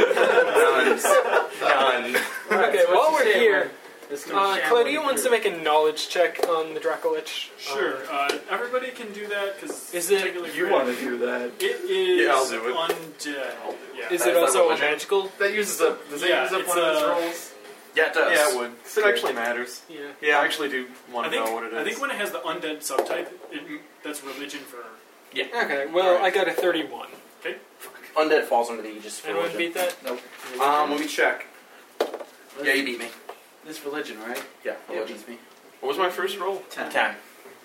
S3: None. None.
S4: Okay,
S7: so
S4: while
S7: what's
S4: we're
S7: the
S4: here,
S7: This can
S4: uh,
S7: shamble
S4: Claudia
S7: through.
S4: wants to make a knowledge check on the Dracolich.
S1: Sure. Uh, everybody can do that because
S4: Is it-
S5: You want to do that.
S1: It is
S8: Yeah, I'll do it.
S1: undead. Yeah.
S4: Is
S3: That is
S4: it also a
S3: religion.
S4: magical?
S5: That uses up. Does
S1: Yeah,
S5: that use up
S1: it's
S5: one of
S1: a-
S5: those rolls?
S3: Yeah, it does.
S8: yeah, it would. 'cause it actually matters.
S4: Yeah.
S8: Yeah, I actually do want
S1: I
S8: to
S1: think
S8: know what it is.
S1: I think when it has the undead subtype, it, that's religion for.
S4: Okay, well,
S1: Alright.
S4: I got a 31.
S3: Undead falls under the aegis of
S4: Anyone
S3: religion.
S4: beat that?
S3: Um, let me check. Yeah, you beat me.
S7: This religion, right?
S3: Yeah,
S7: Yeah,
S3: religion.
S7: beats me.
S8: What was my first roll?
S7: Ten.
S3: Ten.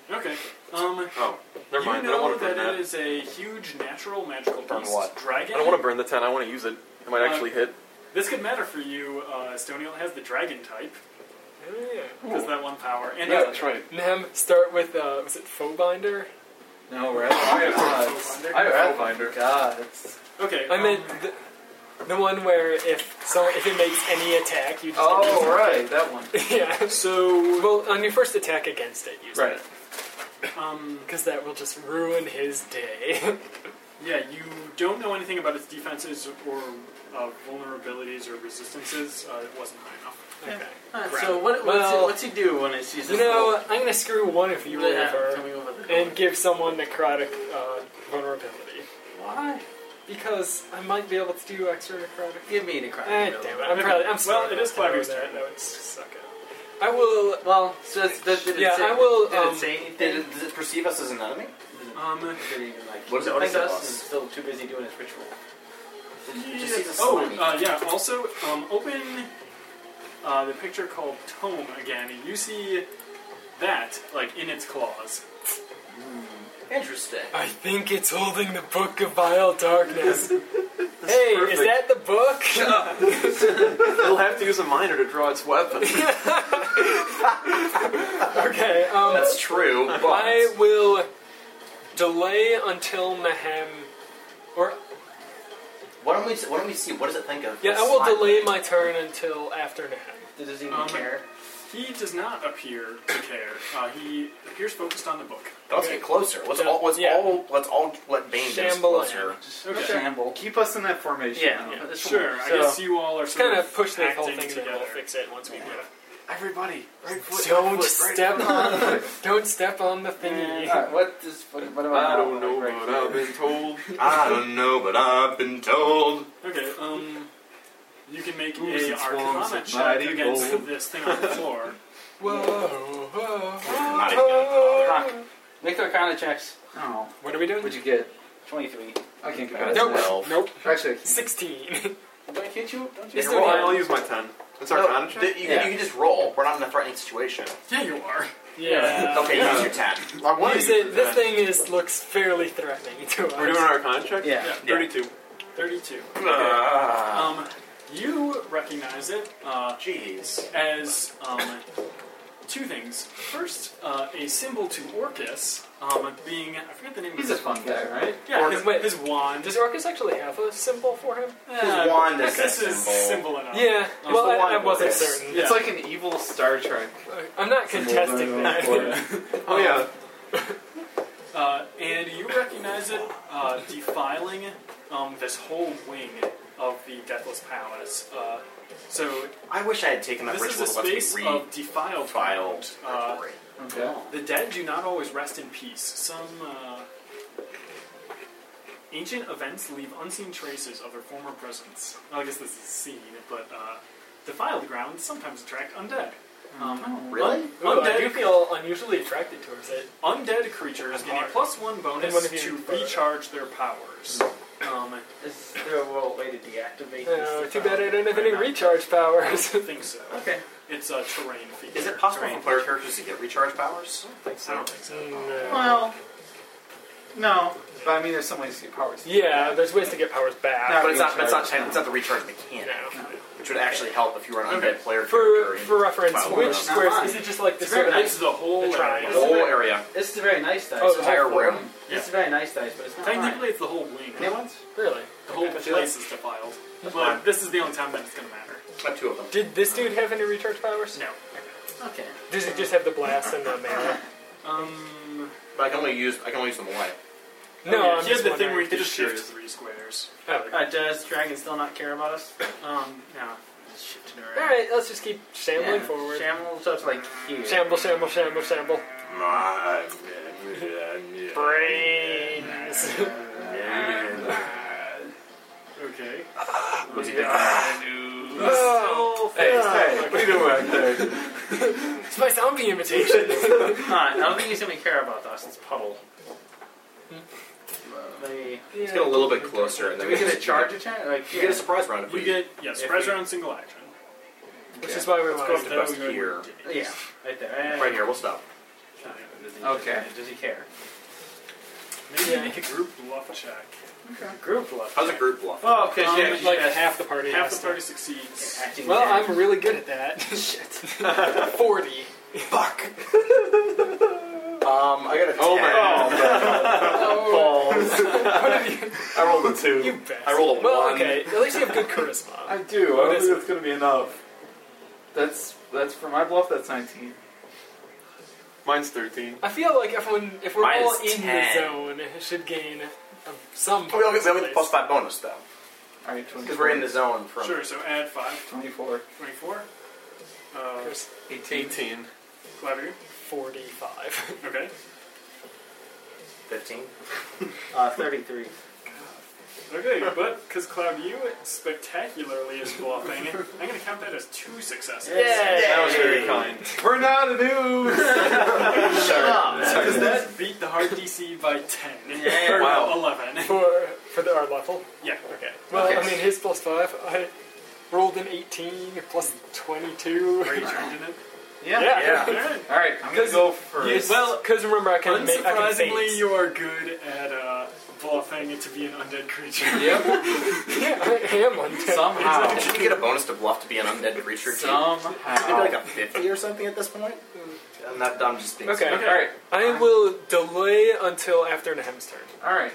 S1: Okay. Um.
S8: Oh, never mind.
S1: you
S8: I don't
S1: know
S8: want to burn
S1: that,
S8: that.
S1: it is a huge natural magical
S3: Burn
S1: beast
S3: what?
S8: I
S1: dragon.
S8: don't want to burn the 10. I want to use it. It might
S1: Uh,
S8: actually hit.
S1: This could matter for you. Uh, Estonial has the dragon type.
S4: Yeah.
S1: Has that one power? And
S5: Yeah, that's right.
S4: Nem, start with, uh, was it Foebinder?
S5: No, we're at fire gods.
S1: Finder.
S5: I have finder gods.
S1: Okay.
S4: I
S1: um,
S4: meant the, the one where if so if it makes any attack, you just.
S5: Oh, right, that one.
S4: [laughs] yeah.
S1: so.
S4: Well, on your first attack against it, use
S5: Right.
S1: Um.
S4: Because that will just ruin his day. [laughs]
S1: Yeah. You don't know anything about its defenses or uh, vulnerabilities or resistances. Uh, it wasn't high enough.
S4: okay.
S7: Alright,
S4: Crap.
S7: so what, what's,
S4: Well-
S7: it, what's he do when it sees
S4: You know, I'm gonna screw one of you over
S7: coming over the
S4: and give someone necrotic uh, vulnerability
S7: Why?
S4: because I might be able to do extra necrotic.
S7: Give me the crap.
S4: Eh, damn it! I'm probably I'm
S1: Well,
S4: smart
S1: it
S4: enough
S1: is
S4: to know
S1: Clavius'
S4: that.
S1: turn.
S4: No, it's suck it. I will.
S7: Well, so it's, does, did it
S4: Yeah,
S7: say,
S4: I will,
S7: Did
S4: um,
S7: it say
S3: Did
S7: anything?
S3: it, does it perceive us as an enemy?
S1: Um.
S7: Did it even, like,
S3: What does it
S7: think
S3: tell
S7: us?
S3: us?
S7: Is still too busy doing his ritual.
S3: Just use a
S1: Oh,
S3: slimy.
S1: uh, yeah. Also, um, open uh, the picture called Tome again, and you see that, like, in its claws.
S3: Interesting.
S4: I think it's holding the book of vile darkness. hey, is
S8: perfect.
S4: that the book?
S8: It'll have to use a miner to draw its weapon.
S4: [laughs] okay. Um,
S3: That's true, but
S4: I will delay until Nahem, or
S3: why don't we why don't we see what does it think of?
S4: yeah, I will
S3: slime?
S4: delay my turn until after Nahem.
S7: Does it even
S1: Um,
S7: care?
S1: He does not appear to care. Uh, he appears focused on the book.
S3: But let's get closer. Let's
S4: Yeah.
S3: all let's
S4: Yeah.
S3: all let's all let Bane get us
S4: Shamble
S3: closer.
S1: Okay.
S7: Shamble.
S5: Keep us in that formation.
S6: Yeah.
S5: huh?
S6: this one.
S1: Sure. I
S6: So-
S1: guess you all are
S4: Just
S1: sort
S4: kind of
S1: of
S4: push the whole
S1: acting
S4: thing together.
S1: together.
S4: We'll fix it once we get it.
S5: Everybody, right foot,
S4: Don't
S5: left foot, right
S4: step on. Don't step on the thingy.
S7: Alright, what does what, what about
S8: I
S7: now?
S8: don't know,
S7: Like, right
S8: but I've been told.
S3: [laughs] I don't know, but I've been told.
S1: Okay. Um, you can make
S5: Ooze
S1: a
S5: and swarms
S1: Arcana
S5: of
S1: check
S5: mighty
S1: against
S5: gold.
S1: this thing on the floor.
S4: Whoa, whoa,
S3: Not even
S4: whoa.
S7: Fuck. Make their kind of checks.
S5: Oh,
S4: What are we doing?
S5: what'd you get?
S7: Twenty-three.
S5: I can't
S3: Got
S5: compare
S3: a
S5: that.
S4: Nope.
S3: twelve.
S4: Nope.
S5: Actually, I can't.
S4: Sixteen. [laughs]
S7: Did I hit you? Don't you?
S3: It's
S8: You're
S3: okay.
S8: wrong, I'll use my 10. It's our
S3: No,
S8: con check?
S3: th- you,
S7: Yeah.
S3: can, you can just roll. We're not in a threatening situation.
S1: yeah, you are.
S4: Yeah.
S3: okay,
S8: yeah.
S3: use your ten.
S8: I want
S4: Use it. This thing is looks fairly threatening to us.
S8: We're doing our con check?
S7: Yeah.
S1: Yeah.
S8: 32.
S1: Thirty-two.
S3: Ah.
S1: Um, you recognize it. Uh,
S3: Jeez.
S1: as um, two things. First, uh, a symbol to Orcus, um, being I forget the name.
S5: He's a
S1: of his
S5: fun guy, right?
S1: Yeah, his,
S4: Orcus-
S1: his wand.
S4: Does Orcus actually have a symbol for him?
S1: Uh,
S3: wand is
S1: this
S3: a
S1: is
S3: symbol.
S1: symbol enough.
S4: Yeah.
S1: Um,
S4: well,
S5: the
S4: I, I
S5: one
S4: wasn't
S3: Orcus.
S4: certain.
S1: Yeah.
S5: It's like an evil Star Trek.
S4: I'm not contesting that. [laughs]
S8: Oh, yeah.
S1: Uh, and you recognize it uh, defiling um, this whole wing of the Deathless Palace. Uh, so
S3: I wish I had taken that
S1: this is
S3: ritual
S1: a
S3: that lets
S1: space
S3: me
S1: of defiled
S3: refiled
S1: Uh,
S3: revelry.
S5: Okay.
S1: The dead do not always rest in peace. Some uh, ancient events leave unseen traces of their former presence. Well, I guess this is seen, but uh, defiled grounds sometimes attract undead. Um,
S3: Really?
S4: Ooh, I do feel unusually attracted towards it.
S1: undead creatures gain a plus one bonus
S4: And one of you
S1: to
S4: photo.
S1: recharge their powers. Um, I
S7: Is there a way to deactivate
S4: Uh,
S7: this?
S4: too bad I don't have any recharge [laughs] powers.
S1: think so.
S7: Okay.
S1: It's a terrain feature.
S3: Is it possible
S1: Terrain.
S3: for player characters to get recharge powers?
S1: I don't think so.
S4: Mm,
S5: Well, no. But I mean, there's some ways to get powers.
S4: Yeah, there's ways to get powers back.
S5: No,
S3: but it's not. But it's not.
S5: recharge.
S3: It's not the recharge mechanic,
S4: No.
S3: which would actually help if you were an undead
S1: Okay.
S3: player
S4: For
S3: character.
S4: for reference,
S3: Well,
S4: which
S3: not
S4: squares
S7: mine.
S4: is it? Just like this
S7: It's
S4: sort
S7: very
S4: of
S1: It's the whole
S4: The triangle.
S1: area.
S3: the whole area,
S7: This is a very nice dice.
S4: Oh,
S7: but-
S3: entire
S4: whole
S3: room.
S7: This is a very nice dice, but it's not
S1: Technically, it's the whole wing.
S7: mine. Anyone's?
S4: really?
S1: The whole
S4: Okay.
S1: place is defiled.
S3: fine.
S1: But this is the only time that it's going to matter.
S3: I have two of them.
S4: Did this dude have any recharge powers?
S1: No. Oh,
S7: Okay.
S4: Does he just have the blast and the
S1: [laughs]
S4: mana?
S1: Um,
S3: But I can only use. I can only use them away.
S4: No,
S1: yeah,
S4: I'm
S1: he had
S4: just
S1: the thing where
S4: wondering.
S1: he could
S8: Just
S1: shift
S8: curious.
S1: three squares.
S4: Oh.
S7: Alright, Uh, does Dragon still not care about us?
S1: Um, yeah.
S7: Shit to
S4: All right, let's just keep shambling
S7: yeah.
S4: forward.
S7: Shamble, so it's like here.
S4: shamble, shamble, shamble, shamble. Brains. [laughs]
S1: Okay.
S4: Oh,
S5: Hey, hey, what are you doing back there?
S4: it's my zombie imitation.
S7: Alright, I don't think he's gonna care about us. It's Puddle. They,
S3: Let's get a little bit closer, and
S7: do
S3: then
S7: we
S3: can
S7: get a
S3: just-
S7: charge attack? Like,
S3: You get a surprise round if
S1: You
S3: we
S1: get yeah, surprise
S3: we-
S1: round single action.
S4: Which is why we're
S1: Let's go
S4: going to
S1: with that
S3: best
S1: was good.
S3: here.
S7: yeah, right there.
S3: right here. We'll stop.
S5: Okay.
S7: Does he care?
S1: Maybe
S4: Yeah.
S1: make a group bluff check.
S7: Group love.
S3: How's a group bluff?
S7: Oh, because
S1: Um,
S7: yeah, 'cause
S4: like
S7: you guys-
S4: half the party.
S1: Half
S4: has
S1: the
S4: to.
S1: party succeeds.
S7: acting
S4: Well,
S7: mad.
S4: I'm really good at that. Shit. Forty.
S3: Fuck. um, I got a
S8: [laughs] Oh,
S3: 10. [laughs]
S4: Oh,
S8: [laughs] I rolled a 2.
S4: [laughs] you best.
S3: I rolled a
S4: well,
S3: one.
S4: okay. At least you have good charisma.
S8: [laughs]
S5: I do.
S4: What
S5: I don't
S4: is
S5: think
S4: it?
S5: that's gonna be enough. That's that's for my bluff. That's 19.
S8: Mine's 13.
S4: I feel like if, when, if we're
S3: Mine
S4: all
S3: is
S4: in
S3: 10.
S4: the zone, it should gain um, some.
S3: Oh, We only we only get the
S4: place.
S3: plus five bonus though,
S5: All right, 24.
S3: because we're in the zone from.
S1: Sure, so add 5,
S5: 24.
S1: 24. Uh,
S4: There's
S5: 18.
S8: 18.
S1: Clavier.
S4: Forty-five.
S1: Okay.
S3: 15.
S7: uh, 33.
S1: Okay, but because Cloud, you spectacularly is bluffing, I'm going to count that as two successes.
S8: That was very kind.
S5: We're not a news.
S1: Because that beat the hard DC by 10.
S7: Yeah.
S1: [laughs] Or
S8: Wow.
S1: 11.
S4: For For the, our level?
S1: Yeah.
S4: Okay. Well,
S6: Okay.
S4: I mean, his plus 5. I rolled an 18, plus 22.
S1: Are you charging it?
S4: Yeah.
S3: Yeah.
S1: Alright.
S5: All right, I'm gonna go
S4: [laughs]
S5: first.
S4: well, because remember, I can make. I can
S1: Unsurprisingly,
S4: phase.
S1: you are good at uh, bluffing to be an undead creature.
S4: [laughs]
S5: Yep.
S4: Yeah, I [laughs] am undead.
S5: Somehow.
S3: Did you get a bonus to bluff to be an undead creature? too? Maybe
S5: Somehow.
S3: like a 50 or something at this point? I'm not I'm just being
S4: Okay.
S5: All right.
S4: I will delay until after Nahem's turn.
S5: All right.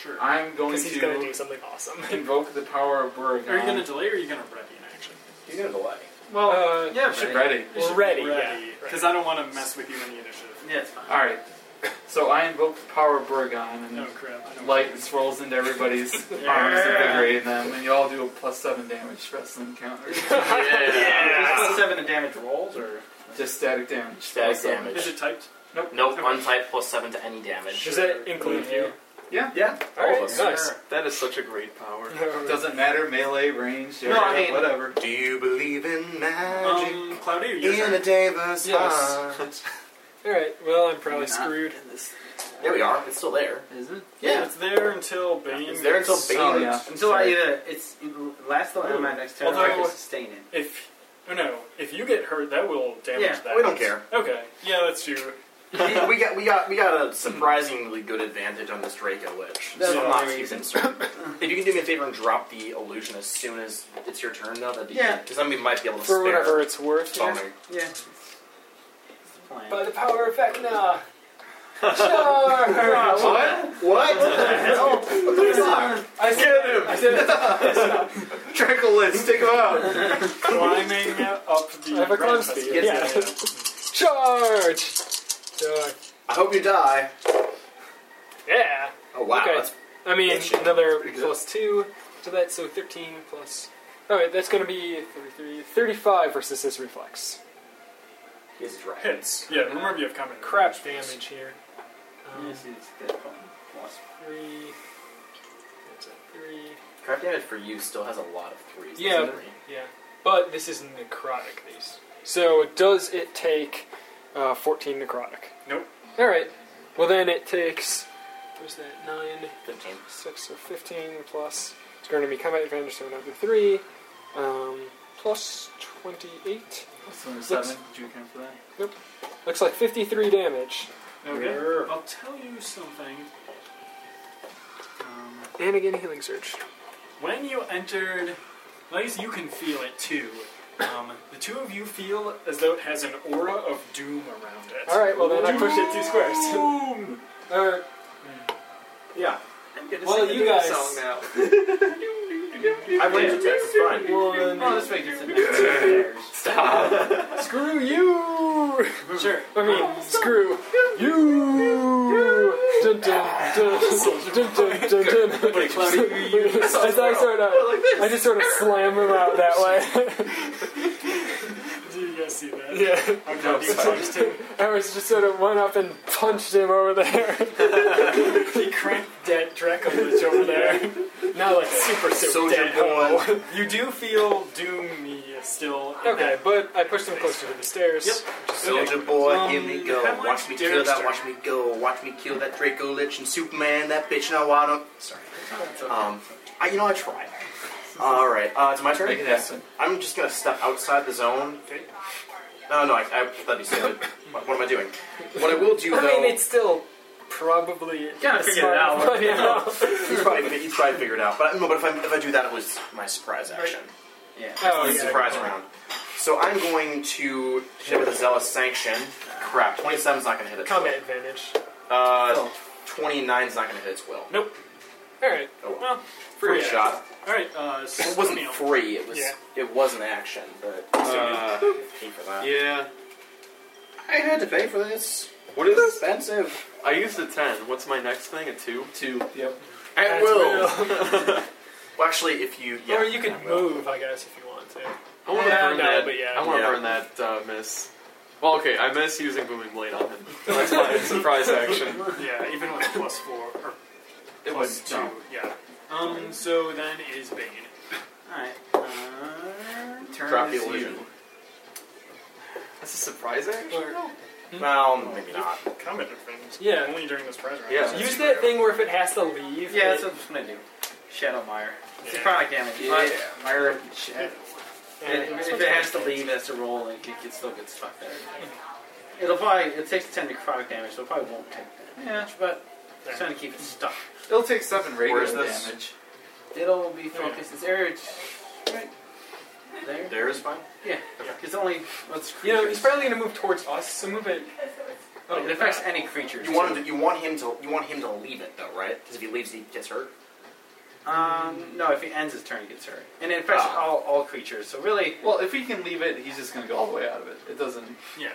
S1: Sure. Are
S5: I'm going
S4: Because he's going to do
S5: to
S4: something awesome.
S5: invoke the power of Buragon.
S1: you gonna delay or are you gonna ready an action?
S3: You're gonna delay.
S5: Well,
S4: [laughs] Uh,
S5: yeah, should ready.
S4: We're ready.
S1: Ready.
S4: yeah,
S1: Because I don't want to mess with you in the initiative.
S7: Yeah, it's fine.
S5: All right. So I invoke the power of Buragon and
S1: No crap. I don't
S5: light swirls
S3: [laughs]
S5: into everybody's arms, invigorating them, and you all do a plus seven damage wrestling counter.
S7: Is this the seven the damage rolls or?
S5: Just static damage.
S3: Static
S5: Plus seven.
S1: Is
S3: damage.
S1: it typed?
S3: Nope, untyped plus 7 to any damage.
S4: Does that include you?
S5: Yeah.
S3: Yeah. All of us.
S4: [laughs] Nice.
S8: That is such a great
S5: [laughs]
S8: power.
S5: Doesn't matter melee, range,
S7: No, I
S5: area,
S7: mean-
S5: [laughs] whatever.
S3: Do you believe in magic?
S1: Um, Cloudy, your
S3: in a
S1: turn.
S3: Davis
S5: Yes.
S3: heart.
S4: All right. Well, I'm probably
S7: Maybe not.
S4: screwed.
S3: There we are. It's still there.
S7: Is it?
S1: It's there until Bane.
S3: It's there until
S1: gets-
S3: Bane.
S8: [laughs]
S5: Oh, yeah.
S7: Until I either it's it lasts till end of my next turn. or I
S1: Although-
S7: can
S8: [laughs]
S7: sustain it.
S1: If oh no, if you get hurt, that will damage
S7: Yeah,
S1: that.
S3: We don't care.
S1: Okay. Yeah, that's true.
S3: we got we got we got a surprisingly good advantage on this Draco Lich.
S7: That's
S3: so
S7: the
S3: I'm not
S7: only
S3: too
S6: [laughs]
S7: reason.
S3: concerned. if you can do me a favor and drop the illusion as soon as it's your turn, though, that'd be
S7: Yeah.
S3: Because then we might be able to
S4: For
S3: spare
S4: whatever it's worth. here.
S3: Boner.
S7: Yeah. It's, it's the plan.
S4: By the power of Vecna. Charge!
S5: What?
S3: What? no.
S4: I said I said [laughs]
S5: Dracolich, [laughs] take him
S8: [laughs]
S5: out.
S1: Climbing up the.
S4: [laughs] I have a
S1: ramp.
S4: climb speed.
S1: Yes,
S4: Yeah. charge. So,
S3: [laughs] I hope you die.
S4: yeah.
S3: Oh wow.
S4: Okay.
S3: That's,
S4: I mean,
S3: That shit
S4: another
S3: pretty good.
S4: plus two to that, so 13 plus. Alright, that's going to be 33, 35 versus his reflex.
S3: he's a dragon.
S1: Hits. Yeah. Remember, you have combat.
S4: Crap damage here. Um,
S6: [laughs]
S7: Yes, it's the plan. Plus-
S4: Three. That's a three.
S3: Crap damage for you still has a lot of threes.
S4: Yeah.
S3: doesn't it?
S4: Yeah. But this is necrotic, these. So does it take uh, 14 necrotic?
S1: Nope.
S4: Alright. Well, then it takes. What's that? 9,
S3: Fifteen.
S4: 6, so 15 plus. It's going to be combat advantage, so another 3. Um, plus 28.
S5: So seven. Did you count for that?
S4: Looks like 53 damage.
S1: Okay. I'll tell you something. Um,
S4: And again, healing surge.
S1: When you entered, Lace, you can feel it too. Um, the two of you feel as though it has an aura of doom around it.
S4: All right, well then I push it two squares.
S1: Doom.
S4: All right.
S3: Yeah.
S4: Well, you guys.
S5: now.
S3: I've learned to text. It's fine.
S7: Oh,
S4: One.
S7: this way gets it downstairs.
S4: Screw you.
S1: Sure.
S4: I mean, screw you. Dun dun dun dun dun dun. dun.
S1: But
S4: [laughs]
S1: Cloudy, you,
S4: As I sort of, I just sort of slam him out that way.
S1: [laughs] do you guys see that?
S4: yeah,
S1: How Cloudy punched him.
S4: I was just sort of went up and punched him over there.
S1: He cranked that Draco Lich over there.
S4: Now like super super
S3: Soldier
S4: dead.
S3: boy.
S1: You do feel doomy still. in
S4: Okay, but I pushed him closer to the stairs.
S1: Yep.
S3: Soldier boy, here we go.
S1: how much
S3: Watch me kill
S1: damage
S3: that.
S1: there?
S3: Watch me go. Watch me kill that Draco Lich and Superman. That bitch. No, I don't. Sorry. Um, I, you know I try. All right. Uh, it's my turn.
S5: Make it happen.
S3: I'm just gonna step outside the zone.
S1: Okay.
S3: No, no. I, I, that'd be stupid. what, what am I doing? What I will do
S4: I mean,
S3: though,
S4: it's still probably
S7: Gotta
S4: a
S7: figure it
S4: smart
S7: out.
S4: plan, you know?
S3: he's probably he's probably figured out. But I- no, but if I if I do that, it was my surprise action.
S7: Yeah.
S4: [laughs] Oh,
S3: It's a
S4: yeah.
S3: surprise round. So I'm going to hit with a zealous sanction. Crap, 27's not gonna hit it.
S4: Combat advantage.
S3: Uh, 29's not gonna hit its will.
S1: Nope.
S4: All right.
S3: Oh, well.
S1: Well,
S3: Free
S1: free
S3: shot.
S1: All right. Uh,
S3: It wasn't
S1: Sunil.
S3: free. It was.
S4: Yeah.
S3: It was an action, but
S8: Uh,
S3: pay for that.
S8: yeah.
S3: I had to pay for this.
S8: What is this?
S3: Expensive.
S8: I used a 10. What's my next thing? A [laughs] 2?
S5: Two. Yep.
S3: I
S4: That's
S3: will.
S4: real.
S3: Well, actually, if you, yeah,
S4: or you could
S3: I will.
S4: move, I guess, if you want to.
S8: I want to
S4: Yeah,
S8: burn
S4: no,
S8: that.
S4: but yeah.
S8: I want to
S3: Yeah.
S8: burn that uh, miss. Well, okay, I miss using booming blade on [laughs] him. That's my surprise action.
S1: Yeah, even with plus four or
S3: It was
S1: plus two. Yeah. Um. So then is Bane.
S7: Alright. Uh, turn
S3: Drop
S7: is
S3: the illusion.
S7: you.
S8: That's a surprise action.
S3: Well, maybe not.
S1: Combat advantage.
S4: Yeah.
S1: Only during this present.
S8: Yeah.
S4: Use that thing where if it has to leave,
S7: Yeah,
S4: it,
S7: that's what I'm just gonna do.
S6: Shadowmire. It's
S4: Yeah.
S6: chronic damage.
S9: Yeah.
S6: Mire of Shadow.
S4: And
S6: And if it has to leave, it has to roll, and it, it still gets stuck there. It'll probably it takes ten necrotic damage, so it probably won't take damage, but it's trying to keep it stuck.
S5: It'll take seven regular
S3: is this?
S5: damage.
S6: It'll be focused. It's area right there.
S3: There is fine.
S6: It's only it's
S4: You know, he's
S6: creatures.
S4: probably going to move towards us, so move it.
S6: it affects any creature.
S3: You want him to, you want him to you want him to leave it though, right? Because if he leaves, he gets hurt.
S6: Um, no, if he ends his turn, he gets hurt, and it affects
S3: Ah.
S6: all, all creatures. So really,
S5: Well, if he can leave it, he's just gonna go all the way out of it. It doesn't.
S1: Yeah.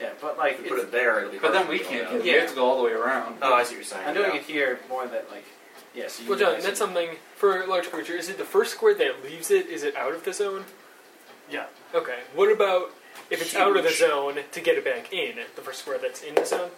S6: yeah. But like,
S3: If you put
S6: it's,
S3: it there, it'll be.
S5: But
S3: hard
S5: then we
S3: for him to get
S5: can't. Get
S3: out.
S5: it. We have to go all the way around.
S3: Oh, I see what you're saying.
S6: I'm doing
S3: yeah.
S6: it here more that like, yeah. So you
S4: Well, John,
S6: guys-
S4: that's something for a large creature. Is it the first square that leaves it? Is it out of the zone?
S1: Yeah.
S4: Okay. What about if it's out of the
S6: Huge.
S4: zone to get it back in? The first square that's in the zone.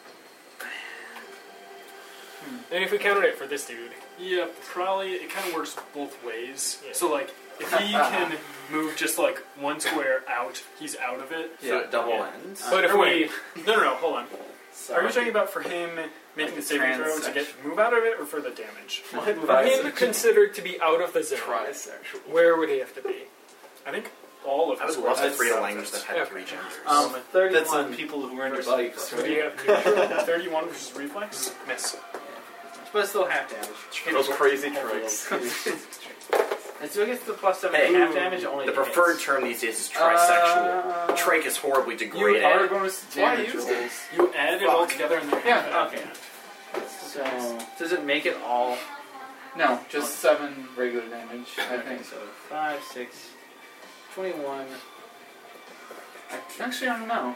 S4: And if we counted
S3: Uh,
S4: it for this dude,
S1: Yeah, probably. It kind of works both ways.
S4: Yeah.
S1: So, like, if he can move just, like, one square out, he's out of it.
S3: So it
S4: [laughs]
S3: double
S1: Yeah.
S3: ends.
S4: but if
S1: Or
S4: we
S1: wait, No, no, no, hold on.
S3: So
S1: Are you talking about for him making the saving throw to get move out of it or for the damage?
S4: for him considered to be out of the zone,
S5: Trisexual.
S4: where would he have to be?
S1: I think all of
S3: I would
S1: us
S3: love
S1: were-
S3: to create a language that had
S4: Okay.
S3: three genders.
S6: um,
S5: That's on
S6: thirty-one.
S5: people who are into
S6: versus-
S5: bikes,
S4: Would he
S5: right?
S4: have neutral?
S1: 31 versus reflex? Miss.
S6: But it's still half damage.
S8: Those crazy
S4: [laughs]
S8: tricks.
S6: And so it gets the plus seven
S3: Hey,
S6: half damage only.
S3: the
S6: if it hits.
S3: preferred term these days is trisexual.
S6: Uh,
S3: Trach is horribly
S5: You
S3: degraded.
S5: are going to
S1: Why
S5: damage
S1: use
S5: rolls.
S1: You add it all together and then
S5: Yeah.
S6: Okay. So does it make it all?
S5: No, just seven regular damage. I
S6: Okay,
S5: think.
S6: so five, six, twenty-one.
S5: Actually, I don't know.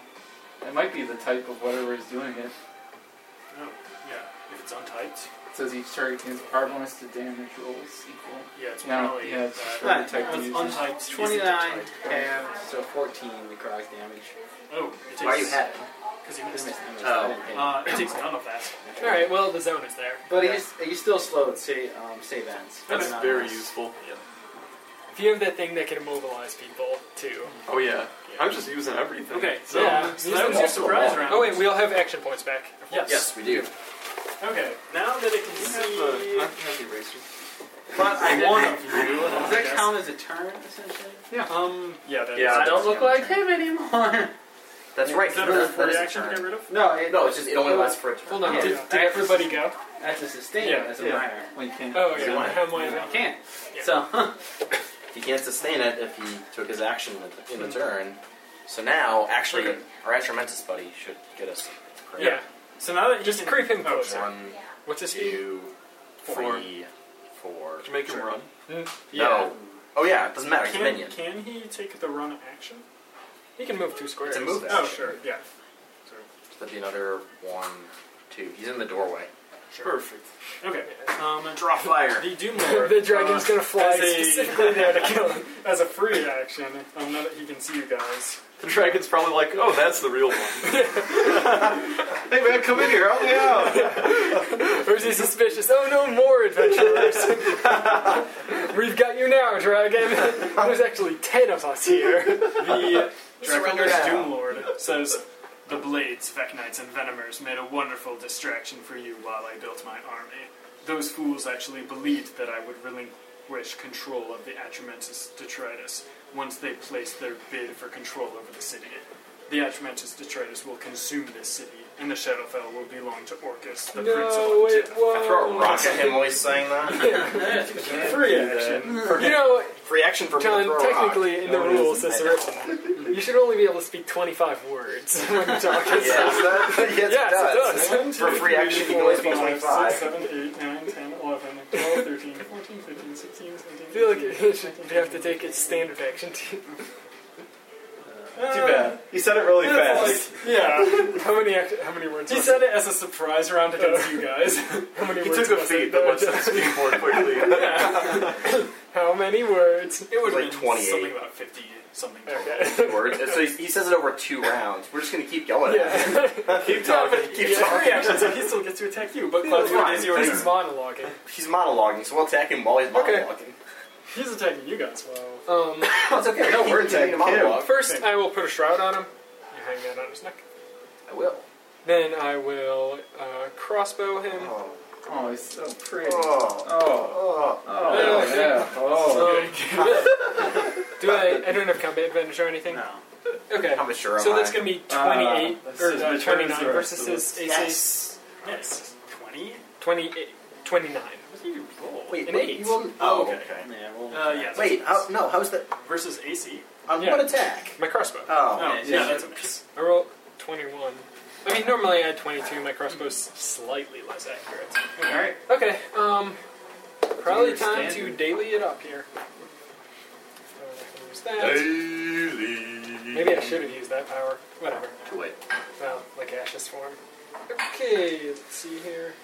S5: It might be the type of whatever is doing it.
S1: No. Oh, Yeah. If it's untyped.
S5: It says each target gains power bonus to damage rolls equal.
S1: Yeah, it's
S5: No,
S1: probably.
S5: yeah, it's just
S1: that.
S5: whatever type
S1: It's
S5: you use.
S1: untyped.
S6: Twenty-nine half, um, so fourteen necrotic damage.
S1: Oh, it takes.
S3: Why are you head?
S1: Because you
S6: I
S1: missed.
S6: missed- I missed,
S3: Oh.
S6: I didn't hit.
S1: Uh, it takes none of that.
S4: All right. Well, the zone is there.
S6: But he's he's still slowed. Say um, save ends.
S8: That's
S6: Not
S8: very
S6: us.
S8: useful.
S4: If you have that thing that can immobilize people too.
S8: Oh yeah. I'm just using everything.
S1: Okay,
S8: So
S4: yeah.
S1: So that was your surprise round.
S4: Oh wait, we all have action points back.
S1: Yes.
S3: Yes, we do.
S1: Okay, now that it can
S8: you have
S1: see.
S8: the- Uh, I have the eraser.
S6: But I didn't-
S1: one of you.
S6: Does that count as a turn essentially?
S1: Um, yeah, that
S3: Yeah.
S1: is-
S6: I don't look like him anymore.
S3: That's right.
S1: Is that
S3: that-
S1: a
S3: that is a
S1: reaction to get
S3: turn.
S1: rid of?
S6: [laughs] No, it,
S3: No, it's just it only lasts for a turn.
S4: Hold on.
S6: Yeah.
S4: Did, did everybody go?
S6: That's a sustain.
S1: Yeah,
S6: that's a
S5: yeah.
S6: minor.
S5: Well, you can't.
S4: Oh
S3: Yeah.
S4: yeah. How am I
S6: I can't.
S4: Yeah.
S6: So [laughs]
S3: He can't sustain it if he took his action in the, in the turn. So now, actually, our Atromentis buddy should get us.
S4: Yeah.
S3: correct?
S1: So now that you
S4: Just
S1: can,
S4: creep him
S1: oh,
S4: closer.
S3: One,
S4: What's his speed?
S3: two,
S8: Four.
S3: three, four.
S8: Did you make him run?
S3: No. Oh yeah, it doesn't matter. He's a
S1: Can,
S3: minion.
S1: can he take the run action?
S4: He can move two squares.
S3: It's a move action.
S1: Oh, sure, yeah.
S3: So that'd be another one, two. He's in the doorway.
S8: Perfect.
S1: Okay. Um,
S3: Draw fire.
S1: the Doom Lord.
S4: [laughs] the dragon's
S1: uh,
S4: gonna fly
S1: as a- [laughs]
S4: specifically there to kill him.
S1: as a free action, um, now that he can see you guys.
S8: The dragon's probably like, oh, that's the real
S4: [laughs]
S8: one.
S5: Hey man, come in here. Help me out.
S4: Or is he suspicious? Oh no, more
S1: [laughs]
S4: adventurers! We've got you now, dragon. There's actually ten of us here.
S1: The
S3: [laughs] Surrender
S1: Draconis
S3: now.
S1: Doom Lord says, The blades, Vecnites, and Venomers made a wonderful distraction for you while I built my army. Those fools actually believed that I would relinquish control of the Atromentis detritus once they placed their bid for control over the city. The Atromentis detritus will consume this city, and the Shadowfell will belong to Orcus, the Prince of
S4: No, it
S3: [laughs]
S1: Undead.
S3: I throw a rock
S4: won't.
S3: at him while he's saying that.
S1: Free [laughs] action.
S4: You know,
S3: Free action for
S4: John,
S3: throw a rock.
S4: technically in the
S5: No, it
S4: rules it's written, [laughs] you should only be able to speak 25 words when you talk.
S3: Yeah, is that, [laughs] yes, it
S4: Yes, it
S3: does.
S4: does.
S1: One,
S3: [laughs]
S1: two,
S3: For free
S1: three,
S3: action, you can
S1: four,
S3: only be 25.
S1: five, six, seven, eight, nine, 10, 11, 12, 13, 14, 15, 16, 17,
S4: I feel like [laughs]
S1: 18,
S4: it should
S1: 19,
S4: have to take its standard action too.
S5: Too bad. He said it really fast.
S1: Yeah.
S4: How many act- how many words?
S1: He
S4: was
S1: said it as a surprise round against you guys.
S4: it? [laughs] how many
S8: He
S4: words
S8: took a
S4: was
S8: feat
S4: it?
S8: that lets him speak
S4: [laughs]
S8: more quickly.
S4: How many words? [laughs]
S1: It would have
S3: Like
S1: been
S3: 28.
S1: something about 50 something.
S4: Okay.
S3: Words. So he, he says it over [laughs] two rounds. We're just gonna keep going. at it.
S8: Keep talking.
S3: [laughs] Keep
S1: [laughs] It's a
S3: talking.
S1: free action, so he still gets to attack you, but [laughs] Claudio
S3: fine.
S1: is
S4: This
S1: yours.
S4: is monologuing.
S3: He's monologuing, so we'll attack him while he's
S4: Okay.
S3: monologuing.
S1: He's attacking you guys. Well,
S4: Um,
S3: No, [laughs] it's okay.
S5: No,
S3: Keep
S5: we're
S3: continuing
S5: attacking
S3: the
S5: him.
S3: monologue.
S4: first, I will put a shroud on him. You hang that on his neck.
S3: I will.
S4: Then I will uh, crossbow him.
S3: Oh.
S5: Oh, he's is so pretty.
S3: Oh.
S5: Oh.
S3: Oh.
S5: Oh, yeah. Oh.
S4: So, [laughs] do I? I don't have combat advantage or anything.
S7: No.
S4: Okay.
S3: How mature am
S4: So that's
S3: I?
S4: gonna be
S5: Uh,
S4: 28
S5: this
S4: or
S5: is
S4: uh,
S5: returns
S4: 29
S5: or-
S4: versus his AC.
S3: Yes.
S1: Yes. 20?
S4: 28, 29.
S1: What did you roll?
S3: Wait,
S4: An
S3: wait,
S4: eight.
S3: you rolled- Oh,
S1: Okay.
S3: okay.
S7: Yeah, well,
S1: Uh, yeah. that's
S3: Wait,
S1: a
S3: how,
S1: miss.
S3: no, how's that?
S1: Versus AC?
S3: On
S4: Yeah.
S3: what attack?
S4: My crossbow.
S1: Oh,
S3: Oh.
S1: yeah,
S7: yeah,
S1: that's a miss.
S4: I roll 21. I mean, normally I had 22. My crossbow's slightly less accurate.
S7: alright.
S4: Okay. Um, probably
S5: Your
S4: time to
S5: standard.
S4: daily it up here. So I can use that. Maybe I should have used that power. Whatever.
S3: Too late.
S4: Well, like Ash's form. Okay, let's see here.